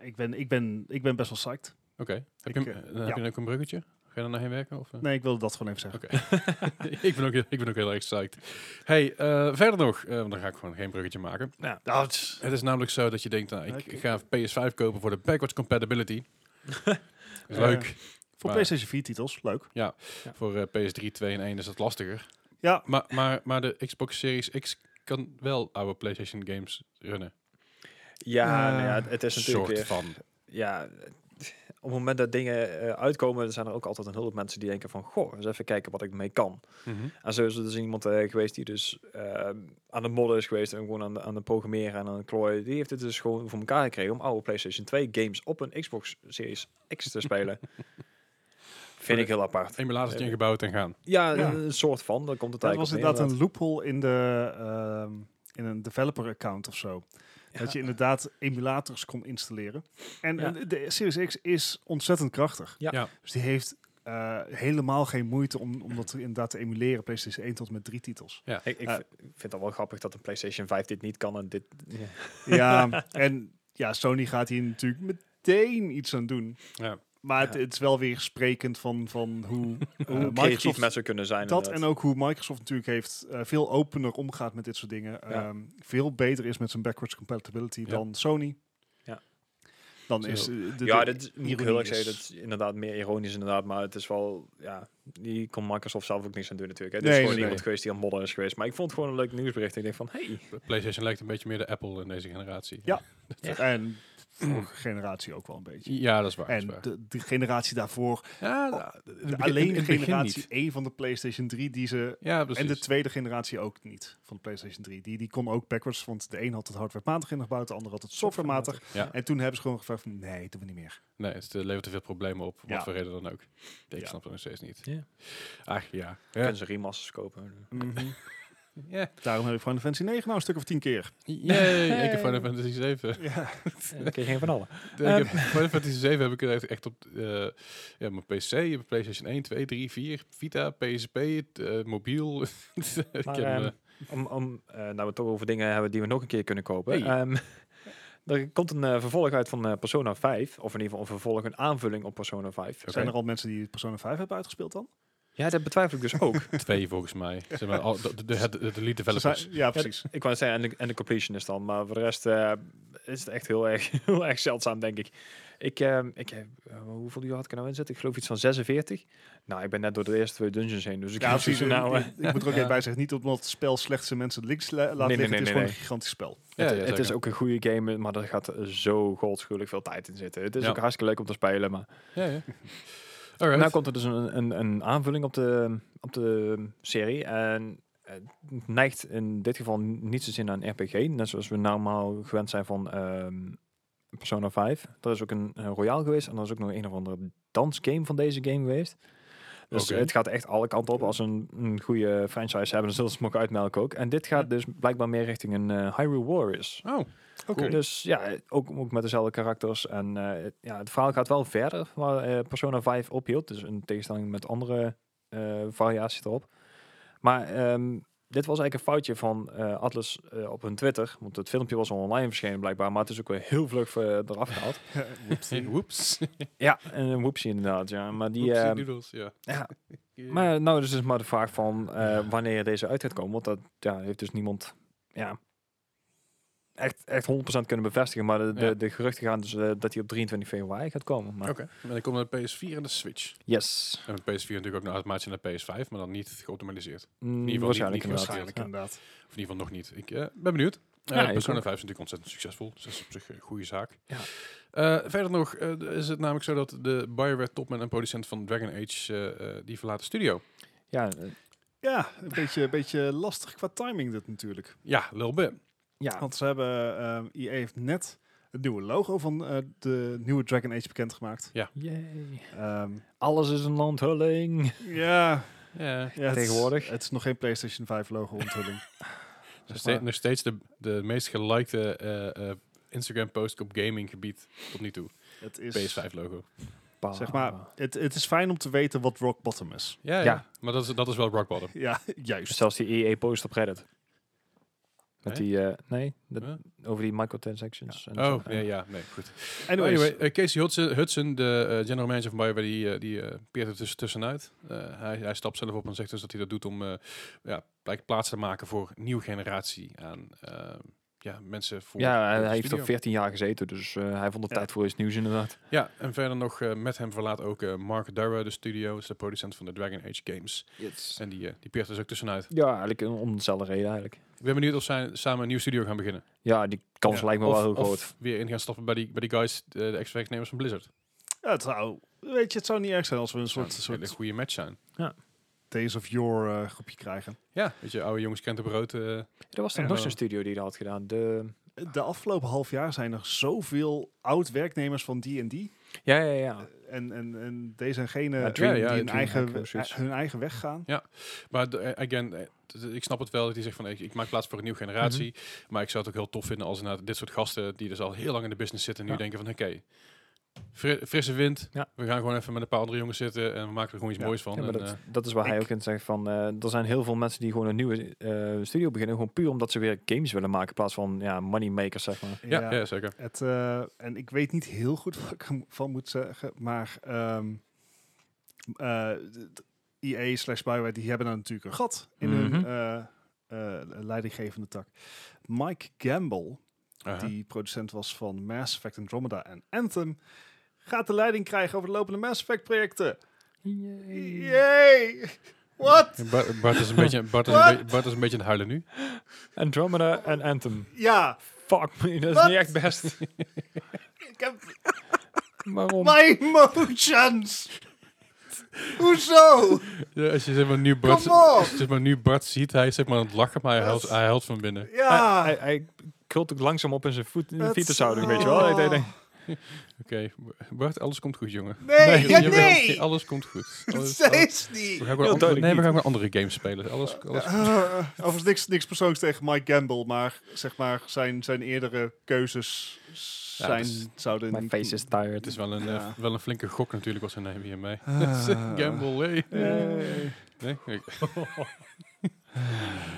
Speaker 2: ik, ben, ik, ben, ik ben best wel psyched.
Speaker 3: Oké. Heb,
Speaker 2: Ik,
Speaker 3: je, hem-
Speaker 2: eh,
Speaker 3: eh, heb
Speaker 2: ja.
Speaker 3: je dan ook een bruggetje? Ga je er naarheen werken? Of, eh?
Speaker 2: Nee, ik wilde dat gewoon even zeggen.
Speaker 3: Oké. ik, ben ook, heel- ik ben ook heel erg psyched. Hey, eh, verder nog, eh, want dan ga ik gewoon geen bruggetje maken.
Speaker 1: Ja.
Speaker 3: Het Nou, is namelijk zo dat je denkt, nou, ik
Speaker 2: Oké.
Speaker 3: ik ga PS5 kopen voor de backwards compatibility. Is
Speaker 2: Ja.
Speaker 3: Leuk.
Speaker 2: Voor
Speaker 3: Maar-
Speaker 2: PlayStation 4 titels, leuk.
Speaker 3: Voor eh, PS3, 2 en 1 is dat lastiger.
Speaker 2: Ja.
Speaker 3: Maar, maar, maar de Xbox Series X kan wel oude PlayStation games runnen.
Speaker 1: Ja,
Speaker 2: Eh,
Speaker 1: nou ja, het, het is natuurlijk
Speaker 3: soort
Speaker 1: weer...
Speaker 3: van.
Speaker 1: Ja, op het moment dat dingen eh, uitkomen, dan zijn er ook altijd een hulp mensen die denken van, goh, eens even kijken wat ik mee kan.
Speaker 3: Mhm.
Speaker 1: En zo is er dus iemand eh, geweest die dus eh, aan de modder is geweest en gewoon aan de, aan de programmeren en aan het klooien. Die heeft het dus gewoon voor elkaar gekregen om oude PlayStation 2 games op een Xbox Series X te spelen. Vind ik heel apart.
Speaker 3: Emulatortje ingebouwd en gaan.
Speaker 1: Ja,
Speaker 2: Ja.
Speaker 1: een soort van. Daar komt het
Speaker 2: Dat was
Speaker 1: eigenlijk op
Speaker 2: inderdaad
Speaker 1: neer,
Speaker 2: een loophole in, de, ehm, in een developer-account of zo.
Speaker 1: inderdaad.
Speaker 2: Dat je inderdaad emulators kon installeren. En
Speaker 1: Ja.
Speaker 2: eh, de Series X is ontzettend krachtig.
Speaker 1: Ja.
Speaker 3: Ja.
Speaker 2: Dus die heeft eh, helemaal geen moeite om, om dat inderdaad te emuleren. PlayStation 1 tot en met drie titels.
Speaker 1: Ja, ik, ik
Speaker 2: Eh.
Speaker 1: v- ik vind dat wel grappig dat een PlayStation 5 dit niet kan en dit... eh,
Speaker 2: ja, en ja, Sony gaat hier natuurlijk meteen iets aan doen.
Speaker 3: Ja.
Speaker 2: Maar het,
Speaker 1: Ja.
Speaker 2: het is wel weer sprekend van, van hoe, hoe
Speaker 1: Hoe creatief
Speaker 2: Microsoft
Speaker 1: mensen kunnen zijn.
Speaker 2: Dat en
Speaker 1: inderdaad.
Speaker 2: ook hoe Microsoft natuurlijk heeft eh, veel opener omgaat met dit soort dingen. Ehm, veel beter is met zijn backwards compatibility
Speaker 3: Ja.
Speaker 2: dan Sony.
Speaker 1: Ja.
Speaker 2: Dan
Speaker 3: Zo.
Speaker 2: is eh, de,
Speaker 1: ja,
Speaker 2: de-
Speaker 1: dat is- moet ik
Speaker 2: ironie
Speaker 1: heel erg zeggen.
Speaker 2: is-
Speaker 1: Dat is inderdaad meer ironisch inderdaad. Maar het is wel... Ja, die kon Microsoft zelf ook niks aan doen natuurlijk. Hè. Dit
Speaker 2: Nee,
Speaker 1: is gewoon
Speaker 2: nee,
Speaker 1: iemand geweest die aan modder is geweest. Maar ik vond het gewoon een leuk nieuwsbericht. Ik denk van, hey.
Speaker 3: PlayStation lijkt een beetje meer de Apple in deze generatie.
Speaker 2: Ja. en vorige generatie ook wel een beetje.
Speaker 3: Ja, dat is waar. dat is
Speaker 2: En
Speaker 3: waar.
Speaker 2: de, de generatie daarvoor,
Speaker 3: Ja, nou, in het begin-
Speaker 2: alleen
Speaker 3: in
Speaker 2: de
Speaker 3: het begin
Speaker 2: generatie
Speaker 3: niet.
Speaker 2: 1 van de PlayStation 3 die ze...
Speaker 3: Ja, precies.
Speaker 2: En de tweede generatie ook niet van de PlayStation 3. Die, die kon ook backwards, want de een had het hardwarematig ingebouwd, de ander had het softwarematig.
Speaker 3: Ja.
Speaker 2: En toen hebben ze gewoon gevraagd, van, nee, doen we niet meer.
Speaker 3: Nee, het eh, levert te veel problemen op. om
Speaker 2: Ja.
Speaker 3: Wat voor reden dan ook. Ik
Speaker 2: Ja.
Speaker 3: snap het nog steeds niet.
Speaker 1: Ja.
Speaker 3: Ach, ja. Ja.
Speaker 1: Kunnen ze remasters kopen?
Speaker 3: ja.
Speaker 2: Daarom heb ik Final Fantasy 9 nou een stuk of 10 keer.
Speaker 3: Yay, ik heb Final Fantasy 7.
Speaker 2: Ja.
Speaker 1: Ja, dan kun je geen van allen.
Speaker 3: ik heb,
Speaker 1: Ehm.
Speaker 3: Final Fantasy 7 heb ik echt, echt op eh, ja, mijn PC, mijn PlayStation 1, 2, 3, 4, Vita, PSP, eh, mobiel. ik
Speaker 1: Maar,
Speaker 3: heb,
Speaker 1: ehm,
Speaker 3: eh,
Speaker 1: om, om eh, nou we het toch over dingen hebben die we nog een keer kunnen kopen.
Speaker 3: Hey.
Speaker 1: Ehm, er komt een eh, vervolg uit van eh, Persona 5. Of in ieder geval een vervolg, een aanvulling op Persona 5.
Speaker 3: Oké.
Speaker 2: Zijn er al mensen die Persona 5 hebben uitgespeeld dan?
Speaker 1: Ja, dat betwijfel ik dus ook.
Speaker 3: eh, twee volgens mij. Zeg maar, al, de, de, de, de, de lead
Speaker 2: Ze
Speaker 3: developers.
Speaker 2: zijn- ja,
Speaker 1: Ja,
Speaker 2: precies.
Speaker 1: ik wou zeggen, en de, en de completion is dan. Maar voor de rest eh, is het echt heel erg, heel erg zeldzaam, denk ik. Ik, eh, ik heb, eh, hoeveel uur had ik er nou in zitten? Ik geloof iets van 46. Nou, ik ben net door de eerste twee dungeons heen, dus ik
Speaker 2: Ja,
Speaker 1: heb
Speaker 2: precies.
Speaker 1: zoiets van,
Speaker 2: Nou,
Speaker 1: nou,
Speaker 2: ik,
Speaker 1: eh,
Speaker 2: ik moet er ook even bij zeggen, niet omdat het spel slechtste mensen links la- laat
Speaker 1: nee,
Speaker 2: liggen.
Speaker 1: nee,
Speaker 2: het is
Speaker 1: nee,
Speaker 2: gewoon
Speaker 1: nee.
Speaker 2: een gigantisch spel.
Speaker 3: ja,
Speaker 1: het, het is
Speaker 3: zeker.
Speaker 1: ook een goede game, maar er gaat zo godschuwelijk veel tijd in zitten. Het is
Speaker 3: Ja.
Speaker 1: ook hartstikke leuk om te spelen, maar...
Speaker 3: Ja, ja. Alright.
Speaker 1: Nou komt er dus een, een, een aanvulling op de, op de serie. En het neigt in dit geval niet zozeer naar een RPG. Net zoals we normaal gewend zijn van ehm, Persona 5. Er is ook een, een Royale geweest. En er is ook nog een of andere dansgame van deze game geweest. Dus
Speaker 3: Oké.
Speaker 1: het gaat echt alle kanten op. Als ze een, een goede franchise hebben, dan zullen ze hem ook uitmelken ook. En dit gaat dus blijkbaar meer richting een eh, Hyrule Warriors.
Speaker 3: Oh,
Speaker 2: Oké.
Speaker 1: Dus ja, ook, ook met dezelfde karakters. En eh, het- ja, het verhaal gaat wel verder waar eh, Persona 5 ophield. Dus in tegenstelling met andere eh, variaties erop. Maar ehm, dit was eigenlijk een foutje van eh, Atlas eh, op hun Twitter. Want het filmpje was al online verschenen blijkbaar. Maar het is ook weer heel vlug eh, eraf gehaald.
Speaker 3: whoops.
Speaker 1: ja, en een whoopsie inderdaad. Ja. Maar die,
Speaker 3: Whoopsie
Speaker 1: ehm,
Speaker 3: doodles, ja.
Speaker 1: ja. Maar nou, dus is maar de vraag van eh, wanneer deze uit gaat komen. Want dat ja, heeft dus niemand ja, echt, echt 100% kunnen bevestigen. Maar de, de,
Speaker 3: Ja.
Speaker 1: de geruchten gaan dus eh, dat hij op 23 februari gaat komen. Maar
Speaker 3: Oké. En dan komt de PS4 en de Switch.
Speaker 1: yes,
Speaker 3: En de PS4 natuurlijk ook een uitmaatje naar PS5, maar dan niet geoptimaliseerd.
Speaker 1: Mm,
Speaker 3: niet-
Speaker 1: waarschijnlijk inderdaad.
Speaker 3: niet
Speaker 2: Waarschijnlijk
Speaker 1: Ja.
Speaker 2: inderdaad.
Speaker 3: Of in ieder geval nog niet. Ik eh, ben benieuwd. Eh
Speaker 1: Ja, ik
Speaker 3: Persona
Speaker 1: ook.
Speaker 3: 5 is natuurlijk ontzettend succesvol. Dus dat is op zich een goede zaak.
Speaker 1: Ja.
Speaker 3: Eh, verder nog eh, is het namelijk zo dat de Bioware topman en producent van Dragon Age, eh, eh, die verlaat de studio.
Speaker 1: Ja, eh,
Speaker 2: Ja, een beetje, een beetje lastig qua timing dit natuurlijk.
Speaker 3: Ja, Lil Bit.
Speaker 1: ja.
Speaker 3: Oh.
Speaker 2: Want ze hebben, ehm EA heeft net het nieuwe logo van eh, de nieuwe Dragon Age bekendgemaakt.
Speaker 1: Yay.
Speaker 2: Ehm,
Speaker 1: Alles is een onthulling.
Speaker 2: ja,
Speaker 3: Ja.
Speaker 2: ja, het is-
Speaker 1: Tegenwoordig.
Speaker 2: Het is nog geen PlayStation 5 logo onthulling.
Speaker 3: Nog steeds, nog steeds de, de meest gelikte eh, eh, Instagram post op gaming gebied tot nu toe.
Speaker 2: het is,
Speaker 3: PS5 logo.
Speaker 1: Pa.
Speaker 2: Zeg maar, het, het is fijn om te weten wat rock bottom is.
Speaker 3: Ja, ja.
Speaker 1: Ja.
Speaker 3: maar dat is, dat is wel rock bottom.
Speaker 2: Ja, juist.
Speaker 1: Zelfs die EA post op Reddit. Met
Speaker 3: Nee?
Speaker 1: die, eh, nee, dat-
Speaker 3: Huh?
Speaker 1: over die microtransactions. en zo.
Speaker 3: Oh, nee, ja, nee, goed.
Speaker 2: Anyways,
Speaker 3: anyway, eh, Casey Hudson, Hudson de eh, general manager van Bioware, die, eh, die eh, peert er tussen, tussenuit. Eh, hij, hij stapt zelf op en zegt dus dat hij dat doet om eh ja, blijk- plaats te maken voor een nieuwe generatie aan eh, ja, mensen voor
Speaker 1: Ja, hij-
Speaker 3: voor de
Speaker 1: hij heeft
Speaker 3: studio.
Speaker 1: er 14 jaar gezeten, dus eh, hij vond het
Speaker 2: Ja.
Speaker 1: tijd voor iets nieuws inderdaad.
Speaker 3: Ja, en verder nog eh, met hem verlaat ook eh, Mark Darrow de studio, is de producent van de Dragon Age games. En die, eh, die peert er dus ook tussenuit.
Speaker 1: Ja, eigenlijk een- om dezelfde reden eigenlijk.
Speaker 3: Ik ben benieuwd of zij samen een nieuwe studio gaan beginnen.
Speaker 1: Ja, die kans
Speaker 3: Ja.
Speaker 1: lijkt me wel
Speaker 3: Of-
Speaker 1: heel
Speaker 3: of
Speaker 1: groot.
Speaker 3: weer in gaan stappen bij die, bij die guys, eh, de ex-werknemers van Blizzard.
Speaker 2: Het zou, weet je, het zou niet erg zijn als we een
Speaker 3: Zou
Speaker 2: soort,
Speaker 3: een hele
Speaker 2: soort
Speaker 3: goede match zijn.
Speaker 2: Days of Your eh, groepje krijgen.
Speaker 3: Ja, weet je, oude jongens kent de brood. eh,
Speaker 1: Er was dan nog
Speaker 2: Ja, wel.
Speaker 1: zo'n studio die dat had gedaan. De,
Speaker 2: De afgelopen half jaar zijn er zoveel oud-werknemers van D&D.
Speaker 1: ja, ja, ja.
Speaker 2: eh, En, en, en deze en gene
Speaker 1: Ja,
Speaker 3: Dream-
Speaker 2: die
Speaker 3: ja,
Speaker 2: hun,
Speaker 3: Dreamhack
Speaker 2: eigen,
Speaker 1: of zoiets.
Speaker 2: eh, hun eigen weg gaan.
Speaker 3: Maar de- eh, again, eh, t- ik snap het wel dat hij zegt van ik, ik maak plaats voor een nieuwe generatie. Maar ik zou het ook heel tof vinden als inderdaad dit soort gasten die dus al heel lang in de business zitten nu
Speaker 1: Ja.
Speaker 3: denken van oké, fri- frisse wind.
Speaker 1: Ja.
Speaker 3: We gaan gewoon even met een paar andere jongens zitten en we maken er gewoon iets
Speaker 2: Ja.
Speaker 3: moois van.
Speaker 1: Ja, maar
Speaker 3: En,
Speaker 1: dat,
Speaker 3: eh,
Speaker 1: dat is waar hij
Speaker 2: ik-
Speaker 1: ook in zegt van, eh, er zijn heel veel mensen die gewoon een nieuwe eh, studio beginnen, gewoon puur omdat ze weer games willen maken, in plaats van ja, moneymakers, zeg maar.
Speaker 3: ja, ja. zeker.
Speaker 2: Het, eh, en ik weet niet heel goed wat ik ervan moet zeggen, maar ehm eh, d- d- EA slash Bioware, die hebben daar natuurlijk een gat in hun
Speaker 1: Mhm.
Speaker 2: eh, eh, leidinggevende tak. Mike Gamble,
Speaker 3: Aha.
Speaker 2: die producent was van Mass Effect Andromeda en Anthem, gaat de leiding krijgen over de lopende Mass Effect projecten.
Speaker 1: Mhm.
Speaker 2: Yay! Wat?
Speaker 3: Bart, Bart is een beetje, Bart is een,
Speaker 2: Wat?
Speaker 3: beetje- Bart is een beetje aan het huilen nu.
Speaker 1: Andromeda en Anthem.
Speaker 2: Ja,
Speaker 1: Fuck me, dat is
Speaker 2: Wat?
Speaker 1: niet echt best.
Speaker 2: ik heb
Speaker 1: Waarom?
Speaker 2: my emotions! Hoezo?
Speaker 3: Ja, als je zeg maar nu Bart,
Speaker 2: Bart- Come on!
Speaker 3: zeg maar, nu Bart ziet, hij is zeg maar aan het lachen, maar hij huilt, hij huilt van binnen.
Speaker 2: Ja.
Speaker 1: Hij, hij, hij krult ook langzaam op in zijn voet, in de
Speaker 2: Het- Oh.
Speaker 1: fietsenhouding, weet je wel. Ik denk, denk,
Speaker 3: Oké, Bart, alles komt goed, jongen.
Speaker 2: Nee, ja,
Speaker 3: jawel,
Speaker 2: nee!
Speaker 3: alles komt goed. Alles-
Speaker 2: Steeds
Speaker 3: we
Speaker 2: niet!
Speaker 3: gaan
Speaker 1: Heel
Speaker 3: gewoon andere,
Speaker 1: duidelijk
Speaker 3: nee, we
Speaker 1: niet.
Speaker 3: gaan gewoon andere games spelen. Alles, alles
Speaker 2: Eh, overigens niks, niks persoonlijks tegen Mike Gamble, maar zeg maar zijn, zijn eerdere keuzes
Speaker 3: Ja,
Speaker 2: zijn,
Speaker 3: dat is-
Speaker 2: zouden...
Speaker 1: my
Speaker 2: niet-
Speaker 1: face is tired.
Speaker 3: Het is wel een,
Speaker 2: Ja.
Speaker 3: eh, wel een flinke gok natuurlijk wat ze nemen hiermee.
Speaker 2: Ah.
Speaker 3: Gamble, hey.
Speaker 2: Eh,
Speaker 3: Nee, ik-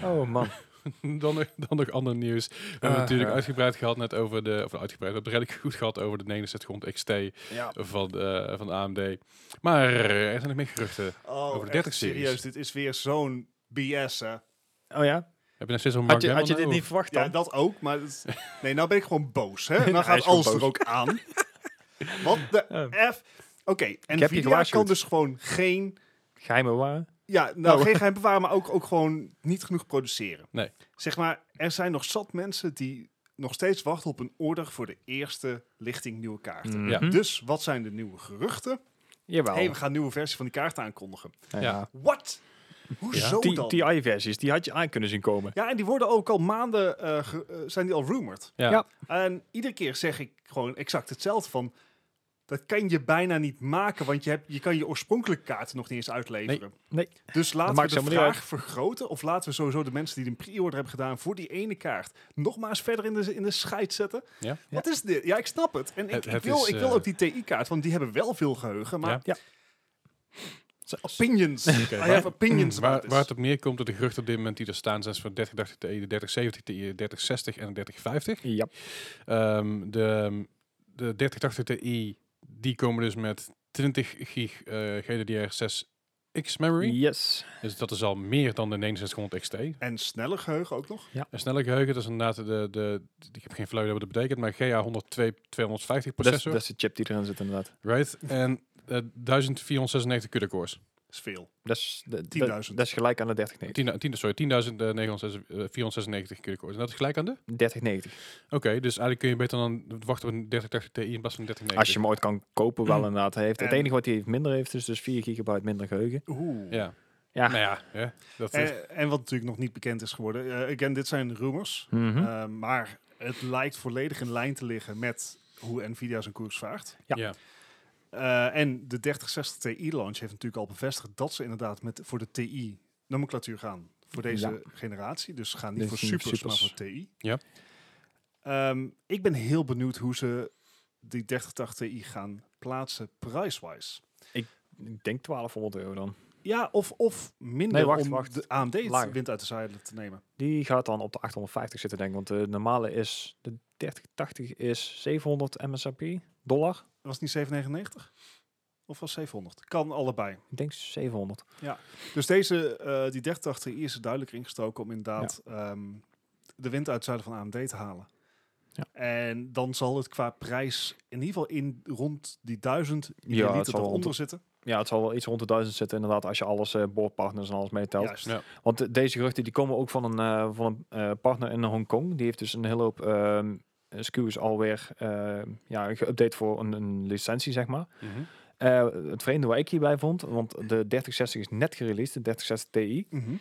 Speaker 1: Oh man.
Speaker 3: dan, nog- dan nog ander nieuws. We hebben
Speaker 1: Ah,
Speaker 3: natuurlijk
Speaker 1: ja.
Speaker 3: uitgebreid gehad net over de... Of uitgebreid, we hebben het redelijk goed gehad over de 6900 XT van, eh, van AMD. Maar er zijn nog meer geruchten.
Speaker 2: Oh,
Speaker 3: Over de
Speaker 2: echt
Speaker 3: 30 series.
Speaker 2: serieus, dit is weer zo'n BS, hè?
Speaker 1: Oh ja?
Speaker 3: Heb je nog steeds een Mark
Speaker 1: Had je, had je
Speaker 3: Gamble
Speaker 1: dit niet
Speaker 3: nou,
Speaker 1: verwacht
Speaker 2: Ja,
Speaker 1: dan?
Speaker 2: dat ook, maar... het is- nee, nou ben ik gewoon boos, hè?
Speaker 1: Hij
Speaker 2: Nou gaat
Speaker 1: is gewoon
Speaker 2: alles er
Speaker 1: boos.
Speaker 2: ook aan. Wat de F... Oké, en Nvidia
Speaker 1: gewaarschuwd.
Speaker 2: kan dus gewoon geen...
Speaker 1: Geheime waar?
Speaker 2: Ja, nou, geen geheim bewaren, maar ook, ook gewoon niet genoeg produceren.
Speaker 3: Nee.
Speaker 2: Zeg maar, er zijn nog zat mensen die nog steeds wachten op een order voor de eerste lichting nieuwe kaarten.
Speaker 1: Mhm.
Speaker 3: Ja.
Speaker 2: Dus wat zijn de nieuwe geruchten?
Speaker 1: Jawel.
Speaker 2: hey, we gaan een nieuwe versie van die kaart aankondigen.
Speaker 1: Ja.
Speaker 3: Ja.
Speaker 2: What? Hoezo
Speaker 1: Die
Speaker 2: dan?
Speaker 1: TI-versies, die had je aan kunnen zien komen.
Speaker 2: ja, en die worden ook al maanden, eh, ge- eh, zijn die al rumored.
Speaker 3: Ja.
Speaker 1: Ja.
Speaker 2: En iedere keer zeg ik gewoon exact hetzelfde van, dat kan je bijna niet maken, want je, hebt, je kan je oorspronkelijke kaarten nog niet eens uitleveren.
Speaker 1: Nee.
Speaker 2: Dus laten
Speaker 1: maakt
Speaker 2: we de
Speaker 1: helemaal niet
Speaker 2: vraag vergroten, of laten we sowieso de mensen die een pre-order hebben gedaan voor die ene kaart, nogmaals verder in de, in de scheid zetten.
Speaker 3: Ja.
Speaker 2: Wat is dit? Ja, ik snap het. En ik,
Speaker 3: Het-
Speaker 2: ik
Speaker 3: het
Speaker 2: wil,
Speaker 3: is,
Speaker 2: ik wil
Speaker 3: eh,
Speaker 2: ook die TI-kaart, want die hebben wel veel geheugen, maar
Speaker 3: Ja.
Speaker 2: oh, opinions. I have opinions about
Speaker 3: Mm, Waar,
Speaker 2: this.
Speaker 3: waar het op neerkomt, dat de geruchten op dit moment die er staan, zijn van 3080 Ti, de 3070 Ti, de 3060 en de 3050.
Speaker 1: Ja.
Speaker 3: Ehm, de, de 3080 Ti, die komen dus met 20 gig eh, GDDR6X memory.
Speaker 1: Yes.
Speaker 3: Dus dat is al meer dan de 6900 XT. Een
Speaker 2: En sneller geheugen ook nog.
Speaker 3: snelle geheugen, dat is inderdaad de, de, ik heb geen flauw idee wat dat betekent, maar GA102 250
Speaker 1: Dat is, dat
Speaker 3: processor,
Speaker 1: is de chip die erin zit inderdaad.
Speaker 3: right? En eh, 1496 CUDA cores.
Speaker 2: Dat is veel.
Speaker 1: Dat is, de- de-
Speaker 2: 10.000.
Speaker 1: dat is gelijk aan de 3090.
Speaker 3: 10, 10, sorry, 10.496 CUDA cores. En dat is gelijk aan de?
Speaker 1: 3090.
Speaker 3: Oké, dus eigenlijk kun je beter dan wachten op een 3080 Ti in plaats van een 3090.
Speaker 1: Als je hem ooit kan kopen wel inderdaad. Hij heeft, het
Speaker 2: Mm. En-
Speaker 1: enige wat hij heeft minder heeft is dus 4 gigabyte minder geheugen.
Speaker 2: Oeh.
Speaker 3: Ja.
Speaker 1: Ja. Eh,
Speaker 3: Nou ja, hè, dat is...
Speaker 2: Eh, En, en wat natuurlijk nog niet bekend is geworden. eh, again, dit zijn rumors.
Speaker 1: Mhm.
Speaker 2: eh, maar het lijkt volledig in lijn te liggen met hoe Nvidia zijn koers vaart.
Speaker 1: ja.
Speaker 3: ja.
Speaker 2: Eh, en de 3060 Ti-launch heeft natuurlijk al bevestigd dat ze inderdaad met, voor de TI-nomenclatuur gaan. Voor deze
Speaker 1: Ja.
Speaker 2: generatie. Dus ze gaan niet
Speaker 1: Dus
Speaker 2: voor
Speaker 1: niet
Speaker 2: supers,
Speaker 1: supers.
Speaker 2: maar voor TI.
Speaker 3: Ja.
Speaker 2: Ehm, ik ben heel benieuwd hoe ze die 3080 Ti gaan plaatsen price-wise.
Speaker 1: Ik denk 1200 euro dan.
Speaker 2: Ja, of, of minder
Speaker 1: Nee, wacht,
Speaker 2: om
Speaker 1: wacht.
Speaker 2: de AMD het
Speaker 1: Lager.
Speaker 2: wind uit de zeilen te nemen.
Speaker 1: Die gaat dan op de 850 zitten, denk ik. Want de normale is, de 3080 is 700 MSRP dollar.
Speaker 2: Was het niet 799? Of was 700? Kan allebei.
Speaker 1: Ik denk 700.
Speaker 2: Dus deze, eh die 3080 Ti is er duidelijk ingestoken om inderdaad ehm, de wind uit het zuiden van AMD te halen.
Speaker 1: Ja.
Speaker 2: En dan zal het qua prijs in ieder geval in rond die 1000
Speaker 1: Ja, het
Speaker 2: milliliter
Speaker 1: zal
Speaker 2: eronder
Speaker 1: rond,
Speaker 2: zitten.
Speaker 1: ja, het zal wel iets rond de 1000 zitten, inderdaad, als je alles, eh boordpartners en alles meetelt.
Speaker 2: Juist.
Speaker 3: Ja.
Speaker 1: Want eh, deze geruchten die komen ook van een, eh, van een eh, partner in Hongkong. Die heeft dus een hele hoop ehm, eh, SKU is alweer eh ja, geüpdate voor een, een licentie, zeg maar.
Speaker 3: Mhm.
Speaker 1: Eh, het vreemde wat ik hierbij vond, want de 3060 is net gereleased, de 3060 Ti.
Speaker 4: Mhm.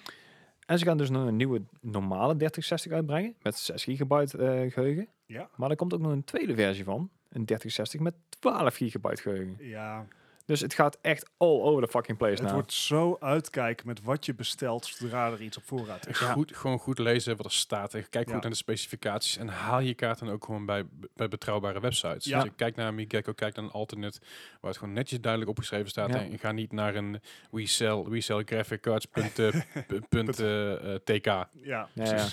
Speaker 1: En ze gaan dus nog een nieuwe normale 3060 uitbrengen met 6 gigabyte eh, geheugen.
Speaker 2: Ja.
Speaker 1: Maar er komt ook nog een tweede versie van, een 3060 met 12 gigabyte geheugen.
Speaker 2: Ja,
Speaker 1: Dus het gaat echt all over the fucking place
Speaker 2: het
Speaker 1: nou.
Speaker 2: wordt zo uitkijken met wat je bestelt zodra er iets op voorraad is.
Speaker 3: Goed, gewoon goed lezen wat er staat. En kijk
Speaker 2: Ja.
Speaker 3: goed naar de specificaties. En haal je kaart dan ook gewoon bij, bij betrouwbare websites.
Speaker 2: Ja.
Speaker 3: Dus je kijkt naar een MiGecko, kijk naar een alternate. Waar het gewoon netjes duidelijk opgeschreven staat.
Speaker 1: Ja.
Speaker 3: En ga niet naar een resell, resell graphic cards punt, eh, p- punt, eh, eh, tk.
Speaker 2: Ja,
Speaker 1: Ja, ja.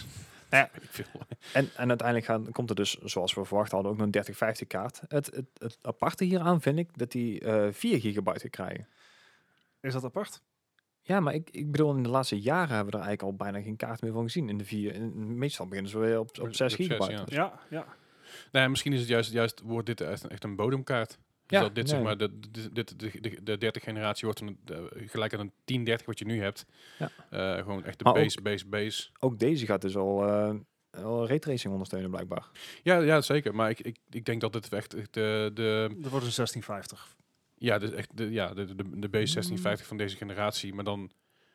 Speaker 3: Ik wil-
Speaker 1: En, en uiteindelijk gaan, komt er dus, zoals we verwacht hadden, ook nog een 3050 kaart. Het, het, het aparte hieraan vind ik dat die eh 4 gigabyte gaat krijgen.
Speaker 2: is dat apart?
Speaker 1: Ja, maar ik, ik bedoel, in de laatste jaren hebben we er eigenlijk al bijna geen kaart meer van gezien in de 4. En meestal beginnen ze weer op,
Speaker 3: Op
Speaker 1: op 6
Speaker 3: zes,
Speaker 1: gigabyte.
Speaker 3: ja.
Speaker 2: Ja, ja.
Speaker 3: Nee, Nou misschien is het juist, juist wordt dit echt, echt een bodemkaart. Dus
Speaker 1: Ja,
Speaker 3: dat dit, zeg
Speaker 1: nee.
Speaker 3: maar, de, de, dit- de, de, de 30 generatie wordt een, eh, gelijk aan een 10-30 wat je nu hebt.
Speaker 1: Ja.
Speaker 3: Eh, gewoon echt de
Speaker 1: Maar ook-
Speaker 3: base, base, base.
Speaker 1: Ook deze gaat dus al, eh al raytracing ondersteunen blijkbaar.
Speaker 3: Ja, ja zeker. Maar ik, ik, ik denk dat het echt echt de, de,
Speaker 2: Dat wordt een 1650.
Speaker 3: ja, dus echt de, ja, de, de, de B1650 van deze generatie. Maar dan...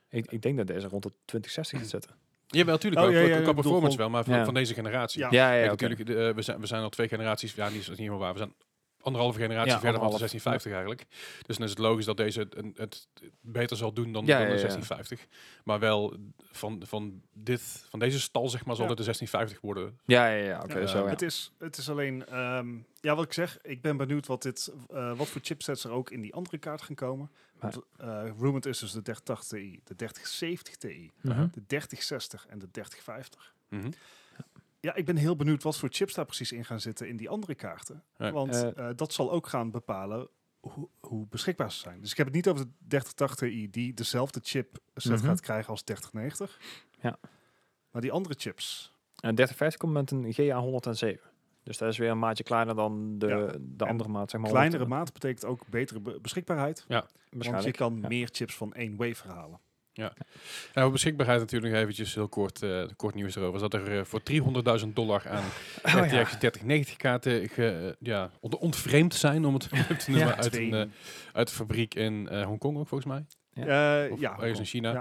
Speaker 1: Ik, ik denk dat deze rond de 2060 gaat zitten.
Speaker 3: Jawel, natuurlijk
Speaker 2: Oh,
Speaker 3: wel.
Speaker 2: ja,
Speaker 3: qua-
Speaker 2: ja, ik
Speaker 3: qua
Speaker 2: bedoel
Speaker 3: performance wel,
Speaker 2: gewoon-
Speaker 3: maar van,
Speaker 1: Ja.
Speaker 3: van deze generatie.
Speaker 2: Ja.
Speaker 1: Ja,
Speaker 3: Kijk,
Speaker 1: ja, oké.
Speaker 3: natuurlijk, de, eh, we, zijn, we zijn al twee generaties, ja, niet, dat is niet helemaal waar. We zijn anderhalve generatie
Speaker 1: Ja,
Speaker 3: verder dan de
Speaker 1: anderhalf.
Speaker 3: 1650 eigenlijk. Dus dan is het logisch dat deze het, een- het beter zal doen dan,
Speaker 1: Ja,
Speaker 3: dan
Speaker 1: ja, ja.
Speaker 3: de 1650. Maar wel van, van, dit, van deze stal, zeg maar, zal
Speaker 2: Ja.
Speaker 3: het de 1650 worden.
Speaker 1: Ja, ja, ja. Oké,
Speaker 3: Ja,
Speaker 1: zo, ja.
Speaker 2: eh, Het, is, het is alleen, ehm, ja, wat ik zeg, ik ben benieuwd wat, dit, eh, wat voor chipsets er ook in die andere kaart gaan komen. Want eh rumored is dus de 3080 Ti, de 3070 Ti,
Speaker 1: Mhm.
Speaker 2: de 3060 en de 3050.
Speaker 3: Mhm.
Speaker 2: Ja, ik ben heel benieuwd wat voor chips daar precies in gaan zitten in die andere kaarten.
Speaker 3: Ja.
Speaker 2: Want
Speaker 1: Eh.
Speaker 2: eh, dat zal ook gaan bepalen hoe, hoe beschikbaar ze zijn. Dus ik heb het niet over de 3080 Ti die dezelfde chipset
Speaker 1: Mhm.
Speaker 2: gaat krijgen als 3090.
Speaker 1: Ja.
Speaker 2: Maar die andere chips.
Speaker 1: En 3050 komt met een GA 107. Dus dat is weer een maatje kleiner dan de,
Speaker 2: Ja.
Speaker 1: de andere maat. Zeg maar,
Speaker 2: Kleinere
Speaker 1: 100,
Speaker 2: maat betekent ook betere be- beschikbaarheid. Want je
Speaker 1: waarschijnlijk.
Speaker 2: kan
Speaker 1: ja.
Speaker 2: meer chips van één wafer halen.
Speaker 3: Nou, over beschikbaarheid natuurlijk nog eventjes heel kort, eh, kort nieuws erover. Is dat er eh, voor 300.000 dollar aan RTX 3090 kaarten ge, eh, ja, ont- ontvreemd zijn, om het te noemen,
Speaker 1: Ja,
Speaker 3: uit, een,
Speaker 2: Twee-
Speaker 3: eh, uit de fabriek in eh, Hongkong ook volgens mij.
Speaker 2: Eh,
Speaker 3: Of
Speaker 2: ja,
Speaker 3: ergens in China.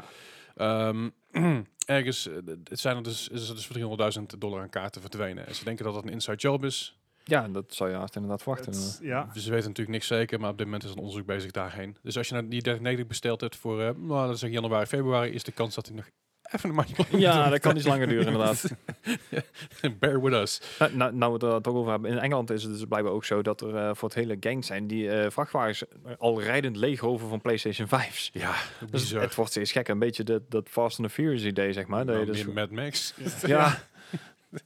Speaker 2: Ja.
Speaker 3: Ehm, ergens eh, d- het zijn er dus, is er dus voor 300.000 dollar aan kaarten verdwenen. En ze denken dat dat een inside job is.
Speaker 1: ja, dat zou je haast inderdaad verwachten.
Speaker 2: het- ja.
Speaker 3: Ze weten natuurlijk niks zeker, maar op dit moment is een onderzoek bezig daarheen. Dus als je nou die 3090 besteld hebt voor eh, nou, dat is zeg januari, februari, is de kans dat hij nog even een maandje langer
Speaker 1: Ja,
Speaker 3: duurt.
Speaker 1: dat kan iets langer duren inderdaad.
Speaker 3: Bear with us.
Speaker 1: Nou, nou, nou we het er toch over hebben. In Engeland is het dus blijkbaar ook zo dat er eh, voor het hele gang zijn die eh, vrachtwagens al rijdend leegroven van PlayStation 5's.
Speaker 3: Ja,
Speaker 1: Dus
Speaker 3: bizar.
Speaker 1: het wordt steeds gekker. Een beetje dat, dat Fast and the Furious idee, zeg maar. Dat je
Speaker 3: Nou,
Speaker 1: dus-
Speaker 3: meer Mad Max.
Speaker 1: ja.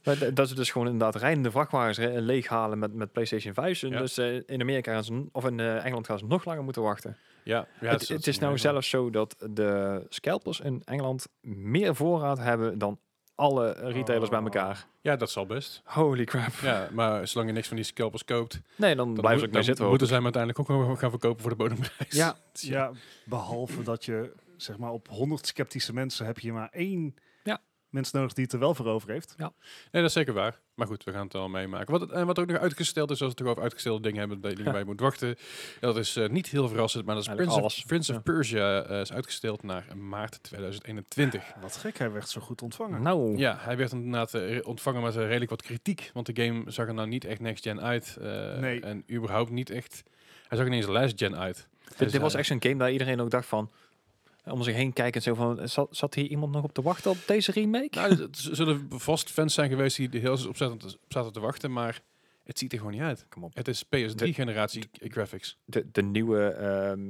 Speaker 1: Maar dat- Dat ze dus gewoon inderdaad rijdende vrachtwagens re- leeghalen met, met PlayStation 5's. En
Speaker 3: Ja.
Speaker 1: Dus eh, in Amerika gaan ze, n- of in eh, Engeland gaan ze nog langer moeten wachten.
Speaker 3: Ja, ja,
Speaker 1: het, het is nou zelfs zo dat de scalpers in Engeland meer voorraad hebben dan alle retailers bij
Speaker 2: Oh.
Speaker 1: elkaar.
Speaker 3: Ja, dat zal best.
Speaker 1: Holy crap.
Speaker 3: Ja, maar zolang je niks van die scalpers koopt, dan,
Speaker 1: Nee, dan, blijven ze ook mee
Speaker 3: moet-
Speaker 1: zitten.
Speaker 3: dan
Speaker 1: hoor.
Speaker 3: moeten zij hem uiteindelijk ook wel gaan verkopen voor de bodemprijs.
Speaker 1: Ja,
Speaker 2: Ja, behalve dat je zeg maar op 100 sceptische mensen heb je maar één
Speaker 1: Ja.
Speaker 2: mens nodig die het er wel voor over heeft.
Speaker 3: Nee, dat is zeker waar. Maar goed, we gaan het wel meemaken. Wat, het- en wat ook nog uitgesteld is, als we het toch over uitgestelde dingen hebben, de dingen waar je moet wachten. Dat is eh, niet heel verrassend, maar dat is Prince
Speaker 1: Eigenlijk
Speaker 3: of,
Speaker 1: alles.
Speaker 3: Prince of Persia eh, is uitgesteld naar maart 2021.
Speaker 2: Wat gek, hij werd zo goed ontvangen.
Speaker 1: nou.
Speaker 3: Ja, hij werd inderdaad eh, re- ontvangen met eh, redelijk wat kritiek. Want de game zag er nou niet echt next-gen uit. eh,
Speaker 2: Nee.
Speaker 3: En überhaupt niet echt... Hij zag ineens last-gen uit. Dus,
Speaker 1: Dit, dit was
Speaker 3: eh,
Speaker 1: echt zo'n game waar iedereen ook dacht van... eh, Om zich heen kijken en zo van... eh, Zat, zat hier iemand nog op te wachten op deze remake?
Speaker 3: Nou, het z- zullen vast fans zijn geweest die er heel opzettend zaten te wachten, maar het ziet er gewoon niet uit.
Speaker 1: Kom op.
Speaker 3: Het is PS3-generatie graphics.
Speaker 1: De, de nieuwe... ehm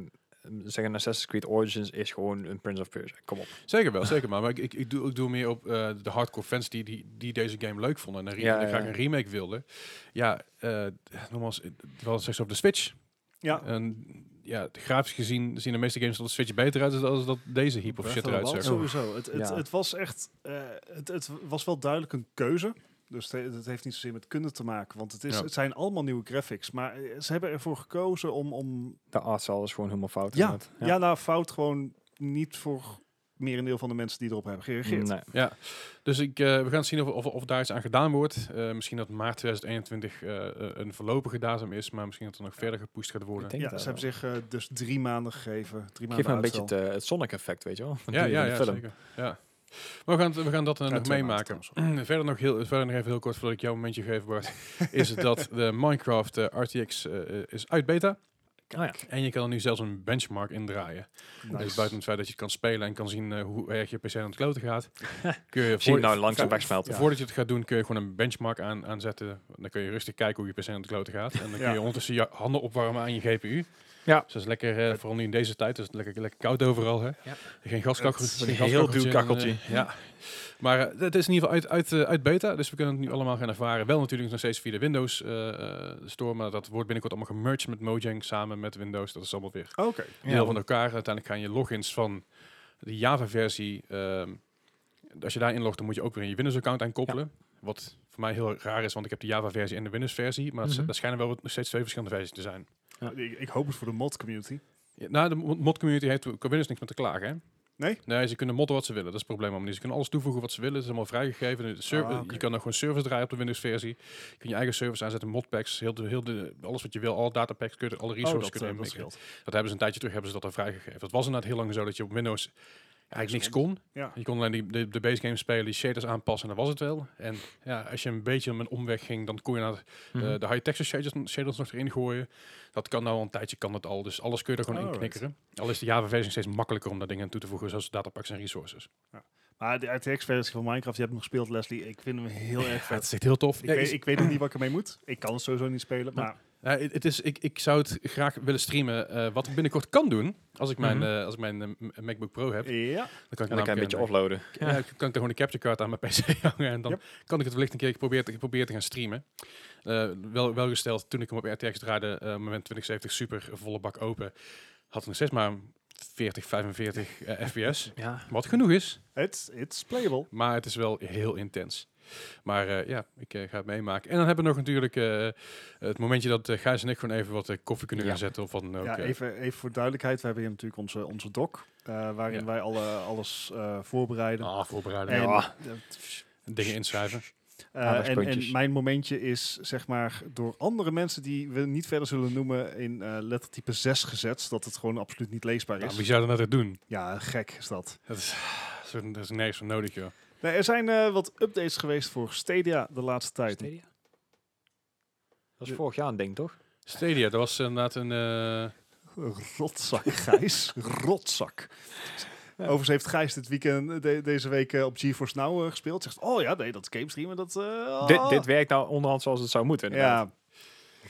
Speaker 1: zeggen Assassin's Creed Origins is gewoon een Prince of Persia. Kom op.
Speaker 3: Zeker wel, zeker maar. Maar ik, ik, ik, doe, ik doe meer op eh, de hardcore fans die, die, die deze game leuk vonden en, een re-
Speaker 1: Ja,
Speaker 3: en
Speaker 1: ja,
Speaker 3: graag
Speaker 1: ja.
Speaker 3: een remake wilden. Ja, eh nogmaals, eh, we hadden straks op de Switch.
Speaker 2: Ja,
Speaker 3: En ja, grafisch gezien zien de meeste games op de Switch beter uit dan als dat deze hier of shit
Speaker 2: Breath
Speaker 3: eruit
Speaker 2: of the Wild
Speaker 3: zag.
Speaker 2: Sowieso. Het, het,
Speaker 1: Ja.
Speaker 2: het was echt, eh, het, het was wel duidelijk een keuze. Dus het het heeft niet zozeer met kunde te maken, want het, is,
Speaker 3: Ja.
Speaker 2: het zijn allemaal nieuwe graphics. Maar eh, ze hebben ervoor gekozen om, om
Speaker 1: De artstyle is gewoon helemaal fout.
Speaker 2: Ja.
Speaker 1: inderdaad.
Speaker 2: ja. nou, fout gewoon niet voor merendeel van de mensen die erop hebben gereageerd.
Speaker 1: Nee.
Speaker 3: Dus ik, eh, we gaan zien of, of, of daar iets aan gedaan wordt. Eh, misschien dat maart 2021 eh, eh, een voorlopige datum is, maar misschien dat er nog verder gepusht gaat worden.
Speaker 1: Ik denk
Speaker 2: Ja,
Speaker 1: ja,
Speaker 2: ze hebben zich eh, dus drie maanden gegeven. Drie maanden
Speaker 1: Geef me een beetje
Speaker 2: uitstel.
Speaker 1: het, eh, het Sonic-effect, weet je wel? van
Speaker 3: Ja,
Speaker 1: die-
Speaker 3: ja,
Speaker 1: die
Speaker 3: ja,
Speaker 1: film.
Speaker 3: zeker. Ja. Maar we gaan, we gaan dat eh,
Speaker 2: Ja,
Speaker 3: nog
Speaker 2: twee
Speaker 3: meemaken.
Speaker 2: maanden
Speaker 3: verder, nog heel, verder nog even heel kort voordat ik jou een momentje geef, Bart. is het dat de Minecraft eh, RTX eh, eh, is uit beta.
Speaker 1: Oh ja.
Speaker 3: En je kan er nu zelfs een benchmark in draaien.
Speaker 2: Nice.
Speaker 3: Dus buiten het feit dat je het kan spelen en kan zien eh, hoe erg je PC aan het kloten gaat. kun je
Speaker 1: Zie je nou
Speaker 3: voor-
Speaker 1: langzaam wegsmelten.
Speaker 2: Ja.
Speaker 3: Voordat je het gaat doen, kun je gewoon een benchmark aan, aanzetten. Dan kun je rustig kijken hoe je PC aan het kloten gaat. En dan kun
Speaker 2: Ja.
Speaker 3: je ondertussen je handen opwarmen aan je GPU.
Speaker 1: Ja.
Speaker 3: Dus dat is lekker, eh, vooral nu in deze tijd, dus lekker, lekker koud overal. Hè?
Speaker 1: Ja.
Speaker 3: Geen gaskakkeltje.
Speaker 1: Het is een heel duur kakkeltje.
Speaker 3: ja. eh, Maar eh, het is in ieder geval uit, uit, eh, uit beta, dus we kunnen het nu allemaal gaan ervaren. Wel natuurlijk nog steeds via de Windows eh, eh, Store, maar dat wordt binnenkort allemaal gemerged met Mojang samen met Windows. Dat is allemaal weer
Speaker 2: Oké.
Speaker 3: deel van elkaar. Uiteindelijk gaan je logins van de Java-versie. ehm, als je daar inlogt, dan moet je ook weer in je Windows-account aan koppelen. Wat voor mij heel raar is, want ik heb de Java-versie en de Windows-versie. Maar dat
Speaker 1: Mhm.
Speaker 3: daar schijnen wel nog steeds twee verschillende versies te zijn.
Speaker 1: Ja.
Speaker 2: Ik, ik hoop het voor de mod community.
Speaker 3: Ja, nou, de mod- mod-community heeft qua Windows niks meer te klagen, hè?
Speaker 2: Nee?
Speaker 3: Nee, ze kunnen modden wat ze willen. Dat is het probleem allemaal niet. Ze kunnen alles toevoegen wat ze willen. Het is allemaal vrijgegeven. De server,
Speaker 2: Ah, oké.
Speaker 3: Je kan nog gewoon servers draaien op de Windows-versie. Je kunt je eigen servers aanzetten, modpacks, heel de, heel de, alles wat je wil. Alle datapacks, kun je er- alle resources
Speaker 2: dat,
Speaker 3: kunnen
Speaker 2: eh, dat
Speaker 3: inmikken.
Speaker 2: scheelt.
Speaker 3: Dat hebben ze een tijdje terug hebben ze dat al vrijgegeven. Dat was inderdaad heel lang zo dat je op Windows eigenlijk niks kon.
Speaker 2: Ja.
Speaker 3: Je kon alleen die, de, de base game spelen, die shaders aanpassen en dat was het wel. En ja, als je een beetje om een omweg ging, dan kon je naar de,
Speaker 1: Mhm.
Speaker 3: eh, de high texture shaders, shaders nog erin gooien. Dat kan nou al een tijdje, kan dat al. Dus alles kun je er gewoon
Speaker 1: Oh,
Speaker 3: in
Speaker 2: Alright.
Speaker 3: knikkeren. Al is de Java-versie steeds makkelijker om daar dingen aan toe te voegen, zoals datapacks en resources.
Speaker 2: Maar de RTX-versie van Minecraft, je hebt hem gespeeld, Leslie. Ik vind hem heel erg
Speaker 3: Ja, het
Speaker 2: vet.
Speaker 3: is echt heel tof.
Speaker 2: Ik,
Speaker 3: Ja,
Speaker 2: weet,
Speaker 3: is- Nou,
Speaker 2: ik weet nog niet wat ik ermee moet. Ik kan het sowieso niet spelen, maar
Speaker 3: Ja, het het is, ik, ik zou het graag willen streamen. eh, wat ik binnenkort kan doen, als ik mijn,
Speaker 1: Mhm.
Speaker 3: eh, als ik mijn eh, M- MacBook Pro heb, dan
Speaker 2: ja.
Speaker 3: kan ik,
Speaker 1: En dan kan je een
Speaker 3: namelijk,
Speaker 1: beetje
Speaker 3: eh,
Speaker 1: offloaden.
Speaker 3: Ja. ik kan ik er gewoon een capture card aan mijn PC hangen en dan
Speaker 2: Yep.
Speaker 3: kan ik het wellicht een keer proberen te, probeer te gaan streamen. Eh, wel, wel gesteld, toen ik hem op RTX draaide, eh, moment 2070 super eh, volle bak open, had ik nog steeds maar 40, 45 eh, FPS.
Speaker 1: Ja.
Speaker 3: Wat genoeg is,
Speaker 2: It's, it's playable.
Speaker 3: maar het is wel heel intens. Maar eh, ja, ik eh, ga het meemaken. En dan hebben we nog natuurlijk eh, het momentje dat eh, Gijs en ik gewoon even wat eh, koffie kunnen
Speaker 1: Ja.
Speaker 3: gaan zetten of wat dan ook.
Speaker 2: Ja,
Speaker 3: eh.
Speaker 2: even, even voor duidelijkheid. We hebben hier natuurlijk onze, onze doc, eh, waarin
Speaker 3: Ja.
Speaker 2: wij alle, alles eh, voorbereiden.
Speaker 3: Ah, voorbereiden.
Speaker 2: En,
Speaker 1: ja.
Speaker 2: eh,
Speaker 3: Dingen inschrijven.
Speaker 2: eh, en,
Speaker 1: Aandachtspuntjes.
Speaker 2: en mijn momentje is, zeg maar, door andere mensen die we niet verder zullen noemen, in eh, lettertype 6 gezet, zodat het gewoon absoluut niet leesbaar
Speaker 3: Nou,
Speaker 2: is.
Speaker 3: wie zou dat nou toch doen?
Speaker 2: ja, gek is dat.
Speaker 3: Dat is, dat is nergens voor nodig, joh.
Speaker 2: Nee, er zijn eh, wat updates geweest voor Stadia de laatste tijd.
Speaker 1: Stadia? Dat was vorig jaar een ding, toch?
Speaker 3: Stadia, dat was inderdaad een... eh,
Speaker 2: Rotzak, Gijs. Rotzak. Overigens heeft Gijs dit weekend, de- deze week eh, op GeForce Now eh, gespeeld. Zegt, oh ja, nee, dat game streamen, dat...
Speaker 3: Oh.
Speaker 2: eh,
Speaker 1: Dit,
Speaker 2: ah."
Speaker 1: dit werkt nou onderhand zoals het zou moeten. inderdaad.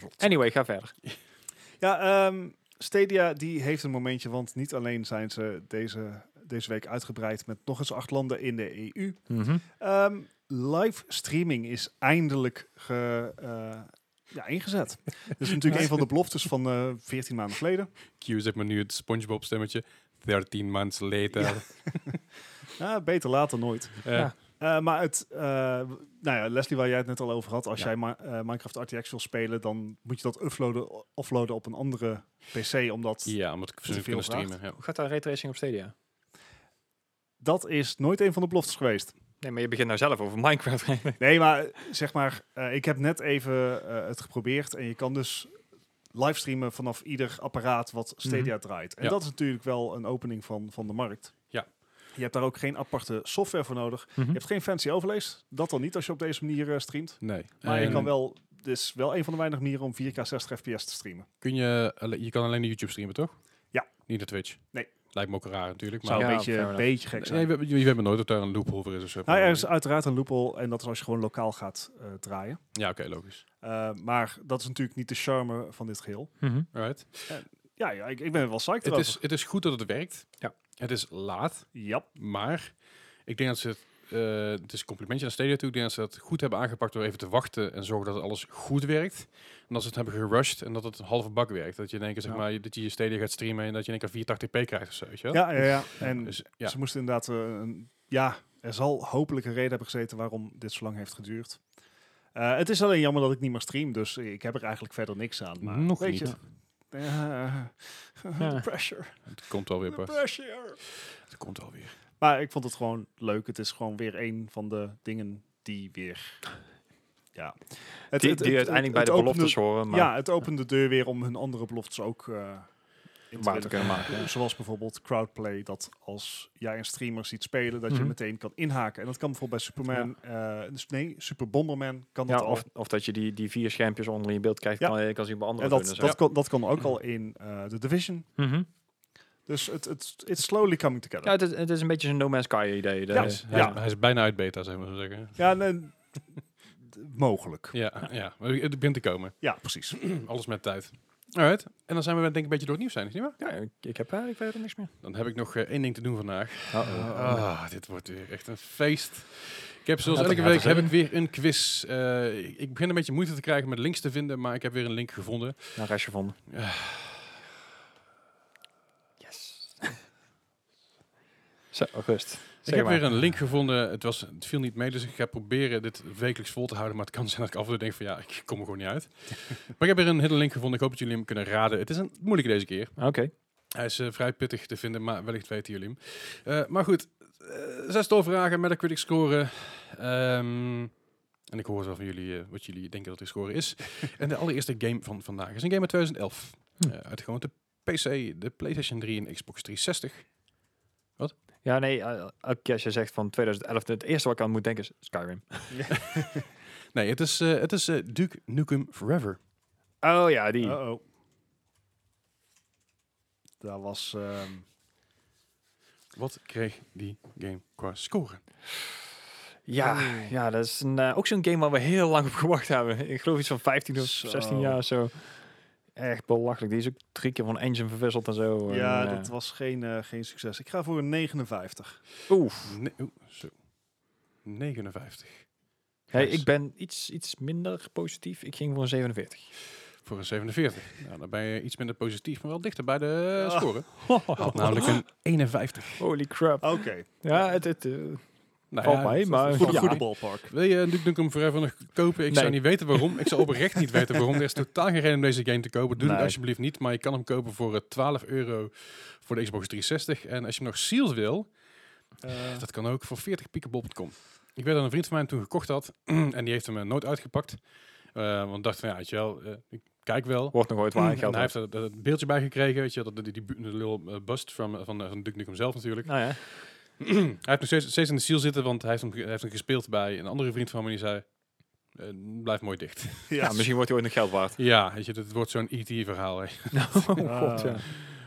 Speaker 2: Ja,
Speaker 1: Anyway, ga verder.
Speaker 2: ja ehm, Stadia die heeft een momentje, want niet alleen zijn ze deze, deze week uitgebreid met nog eens acht landen in de EU.
Speaker 3: Mhm.
Speaker 2: Ehm, live streaming is eindelijk ge, eh, ja, ingezet. Dat is natuurlijk een van de beloftes van eh 14 maanden geleden.
Speaker 3: Q zegt me nu het SpongeBob stemmetje. 13 months later.
Speaker 2: Ja. Ah, beter later nooit.
Speaker 3: Eh,
Speaker 1: Ja.
Speaker 2: Eh, maar het, eh, w- nou ja, Leslie, waar jij het net al over had, als
Speaker 1: Ja.
Speaker 2: jij Ma- eh, Minecraft RTX wil spelen, dan moet je dat uploaden, offloaden op een andere PC, omdat
Speaker 3: ja, omdat ik
Speaker 2: Te
Speaker 3: verzin
Speaker 2: veel
Speaker 3: kunnen streamen. Ja.
Speaker 1: Hoe gaat daar raytracing op Stadia?
Speaker 2: dat is nooit een van de beloftes geweest.
Speaker 1: Nee, maar je begint nou zelf over Minecraft.
Speaker 2: Nee, maar eh, zeg maar, eh, ik heb net even eh, het geprobeerd en je kan dus livestreamen vanaf ieder apparaat wat Stadia
Speaker 1: Mhm.
Speaker 2: draait. En
Speaker 3: Ja.
Speaker 2: dat is natuurlijk wel een opening van, van de markt.
Speaker 3: Ja. Mhm.
Speaker 2: Je hebt daar ook geen aparte software voor nodig. Je hebt geen fancy overlays. Dat dan niet als je op deze manier eh, streamt.
Speaker 3: Nee.
Speaker 2: Maar je
Speaker 3: En
Speaker 2: kan wel, dit is wel een van de weinige manieren om 4K 60 fps te streamen.
Speaker 3: Kun je, alle- je kan alleen de YouTube streamen, toch?
Speaker 2: Ja.
Speaker 3: Niet de Twitch?
Speaker 2: Nee.
Speaker 3: Lijkt me ook raar natuurlijk. Maar
Speaker 2: Zou
Speaker 1: Ja,
Speaker 2: een beetje,
Speaker 1: fair
Speaker 2: een
Speaker 1: enough.
Speaker 2: beetje gek zijn.
Speaker 3: nee, we, je, je weet maar nooit of daar een loophole voor is of zo.
Speaker 2: nou, er is uiteraard een loophole en dat is als je gewoon lokaal gaat eh, draaien.
Speaker 3: Ja, oké, logisch.
Speaker 2: Eh, maar dat is natuurlijk niet de charme van dit geheel.
Speaker 3: Alright.
Speaker 2: Ja, ja ik, ik ben er wel psyched
Speaker 3: Het,
Speaker 2: over.
Speaker 3: is, het is goed dat het werkt.
Speaker 1: Ja.
Speaker 3: Het is laat,
Speaker 2: Ja,
Speaker 3: maar ik denk dat ze het... eh, het is een complimentje aan Stadia toe. Ik denk dat ze dat goed hebben aangepakt door even te wachten en zorgen dat alles goed werkt. En dat ze het hebben gerushed en dat het een halve bak werkt. Dat je in één keer, zeg
Speaker 2: Ja.
Speaker 3: maar, je- dat je je Stadia gaat streamen en dat je in één keer 480p krijgt of zo. weet je wel?
Speaker 2: ja, ja, ja. En
Speaker 3: Dus, ja.
Speaker 2: ze moesten inderdaad eh, een, ja, er zal hopelijk een reden hebben gezeten waarom dit zo lang heeft geduurd. Eh, het is alleen jammer dat ik niet meer stream, dus ik heb er eigenlijk verder niks aan. Maar
Speaker 3: Nog
Speaker 2: weet
Speaker 3: niet.
Speaker 2: Je, eh,
Speaker 1: Ja.
Speaker 2: the pressure,
Speaker 3: Het komt alweer,
Speaker 2: the
Speaker 3: Bart.
Speaker 2: pressure.
Speaker 3: Het komt alweer.
Speaker 2: Maar ik vond het gewoon leuk. Het is gewoon weer een van de dingen die weer... Ja. Het- Het,
Speaker 1: die,
Speaker 2: het-
Speaker 1: die
Speaker 2: het-
Speaker 1: uiteindelijk
Speaker 2: het
Speaker 1: bij de
Speaker 2: opende-
Speaker 1: beloftes horen. Maar
Speaker 2: Ja, het opent de deur weer om hun andere beloftes ook eh, in
Speaker 1: waar
Speaker 2: te
Speaker 1: te
Speaker 2: willen
Speaker 1: kunnen maken.
Speaker 2: ja. Zoals bijvoorbeeld crowdplay, dat als jij een streamer ziet spelen, dat
Speaker 1: Mhm.
Speaker 2: je meteen kan inhaken. En dat kan bijvoorbeeld bij Superman, eh, dus nee, Super Bomberman kan dat
Speaker 1: Ja,
Speaker 2: al.
Speaker 1: of, of dat je die, die vier schermpjes onder in je beeld krijgt,
Speaker 2: Ja.
Speaker 1: kan, je- kan zien bij
Speaker 2: en
Speaker 1: anderen.
Speaker 2: dat,
Speaker 1: kunnen
Speaker 2: dat,
Speaker 1: zijn.
Speaker 2: kon, dat kon ook al in eh The Division.
Speaker 1: Ja. Mhm.
Speaker 2: Dus het het it's slowly coming
Speaker 1: Ja,
Speaker 2: together. Ja,
Speaker 1: het, is, het is een beetje zo'n No Man's Sky idee.
Speaker 2: Ja.
Speaker 3: Hij is, hij,
Speaker 2: Ja.
Speaker 3: is, hij is bijna uit beta, zou ik maar zo zeggen.
Speaker 2: nee, d- mogelijk.
Speaker 3: Ja, ja. Maar het begint te komen.
Speaker 2: Ja, precies.
Speaker 3: Alles met tijd. Alright. En dan zijn we denk ik een beetje door het nieuws zijn, is niet waar?
Speaker 1: Ja, ik, ik heb eigenlijk verder niks meer.
Speaker 3: Dan heb ik nog eh, één ding te doen vandaag.
Speaker 1: Oh.
Speaker 3: Ah, dit wordt weer echt een feest. Ik heb zoals
Speaker 1: Gaat er-
Speaker 3: elke
Speaker 1: gaat
Speaker 3: week
Speaker 1: er
Speaker 3: heb ik weer een quiz. Eh, ik- ik begin een beetje moeite te krijgen met links te vinden, maar ik heb weer een link gevonden.
Speaker 1: Nou, restje van. Yes. Zo, August.
Speaker 3: ik heb weer een link gevonden. Het, was, het viel niet mee, dus ik ga proberen dit wekelijks vol te houden. Maar het kan zijn dat ik af en toe denk van ja, ik kom er gewoon niet uit. maar ik heb weer een hele link gevonden. Ik hoop dat jullie hem kunnen raden. Het is een moeilijke deze keer.
Speaker 1: Oké.
Speaker 3: Hij is eh, vrij pittig te vinden, maar wellicht weten jullie hem. Eh, maar goed, eh, zestal vragen, Metacritic scoren. Ehm, en ik hoor wel van jullie eh, wat jullie denken dat de score is. en de allereerste game van vandaag is een game uit 2011.
Speaker 1: Hm.
Speaker 3: Eh, uit gewoon de PC, de PlayStation 3 en Xbox 360.
Speaker 1: Ja, nee, eh, elke keer als je zegt van 2011, het eerste wat ik aan moet denken is Skyrim.
Speaker 3: Nee, het is, eh, het is eh, Duke Nukem Forever.
Speaker 1: Oh ja, die.
Speaker 2: Uh-oh. Daar was... ehm,
Speaker 3: Wat kreeg die game qua score?
Speaker 1: Ja, ja, dat is een, eh, ook zo'n game waar we heel lang op gewacht hebben. Ik geloof iets van 15 of
Speaker 2: Zo.
Speaker 1: 16 jaar of zo. Echt belachelijk. Die is ook drie keer van engine verwisseld en zo.
Speaker 2: ja,
Speaker 1: En, eh,
Speaker 2: dat was geen, eh, geen succes. Ik ga voor een 59.
Speaker 1: Oef.
Speaker 3: Ne- oeh, zo. 59
Speaker 1: Hey,
Speaker 3: Gijs.
Speaker 1: ik ben iets, iets minder positief. Ik ging voor een 47.
Speaker 3: voor een 47. Nou, dan ben je iets minder positief, maar wel dichter bij
Speaker 1: Eh,
Speaker 3: de
Speaker 2: Ah.
Speaker 3: score. had
Speaker 1: Oh.
Speaker 3: namelijk een 51.
Speaker 1: Holy crap.
Speaker 2: Oké,
Speaker 1: Ja, het... het eh,
Speaker 3: Nou
Speaker 1: Valt mee, maar-
Speaker 2: voor de
Speaker 1: Ja.
Speaker 2: goede ballpark.
Speaker 3: Wil je Duke Nukem Forever nog kopen? Ik zou
Speaker 1: Nee.
Speaker 3: niet weten waarom. Ik zou oprecht niet weten waarom. Er is totaal geen reden om deze game te kopen. Doe het
Speaker 1: Nee.
Speaker 3: alsjeblieft niet. Maar je kan hem kopen voor eh, 12 euro voor de Xbox 360. En als je hem nog sealed wil,
Speaker 2: Eh,
Speaker 3: dat kan ook voor 40 piekenbol.com. Ik weet dat een vriend van mij hem toen gekocht had. en die heeft hem eh, nooit uitgepakt. Eh, want ik dacht van, ja, weet je wel, eh, ik kijk wel.
Speaker 1: wordt nog ooit waar
Speaker 2: Hmm.
Speaker 3: en
Speaker 1: geld
Speaker 3: hij
Speaker 1: heeft.
Speaker 2: Nou,
Speaker 3: heeft er eh, dat- dat beeldje bij gekregen, weet je, dat, die, die bu- de little eh, bust van, van, eh, van Duke Nukem zelf natuurlijk.
Speaker 1: Nou ja.
Speaker 3: hij heeft nog steeds, steeds in de ziel zitten, want hij heeft, hem, ge- hij heeft hem gespeeld bij een andere vriend van me die zei, eh, blijf mooi dicht.
Speaker 1: ja, misschien wordt hij ooit nog geld waard.
Speaker 3: ja, weet je, dit wordt zo'n E.T.-verhaal. hè.
Speaker 1: Oh, god, ja.
Speaker 2: Ah.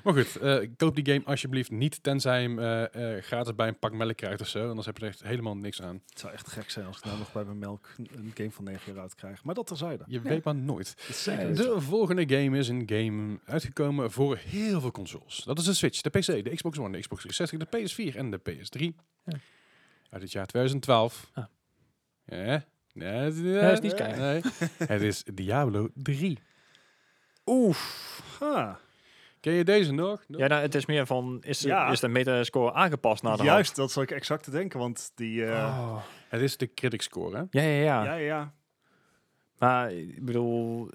Speaker 3: Maar goed, eh, koop die game alsjeblieft niet, tenzij je hem eh, eh, gratis bij een pak melk krijgt of zo. Anders heb je er echt helemaal niks aan.
Speaker 2: Het zou echt gek zijn als ik nou nog bij mijn melk een game van 9 jaar uit krijg. Maar dat terzijde.
Speaker 3: Je weet maar nooit.
Speaker 1: zeker
Speaker 3: De volgende game is een game uitgekomen voor heel veel consoles. Dat is de Switch, de PC, de Xbox One, de Xbox 360, de PS4 en de PS3.
Speaker 1: Ja.
Speaker 3: Uit het jaar 2012.
Speaker 1: Ah.
Speaker 3: Ja. Nee, het,
Speaker 1: dat is niet
Speaker 3: nee,
Speaker 1: keihard.
Speaker 3: nee. het is Diablo 3.
Speaker 2: Oef. Ha.
Speaker 3: Ken je deze nog?
Speaker 1: Ja, nou, het is meer van, is de,
Speaker 2: Ja.
Speaker 1: is de metascore aangepast naar de hand?
Speaker 2: Juist, dat zou ik exact te denken, want die... eh,
Speaker 1: Oh.
Speaker 3: Het is de critic score, hè?
Speaker 1: Ja, ja, ja,
Speaker 2: ja, ja.
Speaker 1: Maar ik bedoel,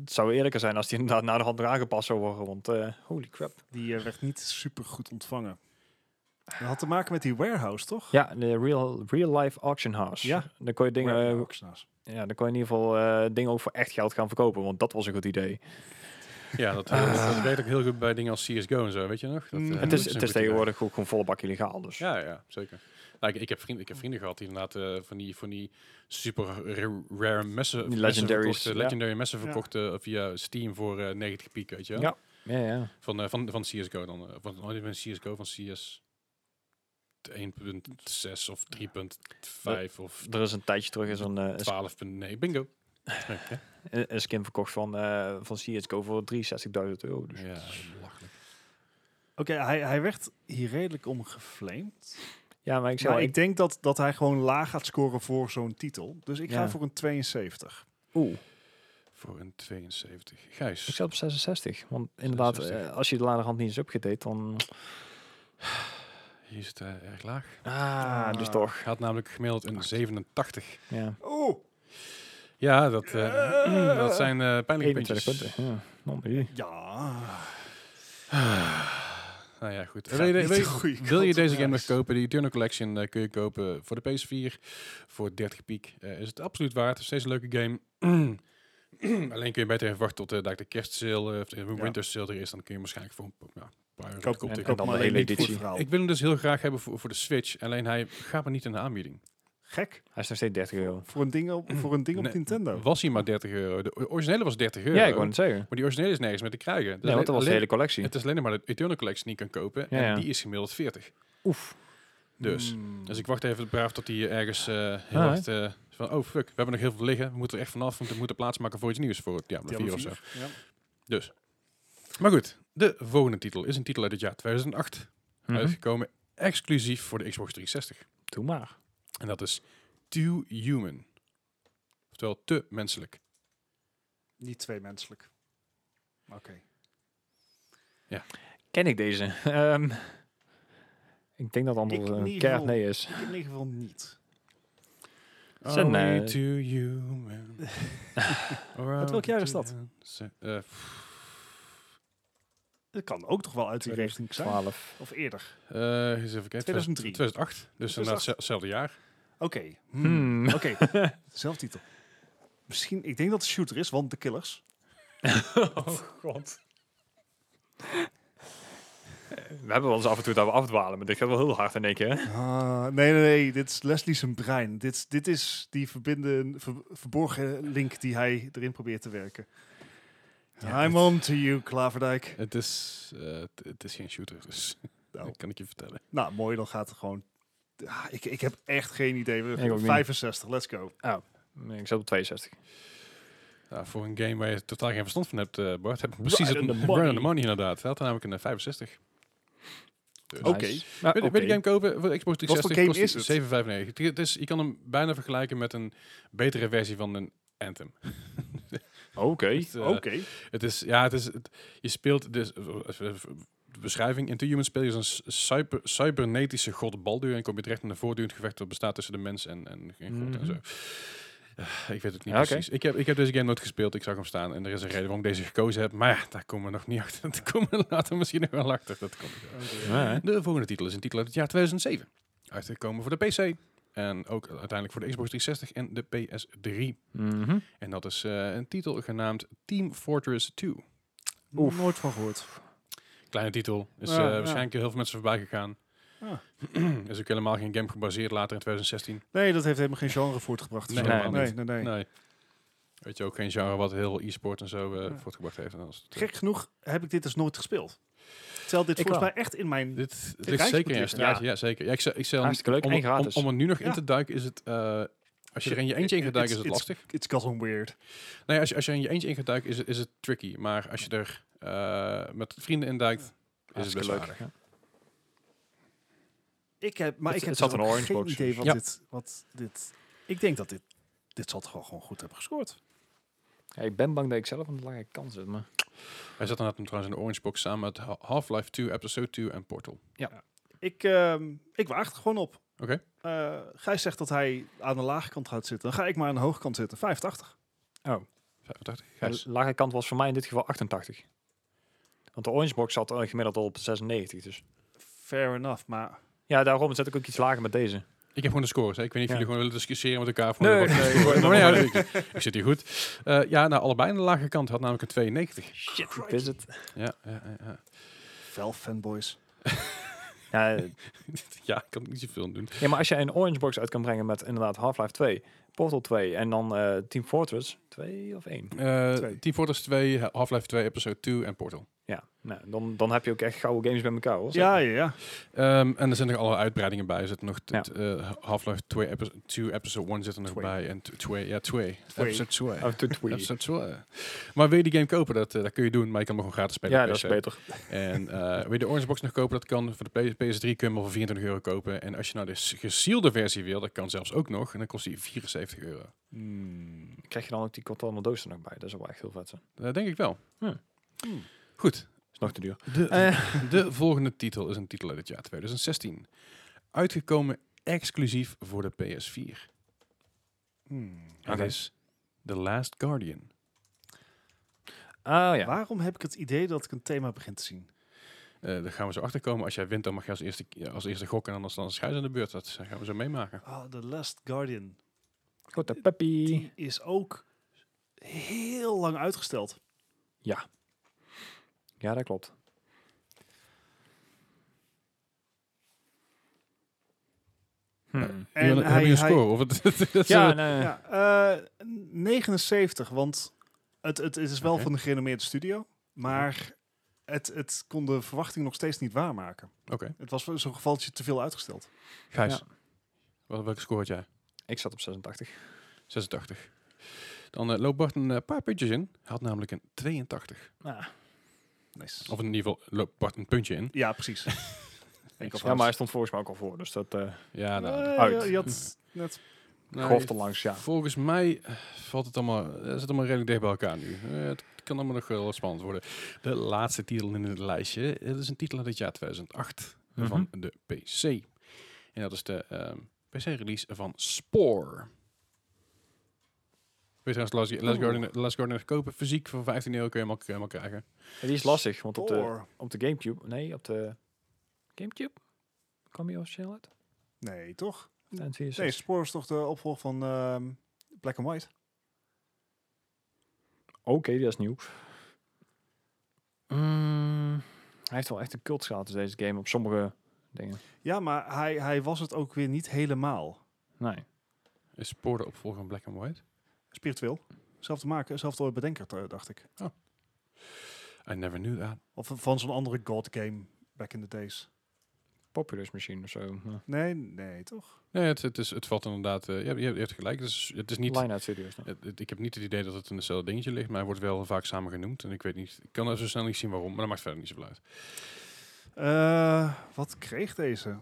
Speaker 1: het zou eerlijker zijn als die inderdaad naar de hand nog aangepast zou worden. Want eh, holy crap.
Speaker 2: Die eh, werd niet super goed ontvangen. Dat had te maken met die warehouse, toch?
Speaker 1: Ja, de Real, real Life Auction House.
Speaker 2: Ja.
Speaker 1: Dan kon je dingen, eh,
Speaker 2: Warehouse.
Speaker 1: ja, dan kon je in ieder geval eh, dingen ook voor echt geld gaan verkopen. Want dat was een goed idee.
Speaker 3: Ja, dat, dat werkt ook heel goed bij dingen als CSGO en zo, weet je nog? Dat, eh,
Speaker 2: Mm.
Speaker 1: Ah. het
Speaker 3: dat
Speaker 1: is, het
Speaker 3: een goed
Speaker 1: is
Speaker 3: idee.
Speaker 1: tegenwoordig ook gewoon volle bak illegaal. Dus.
Speaker 3: Ja, ja, zeker. Nou, ik, ik, heb vrienden, ik heb vrienden gehad die inderdaad eh, van, die, van die super ra- rare messen,
Speaker 1: Die
Speaker 3: messen
Speaker 1: legendaries,
Speaker 3: verkochten,
Speaker 1: ja.
Speaker 3: legendary messen
Speaker 2: Ja.
Speaker 3: verkochten eh, via Steam voor eh, 90 piek, weet je wel?
Speaker 1: Ja. Ja, ja.
Speaker 3: Van, eh, van, van CSGO dan. eh, van, oh, niet van CSGO, van CS 1.6 of 3.5 of
Speaker 1: Er is een tijdje terug is een, eh, een,
Speaker 3: 12. Nee, bingo. Ja,
Speaker 1: een- een skin verkocht van, eh van CSGO voor 63.000 euro. Dus.
Speaker 3: ja, belachelijk.
Speaker 2: Oké, hij, hij werd hier redelijk om geflamed.
Speaker 1: Ja, maar ik
Speaker 2: Maar
Speaker 1: zou...
Speaker 2: ik denk dat, dat hij gewoon laag gaat scoren voor zo'n titel. Dus ik
Speaker 1: Ja.
Speaker 2: ga voor een 72.
Speaker 1: oeh,
Speaker 3: Voor een 72. Gijs.
Speaker 1: ik zat op 66. Want inderdaad,
Speaker 3: 66.
Speaker 1: eh, als je de laderhand niet eens upgedate, dan...
Speaker 3: Hier zit eh, erg laag.
Speaker 1: Ah, dus toch.
Speaker 3: Gaat namelijk gemiddeld een 87.
Speaker 1: Ja.
Speaker 2: Oh,
Speaker 3: Ja, dat, eh, dat zijn eh pijnlijke
Speaker 1: 21
Speaker 3: puntjes.
Speaker 1: punten. Ja. Nou, jee.
Speaker 2: ja.
Speaker 3: Nou ja, goed.
Speaker 2: Gaat
Speaker 3: Wil je, de-
Speaker 2: niet
Speaker 3: wil je-
Speaker 2: de goede
Speaker 3: wil je
Speaker 2: kant
Speaker 3: deze
Speaker 2: op,
Speaker 3: game nog
Speaker 2: helaas.
Speaker 3: kopen? De Eternal Collection eh, kun je kopen voor de PS4 voor 30 piek. Eh, is het absoluut waard. Het is steeds een leuke game. Alleen kun je beter even wachten tot eh, daar de kerstsale eh, of de winter sale er is. Dan kun je hem waarschijnlijk voor een p- ja, een paar euro
Speaker 2: Koop-
Speaker 3: kopen.
Speaker 1: en
Speaker 3: tegen.
Speaker 1: koop- dan de hele
Speaker 2: niet voor het
Speaker 1: editie.
Speaker 2: verhaal.
Speaker 3: Ik wil hem dus heel graag hebben voor, voor de Switch. Alleen hij gaat me niet in de aanbieding.
Speaker 2: Gek
Speaker 1: Hij is nog steeds 30 euro.
Speaker 2: voor een ding op, voor een ding op
Speaker 3: Mm. Nee,
Speaker 2: Nintendo.
Speaker 3: Was hij maar 30 euro. De o- originele was 30 euro.
Speaker 1: Ja, ik wou het zeggen.
Speaker 3: Maar die originele is nergens meer te krijgen. Dus
Speaker 1: Nee, want dat was de hele collectie.
Speaker 3: het is alleen maar de Eternal Collection die je kan kopen.
Speaker 1: Ja,
Speaker 3: en
Speaker 1: ja.
Speaker 3: die is gemiddeld 40.
Speaker 1: Oef.
Speaker 3: Dus...
Speaker 2: Hmm.
Speaker 3: Dus ik wacht even braaf tot hij ergens eh, heel
Speaker 1: Ah,
Speaker 3: hard... eh, van, oh fuck, we hebben nog heel veel liggen. We moeten er echt vanaf, want we moeten plaats maken voor iets nieuws. Voor Diablo 4 of zo.
Speaker 2: Ja.
Speaker 3: Dus. Maar goed, de volgende titel is een titel uit het jaar 2008.
Speaker 2: Mhm.
Speaker 3: Mhm. Uitgekomen exclusief voor de Xbox 360.
Speaker 1: Doe maar.
Speaker 3: En dat is Too Human. Oftewel, te menselijk.
Speaker 2: Niet twee menselijk. Oké.
Speaker 1: Ken ik deze? Ehm, ik denk dat het antwoord
Speaker 2: Ik
Speaker 1: een
Speaker 2: niet,
Speaker 1: keihard
Speaker 2: joh.
Speaker 1: nee is.
Speaker 2: Ik in ieder geval niet.
Speaker 1: is een,
Speaker 3: Are
Speaker 1: eh,
Speaker 3: we too human? Or are
Speaker 2: Uit nou- welk
Speaker 3: we
Speaker 2: jaar is
Speaker 3: too
Speaker 2: dat?
Speaker 3: unse- eh,
Speaker 2: Het kan ook toch wel uit die richting zijn.
Speaker 1: 12.
Speaker 2: Of eerder.
Speaker 3: eh, eens even kijken.
Speaker 2: 2003.
Speaker 3: 2008. Dus inderdaad
Speaker 2: 2008.
Speaker 3: hetzelfde jaar.
Speaker 2: Oké. Hmm.
Speaker 1: Hmm.
Speaker 2: Oké. Zelftitel. Misschien, ik denk dat het shooter is, want de killers.
Speaker 1: We hebben wel eens af en toe dat we afdwalen, maar dit gaat wel heel hard in één keer. hè?
Speaker 2: Ah, nee, nee, nee. Dit is Leslie zijn brein. Dit, dit is die verbinden, ver- verborgen link die hij erin probeert te werken.
Speaker 3: Ja,
Speaker 2: I'm
Speaker 3: het-
Speaker 2: on to you, Klaverdijk.
Speaker 3: Het is, eh, t- het is geen shooter, dus
Speaker 2: Nou.
Speaker 3: dat kan ik je vertellen.
Speaker 2: Nou, mooi. Dan gaat het gewoon... Ah, ik, ik heb echt geen idee.
Speaker 1: Ik ook
Speaker 2: We
Speaker 1: niet.
Speaker 2: 65, let's go.
Speaker 1: Nee, Ik zat op 62.
Speaker 3: Nou, voor een game waar je totaal geen verstand van hebt, eh, Bart, heb ik precies
Speaker 1: Right
Speaker 3: het
Speaker 1: on the
Speaker 3: Run on the
Speaker 1: money.
Speaker 3: money inderdaad. Hij had namelijk een eh, 65. Dus.
Speaker 1: Nice.
Speaker 2: Ah, Oké.
Speaker 1: Maar
Speaker 3: Wil je- wil je game kopen voor de Xbox 360?
Speaker 2: Wat voor game
Speaker 3: kost
Speaker 2: is
Speaker 3: die
Speaker 2: het?
Speaker 3: 7,95. Het is, je kan hem bijna vergelijken met een betere versie van een Anthem.
Speaker 1: Oké.
Speaker 3: Het, eh,
Speaker 2: Oké.
Speaker 3: Het is, ja, het is, het- je speelt dus, eh, eh, eh, de beschrijving, in The Human speel je zo'n s- cyber, cybernetische god Baldur en kom je terecht in een voortdurend gevecht dat bestaat tussen de mens en, en, en god en
Speaker 1: Mhm.
Speaker 3: zo. Eh, Ik weet het niet
Speaker 1: Ja, oké.
Speaker 3: precies. Ik heb, ik heb deze game nooit gespeeld, ik zag hem staan en er is een reden waarom ik deze gekozen heb, maar ja, daar komen we nog niet achter. Daar komen we later misschien nog wel achter. Dat komt wel.
Speaker 1: Ja, hè?
Speaker 3: De volgende titel is een titel uit het jaar 2007. Uitgekomen voor de PC en ook uiteindelijk voor de Xbox 360 en de PS3.
Speaker 1: Mhm.
Speaker 3: En dat is eh, een titel genaamd Team Fortress 2.
Speaker 1: Oef.
Speaker 2: Nooit van gehoord.
Speaker 3: Kleine titel. Is
Speaker 2: Ja,
Speaker 3: eh,
Speaker 2: ja.
Speaker 3: waarschijnlijk heel veel mensen voorbij gegaan.
Speaker 2: Ah.
Speaker 3: is ook helemaal geen game gebaseerd later in 2016.
Speaker 2: Nee, dat heeft helemaal geen genre voortgebracht.
Speaker 3: Nee,
Speaker 2: nee,
Speaker 1: helemaal
Speaker 2: nee,
Speaker 3: niet.
Speaker 2: nee, nee.
Speaker 3: Nee. Weet je ook geen genre wat heel e-sport en zo eh,
Speaker 2: Ja.
Speaker 3: voortgebracht heeft. En als het, eh,
Speaker 2: Gek genoeg heb ik dit dus nooit gespeeld. Terwijl dit
Speaker 1: Ik
Speaker 2: volgens
Speaker 1: wel.
Speaker 2: mij echt in mijn...
Speaker 3: Dit het ligt
Speaker 2: rijtje
Speaker 3: zeker in
Speaker 2: moet
Speaker 3: je
Speaker 2: liggen.
Speaker 3: straatje. Ja, zeker. Ja, ik zei, ik zei al,
Speaker 1: Hartstikke leuk
Speaker 3: om,
Speaker 1: en
Speaker 3: om-
Speaker 1: gratis.
Speaker 3: Om, er nu nog in
Speaker 2: Ja.
Speaker 3: te duiken is het... eh, als je er in je eentje in gaat duiken is het
Speaker 2: It's-
Speaker 3: lastig.
Speaker 2: It's gotten weird.
Speaker 3: Nee, als je, als je er in je eentje in gaat duiken is het, is het tricky. Maar als je er eh, met vrienden in duikt, is het best
Speaker 1: Hartstikke
Speaker 3: leuk.
Speaker 1: leuk. Ja.
Speaker 2: Ik heb, maar
Speaker 1: Het-
Speaker 2: ik
Speaker 1: het
Speaker 2: heb
Speaker 1: zat
Speaker 2: dus
Speaker 1: in
Speaker 2: ook
Speaker 1: een orange
Speaker 2: geen
Speaker 1: box.
Speaker 2: idee wat,
Speaker 3: Ja.
Speaker 2: dit, wat dit... Ik denk dat dit... Dit zal toch wel gewoon goed hebben gescoord.
Speaker 1: Ja, ik ben bang dat ik zelf aan de lange kant zit, maar...
Speaker 3: Hij zat inderdaad trouwens in de Orange Box samen met Ha- Half-Life 2, Episode 2 en Portal.
Speaker 2: Ik, ehm ik waag het gewoon op.
Speaker 3: Oké.
Speaker 2: Eh, Gijs zegt dat hij aan de lage kant gaat zitten. Dan ga ik maar aan de hoge kant zitten. 85.
Speaker 3: 85. Gijs.
Speaker 1: De lage kant was voor mij in dit geval 88. Want de Orange Box zat eh, gemiddeld al op 96, dus...
Speaker 2: Fair enough, maar...
Speaker 1: Ja, daarom zet ik ook iets lager met deze.
Speaker 3: Ik heb gewoon de scores. Hè? Ik weet niet of
Speaker 1: Ja.
Speaker 3: jullie gewoon willen discussiëren met elkaar.
Speaker 1: Nee,
Speaker 3: wat-
Speaker 1: nee,
Speaker 3: wat-
Speaker 1: nee,
Speaker 3: wat-
Speaker 1: nee,
Speaker 3: wat-
Speaker 1: nee,
Speaker 3: wat- Ik zit hier goed. Eh, ja, nou, allebei aan de lage kant had namelijk een 92.
Speaker 1: Shit, ik wist het.
Speaker 3: Ja, ja, ja, ja.
Speaker 2: Wel fanboys.
Speaker 1: Ja, eh,
Speaker 3: ja ik kan er niet zoveel aan doen.
Speaker 1: ja, maar als je een Orange Box uit kan brengen met inderdaad Half-Life 2, Portal 2 en dan eh, Team Fortress 2 of 1?
Speaker 3: Eh,
Speaker 2: Twee.
Speaker 3: Team Fortress 2, Ha- Half-Life 2, Episode 2 en Portal.
Speaker 1: Ja, nou, dan, dan heb je ook echt gouden games bij elkaar, hoor.
Speaker 2: Ja, ja, ja.
Speaker 3: Ehm, en er zijn nog allerlei uitbreidingen bij. Er zit nog t-
Speaker 1: Ja.
Speaker 3: t- eh, Half-Life 2, Episode 2, Episode 1 zit er nog
Speaker 2: Twee.
Speaker 3: bij. En 2, ja, 2.
Speaker 2: Twee.
Speaker 3: Episode 2.
Speaker 1: Oh, to twee.
Speaker 3: Episode 2. Maar wil je die game kopen, dat, eh, dat kun je doen. Maar je kan hem gewoon gratis spelen.
Speaker 1: Ja,
Speaker 3: op
Speaker 1: dat is
Speaker 3: PC.
Speaker 1: beter.
Speaker 3: En eh wil je de Orange Box nog kopen, dat kan. Voor de P- PS3 kun je hem al voor 24 euro kopen. En als je nou de s- gezielde versie wil, dat kan zelfs ook nog. En dan kost die 74 euro.
Speaker 1: Krijg je dan ook die container doos er nog bij? Dat zou wel echt heel vet zijn.
Speaker 3: Dat denk ik wel.
Speaker 1: Ja.
Speaker 2: Hmm.
Speaker 3: Goed.
Speaker 1: Is nog te duur.
Speaker 3: De, Eh, de volgende titel is een titel uit het jaar 2016. Uitgekomen exclusief voor de PS4.
Speaker 2: Hmm.
Speaker 3: En
Speaker 1: Oké.
Speaker 3: Dat is The Last Guardian.
Speaker 1: Ah ja. Ah,
Speaker 2: Waarom heb ik het idee dat ik een thema begin te zien?
Speaker 3: Eh daar gaan we zo achter komen. Als jij wint, dan mag je als eerste, ja, als eerste gokken en anders dan is Gijs aan de beurt. Dat gaan we zo meemaken.
Speaker 2: Ah, The Last Guardian.
Speaker 1: Goed, de Peppy.
Speaker 2: Die is ook heel lang uitgesteld.
Speaker 1: Ja, dat klopt. Hmm.
Speaker 3: En
Speaker 2: En
Speaker 3: heb
Speaker 2: hij,
Speaker 3: je een
Speaker 2: hij-
Speaker 3: score? Of het, dat is,
Speaker 1: Ja,
Speaker 3: eh,
Speaker 1: nee.
Speaker 2: ja, eh, 79, want het, het, het is wel
Speaker 3: Oké.
Speaker 2: van een gerenommeerde studio, maar het, het kon de verwachting nog steeds niet waarmaken.
Speaker 3: Oké,
Speaker 2: Het was wel zo'n gevaltje te veel uitgesteld.
Speaker 3: Gijs.
Speaker 1: Ja.
Speaker 3: Wel- welke score had jij?
Speaker 1: ik zat op 86.
Speaker 3: 86. Dan eh, loopt Bart een eh, paar puntjes in. Hij had namelijk een 82.
Speaker 2: Nice.
Speaker 3: Of in ieder geval loopt Bart een puntje in.
Speaker 2: Ja, precies. Ik
Speaker 1: Ja, maar hij stond volgens mij ook al voor, dus dat eh
Speaker 3: Ja, nou,
Speaker 1: uit.
Speaker 2: Je had net
Speaker 3: nou,
Speaker 1: golfde langs, ja.
Speaker 3: Volgens mij eh, valt het allemaal, eh, zit allemaal redelijk dicht bij elkaar nu. Eh, het kan allemaal nog wel spannend worden. De laatste titel in het lijstje. eh, Dat is een titel uit het jaar 2008
Speaker 1: Mhm.
Speaker 3: van de PC. En dat is de ehm, PC-release van Spore. Weet je trouwens, Last, Last, Guardian, Last Guardian kopen. Fysiek voor 15 euro kun je hem ook, eh, hem ook krijgen.
Speaker 1: En die is lastig, want
Speaker 3: eh,
Speaker 1: op de,
Speaker 2: door.
Speaker 1: op de Gamecube... Nee, op de Gamecube? Kwam je officieel uit?
Speaker 2: Nee, toch?
Speaker 1: En het is-
Speaker 2: Nee, Spoor is toch de opvolger van ehm, Black and White?
Speaker 1: Oké, dat is nieuw. Mm, hij heeft wel echt een cult gehad, dus deze game, op sommige dingen.
Speaker 2: Ja, maar hij, hij was het ook weer niet helemaal.
Speaker 1: Nee.
Speaker 3: Is Spore de opvolger van Black and White?
Speaker 2: Spiritueel. Zelf te maken, zelf te bedenker, eh, dacht ik.
Speaker 3: I never knew that.
Speaker 2: Of van zo'n andere god game back in the days.
Speaker 1: Populous misschien of zo. Ja.
Speaker 2: Nee, nee, toch?
Speaker 3: Nee, het, het, is, het valt inderdaad... eh, je, hebt- je hebt gelijk. Het is, het is niet...
Speaker 1: Line-out Studios. nou.
Speaker 3: Het- het- ik heb niet het idee dat het in hetzelfde dingetje ligt, maar hij wordt wel vaak samen genoemd. En ik weet niet, ik kan er zo snel niet zien waarom, maar dat maakt verder niet zoveel uit.
Speaker 2: Eh, wat kreeg deze?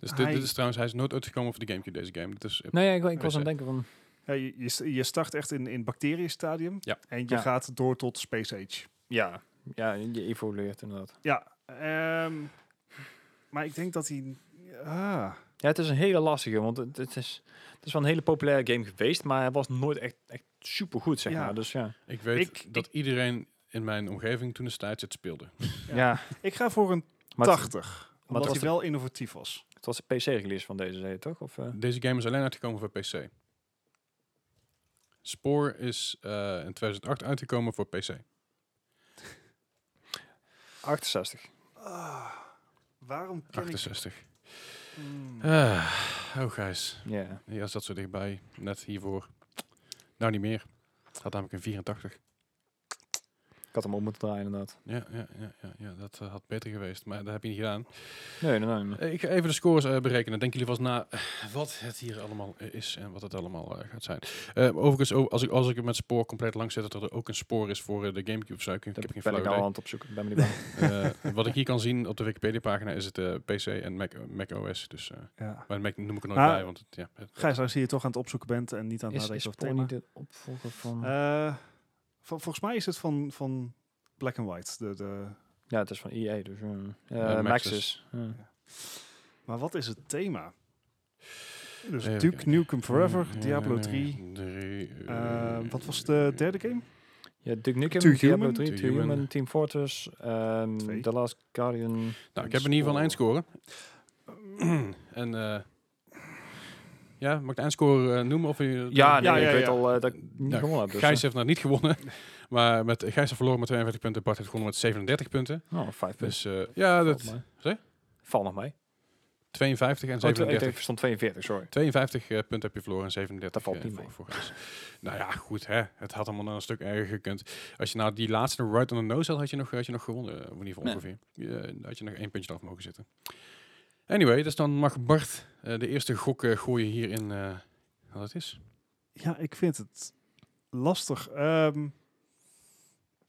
Speaker 3: Dus dit,
Speaker 2: Hij-
Speaker 3: dit is trouwens, hij is nooit uitgekomen voor de Gamecube, deze game. Dat is,
Speaker 1: Nee, ja, ik, ik was aan
Speaker 3: Weet
Speaker 1: het denken van...
Speaker 2: Ja, je, je, st- je start echt in, in bacteriënstadium.
Speaker 3: Ja.
Speaker 2: En je
Speaker 1: Ja.
Speaker 2: gaat door tot Space Age.
Speaker 1: Ja, ja je evolueert inderdaad.
Speaker 2: Ja. ehm, maar ik denk dat hij... Ah,
Speaker 1: Ja, het is een hele lastige, want het, het, is, het is wel een hele populaire game geweest, maar hij was nooit echt, echt supergoed, zeg
Speaker 2: Ja.
Speaker 1: maar. Dus ja.
Speaker 3: ik weet
Speaker 2: Ik-
Speaker 3: dat iedereen in mijn omgeving toen destijds het speelde.
Speaker 1: Ja.
Speaker 2: Ja. ik ga voor een
Speaker 1: Maar het,
Speaker 2: 80.
Speaker 1: maar het
Speaker 2: Omdat
Speaker 1: was,
Speaker 2: hij
Speaker 1: de,
Speaker 2: wel innovatief was.
Speaker 1: het was de PC-release van deze, zei je toch? Of, eh?
Speaker 3: Deze game is alleen uitgekomen voor PC. Spoor is eh, in 2008 uitgekomen voor PC.
Speaker 1: 68.
Speaker 2: Ah, waarom ken ik...
Speaker 3: 68.
Speaker 2: Hmm.
Speaker 1: Eh,
Speaker 3: Ah, oh Gijs,
Speaker 1: Ja.
Speaker 3: ja, zat zo dichtbij, net hiervoor. Nou niet meer. Had namelijk een 84.
Speaker 1: Ik had hem om moeten draaien, inderdaad.
Speaker 3: Ja, ja, ja, ja, ja dat eh, had beter geweest, maar dat heb je niet gedaan.
Speaker 1: Nee, nee, nee. nee.
Speaker 3: Eh, ik ga even de scores eh, berekenen. Denken jullie vast na eh, wat het hier allemaal eh, is en wat het allemaal eh, gaat zijn. Eh, overigens, o- als ik, als ik het met spoor compleet lang zet, dat er ook een spoor is voor eh, de Gamecube of zo. Ik, ik
Speaker 1: Daar
Speaker 3: heb geen
Speaker 1: ben
Speaker 3: flauw
Speaker 1: ik nou al
Speaker 3: idee.
Speaker 1: aan het opzoeken. Ben me niet bang.
Speaker 3: Eh, wat ik hier kan zien op de Wikipedia-pagina is het eh, PC en Mac, Mac OS. Dus, eh,
Speaker 2: Ja.
Speaker 3: maar Mac noem ik er nooit
Speaker 1: Ah.
Speaker 2: Maar-
Speaker 3: bij, want het, ja, het-
Speaker 2: Gijs, als je hier toch aan het opzoeken bent en niet aan het
Speaker 1: is is
Speaker 2: nadenken over
Speaker 1: Spoor
Speaker 2: het
Speaker 1: niet de
Speaker 2: thema.
Speaker 1: opvolger van...
Speaker 2: Eh, vol- volgens mij is het van, van Black and White. De, de,
Speaker 1: ja, het is van EA, dus... eh eh,
Speaker 3: Eh, Maxis.
Speaker 1: Maxis. Ja.
Speaker 2: maar wat is het thema? Dus
Speaker 3: Even
Speaker 2: Duke
Speaker 3: kijken.
Speaker 2: Nukem Forever,
Speaker 3: Eh,
Speaker 2: Diablo 3.
Speaker 3: drie,
Speaker 2: eh,
Speaker 3: eh,
Speaker 2: wat was de derde game?
Speaker 1: Ja, Duke Nukem,
Speaker 2: Too
Speaker 1: Diablo
Speaker 2: Human.
Speaker 1: 3,
Speaker 3: Too
Speaker 1: Too Human,
Speaker 3: Human.
Speaker 1: Team Fortress, ehm,
Speaker 2: Twee.
Speaker 1: The Last Guardian...
Speaker 3: Nou, ik heb in ieder geval een eindscore. en eh, ja, mag ik de eindscore eh, noemen? Of je,
Speaker 1: Ja, nee,
Speaker 2: Ja, ja,
Speaker 1: ik weet
Speaker 2: ja.
Speaker 1: al eh, dat ik niet
Speaker 3: Nou,
Speaker 1: gewonnen heb. Dus,
Speaker 3: Gijs heeft nou niet gewonnen. Maar met, Gijs heeft verloren met 42 punten. Bart heeft gewonnen met 37 punten.
Speaker 1: eh, nou, vijf punten.
Speaker 3: Dus eh, ja,
Speaker 1: valt
Speaker 3: dat,
Speaker 1: mee.
Speaker 3: Zeg?
Speaker 1: Valt nog mee.
Speaker 3: 52 en
Speaker 1: Oh, tw- ik denk
Speaker 3: 37.
Speaker 1: verstand 42, sorry.
Speaker 3: 52 eh, punten heb je verloren en 37
Speaker 1: Dat valt
Speaker 3: eh,
Speaker 1: niet
Speaker 3: voor,
Speaker 1: mee.
Speaker 3: voor Gijs. nou ja, goed hè. Het had allemaal nog een stuk erger gekund. Als je nou die laatste right on the nose had, had je nog, had je nog gewonnen. eh, Of in ieder geval
Speaker 1: Nee.
Speaker 3: ongeveer. Je, eh, had je nog één puntje af mogen zitten. Anyway, dus dan mag Bart eh, de eerste gok eh, gooien hier in eh, wat het is.
Speaker 2: Ja, ik vind het lastig. Ehm,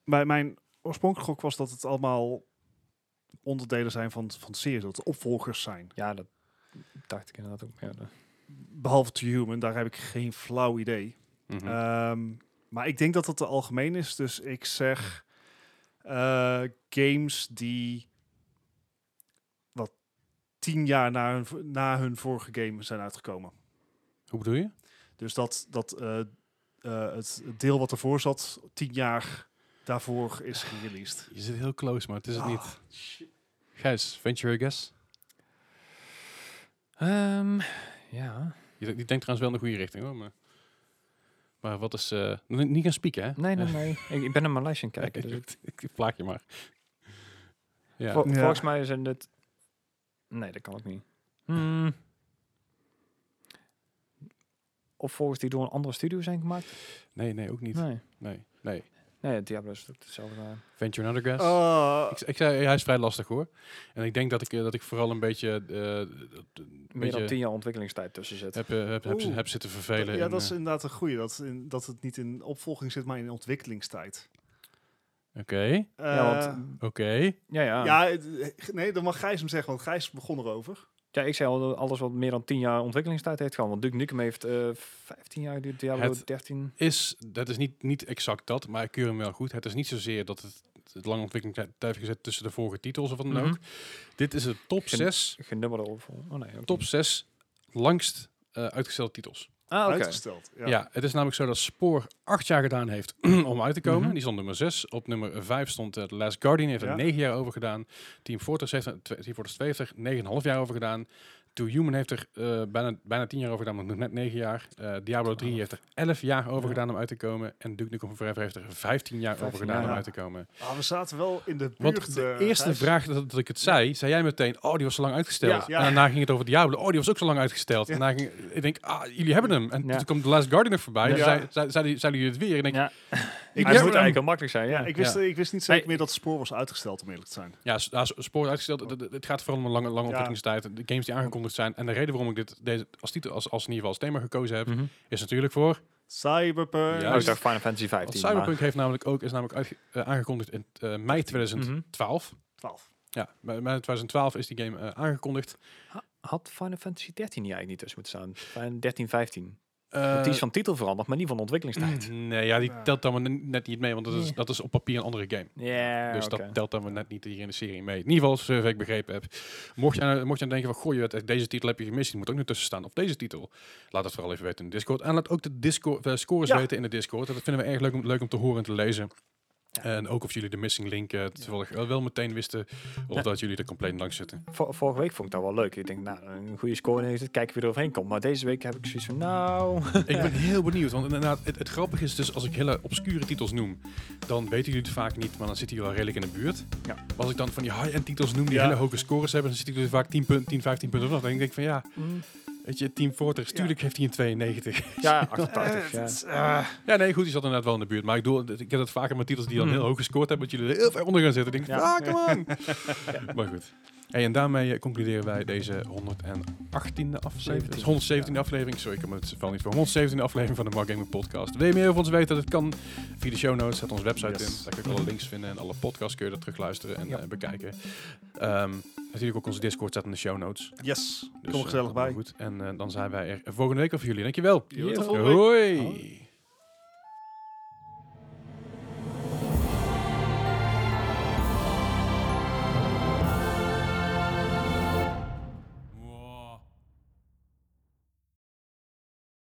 Speaker 2: mijn, mijn oorspronkelijke gok was dat het allemaal onderdelen zijn van, van series, dat het opvolgers zijn.
Speaker 1: Ja, dat dacht ik inderdaad ook. Ja, dat-
Speaker 2: Behalve To Human, daar heb ik geen flauw idee.
Speaker 3: Mhm.
Speaker 2: Ehm, maar ik denk dat dat te algemeen is. Dus ik zeg eh, games die wat tien jaar na hun, v- na hun vorige game zijn uitgekomen.
Speaker 3: Hoe bedoel je?
Speaker 2: Dus dat, dat eh, eh, het deel wat ervoor zat, tien jaar daarvoor is gereleased.
Speaker 3: Je zit heel close, maar het is het
Speaker 2: Ah,
Speaker 3: niet. Gijs, venture a guess?
Speaker 1: Ehm, ja.
Speaker 3: Die, die denkt trouwens wel in de goede richting hoor. Maar, maar wat is... eh, n- niet gaan spieken hè?
Speaker 1: Nee, nee, nee. ik, ik ben een Maleisian
Speaker 3: Kijk,
Speaker 1: kijken. Dus ik-
Speaker 3: ik plaag je maar. Ja.
Speaker 1: vol-
Speaker 2: Ja.
Speaker 1: Volgens mij zijn het... Nee, dat kan ook niet. Hmm. Of volgens die door een andere studio zijn gemaakt?
Speaker 3: Nee, nee, ook niet.
Speaker 1: Nee.
Speaker 3: Nee, nee.
Speaker 1: Nee, Diablo is ook hetzelfde. eh,
Speaker 3: Venture another guess?
Speaker 2: Oh,
Speaker 3: Ik, ik zei, hij is vrij lastig hoor. En ik denk dat ik, eh, dat ik vooral een beetje, eh, een
Speaker 1: meer dan
Speaker 3: beetje
Speaker 1: tien jaar ontwikkelingstijd tussen zit.
Speaker 3: heb, eh, heb, heb,
Speaker 2: Oeh.
Speaker 3: heb zitten vervelen.
Speaker 2: ja,
Speaker 3: en,
Speaker 2: dat is
Speaker 3: eh,
Speaker 2: inderdaad een goeie. Dat, in, dat het niet in opvolging zit, maar in ontwikkelingstijd.
Speaker 3: Oké,
Speaker 1: ja,
Speaker 2: Eh,
Speaker 1: want,
Speaker 3: oké.
Speaker 1: ja, ja. ja.
Speaker 2: ja, het- eh, nee, dan mag Gijs hem zeggen, want Gijs begon erover.
Speaker 1: ik zei al, dat alles wat meer dan tien jaar ontwikkelingstijd heeft gehad. Want Duke Nukem heeft eh 15 jaar geduurd, Diablo
Speaker 3: Het-
Speaker 1: 13.
Speaker 3: Is, dat is niet, niet exact dat, maar ik keur hem wel goed. Het is niet zozeer dat het, het lange ontwikkeling heeft gezet tussen de vorige titels of wat dan
Speaker 1: Mhm.
Speaker 3: ook. Dit is de top
Speaker 1: Geen-
Speaker 3: 6,
Speaker 1: Genummerde of... Oh nee, ook
Speaker 3: top
Speaker 1: niet.
Speaker 3: 6 langst eh, uitgestelde titels.
Speaker 1: Ah, oké.
Speaker 2: Uitgesteld.
Speaker 3: Ja.
Speaker 2: Ja.
Speaker 3: het is namelijk zo dat Spoor acht jaar gedaan heeft om uit te komen.
Speaker 1: Mhm.
Speaker 3: Die stond nummer 6. Op nummer 5 stond eh, The Last Guardian, heeft er
Speaker 2: Ja.
Speaker 3: 9 jaar over gedaan. Team Fortress heeft er, tw- Team Fortress 2 heeft er 9,5 jaar over gedaan. To Human heeft er eh, bijna, bijna 10 jaar over gedaan, maar nog net 9 jaar. Eh, Diablo 3 heeft er 11 jaar over
Speaker 1: Ja.
Speaker 3: gedaan om uit te komen. En Duke Nukem Forever heeft er 15 jaar
Speaker 1: 15
Speaker 3: over gedaan om
Speaker 1: jaar.
Speaker 3: uit te komen.
Speaker 2: Ah, we zaten wel in de
Speaker 3: Want
Speaker 2: buurt.
Speaker 3: de
Speaker 2: eh,
Speaker 3: eerste
Speaker 2: Gijs.
Speaker 3: vraag dat, dat ik het zei, zei jij meteen, oh die was zo lang uitgesteld.
Speaker 2: Ja, ja.
Speaker 3: En daarna ging het over Diablo, oh die was ook zo lang uitgesteld.
Speaker 2: Ja.
Speaker 3: En daarna ging, ik denk, ah jullie hebben hem. En
Speaker 1: Ja.
Speaker 3: toen kwam The Last Guardian er voorbij.
Speaker 2: Ja.
Speaker 3: En zei, zei, zeiden- zeiden jullie het weer. En ik denk,
Speaker 1: Ja.
Speaker 2: Ik
Speaker 1: Maar het
Speaker 2: wist,
Speaker 1: moet eigenlijk heel makkelijk zijn, ja.
Speaker 2: ik, wist,
Speaker 3: Ja.
Speaker 2: ik wist niet zeker meer dat het spoor was uitgesteld, om eerlijk te zijn.
Speaker 3: ja, s- ja, s- spoor uitgesteld. Het- het- Het gaat vooral om een lange, lange
Speaker 2: Ja.
Speaker 3: ontwikkelingstijd. De games die aangekondigd zijn. En de reden waarom ik dit deze, als, titel, als, als in ieder geval als thema gekozen heb,
Speaker 1: Mhm.
Speaker 3: is natuurlijk voor
Speaker 2: Cyberpunk.
Speaker 1: Oh, ik
Speaker 3: Juist.
Speaker 1: dacht Final Fantasy 15.
Speaker 3: want Cyberpunk heeft namelijk ook, is namelijk uitge- eh, aangekondigd in eh, mei
Speaker 1: Mhm.
Speaker 3: 2012.
Speaker 2: 12.
Speaker 3: Ja, mei mei 2012 is die game eh, aangekondigd.
Speaker 1: Had Final Fantasy 13 niet eigenlijk niet tussen moeten staan? Final 13, 15.
Speaker 3: Eh,
Speaker 1: Want die is van titel veranderd, maar niet van ontwikkelingstijd.
Speaker 3: Mm, Nee, ja, die
Speaker 2: Ja.
Speaker 3: telt dan maar ne- net niet mee, want dat is,
Speaker 1: Nee.
Speaker 3: dat is op papier een andere game.
Speaker 1: Ja,
Speaker 3: Dus
Speaker 1: oké.
Speaker 3: dat telt dan maar net niet hier in de serie mee. In ieder geval, zover ik begrepen heb. Mocht je, aan- mocht je aan denken van, goh, je hebt- deze titel heb je gemist, die moet ook nog tussen staan. Of deze titel. Laat het vooral even weten in de Discord. En laat ook de Discord, eh, scores
Speaker 2: Ja.
Speaker 3: weten in de Discord. Dat vinden we erg leuk om, leuk om te horen en te lezen. En ook of jullie de missing link eh, toevallig wel- wel meteen wisten. Of
Speaker 1: Ja.
Speaker 3: dat jullie er compleet langs zitten.
Speaker 1: Vor- vorige week vond ik dat wel leuk. Ik denk, nou, een goede score heeft het. Kijken wie er overheen komt. Maar deze week heb ik zoiets van, nou...
Speaker 3: Ik ben heel benieuwd, want inderdaad, het, het grappige is dus als ik hele obscure titels noem, dan weten jullie het vaak niet, maar dan zitten jullie wel redelijk in de buurt.
Speaker 1: Ja.
Speaker 3: Maar Als ik dan van die high-end titels noem die
Speaker 2: Ja.
Speaker 3: hele hoge scores hebben, dan zitten jullie vaak 10, punt, 10 15 punten vanaf. En ik denk van ja, weet je, Team Fortress,
Speaker 2: Ja.
Speaker 3: tuurlijk heeft hij een 92.
Speaker 1: mm, Ja,
Speaker 3: Eh,
Speaker 1: 88. ja.
Speaker 3: ja, nee, goed, die zat inderdaad wel in de buurt. Maar ik, bedoel, ik heb dat vaker met titels die dan
Speaker 2: Mhm.
Speaker 1: Hmm.
Speaker 3: heel hoog gescoord hebben, dat jullie er heel ver onder gaan zitten. Ik denk,
Speaker 1: Ja.
Speaker 3: ah, come on. Maar goed. Hey, en daarmee eh, concluderen wij deze 118e aflevering. 117e aflevering, sorry, ik kan het wel niet voor. 117e aflevering van de Mark Gaming Podcast. Wil je meer over ons weten? Dat kan via de show notes. Zet onze website
Speaker 2: Yes.
Speaker 3: in. Daar kun je alle links vinden en alle podcasts kun je dat terugluisteren en
Speaker 1: Ja.
Speaker 3: eh, bekijken. Ehm, natuurlijk ook onze Discord staat in de show notes.
Speaker 2: Yes.
Speaker 3: Dus, eh,
Speaker 2: Kom gezellig
Speaker 3: dat komt
Speaker 2: bij.
Speaker 3: Goed. En eh, dan zijn wij er volgende week al voor jullie. Dankjewel.
Speaker 2: Yo, tot volgende week.
Speaker 3: Hoi.
Speaker 2: Hoi.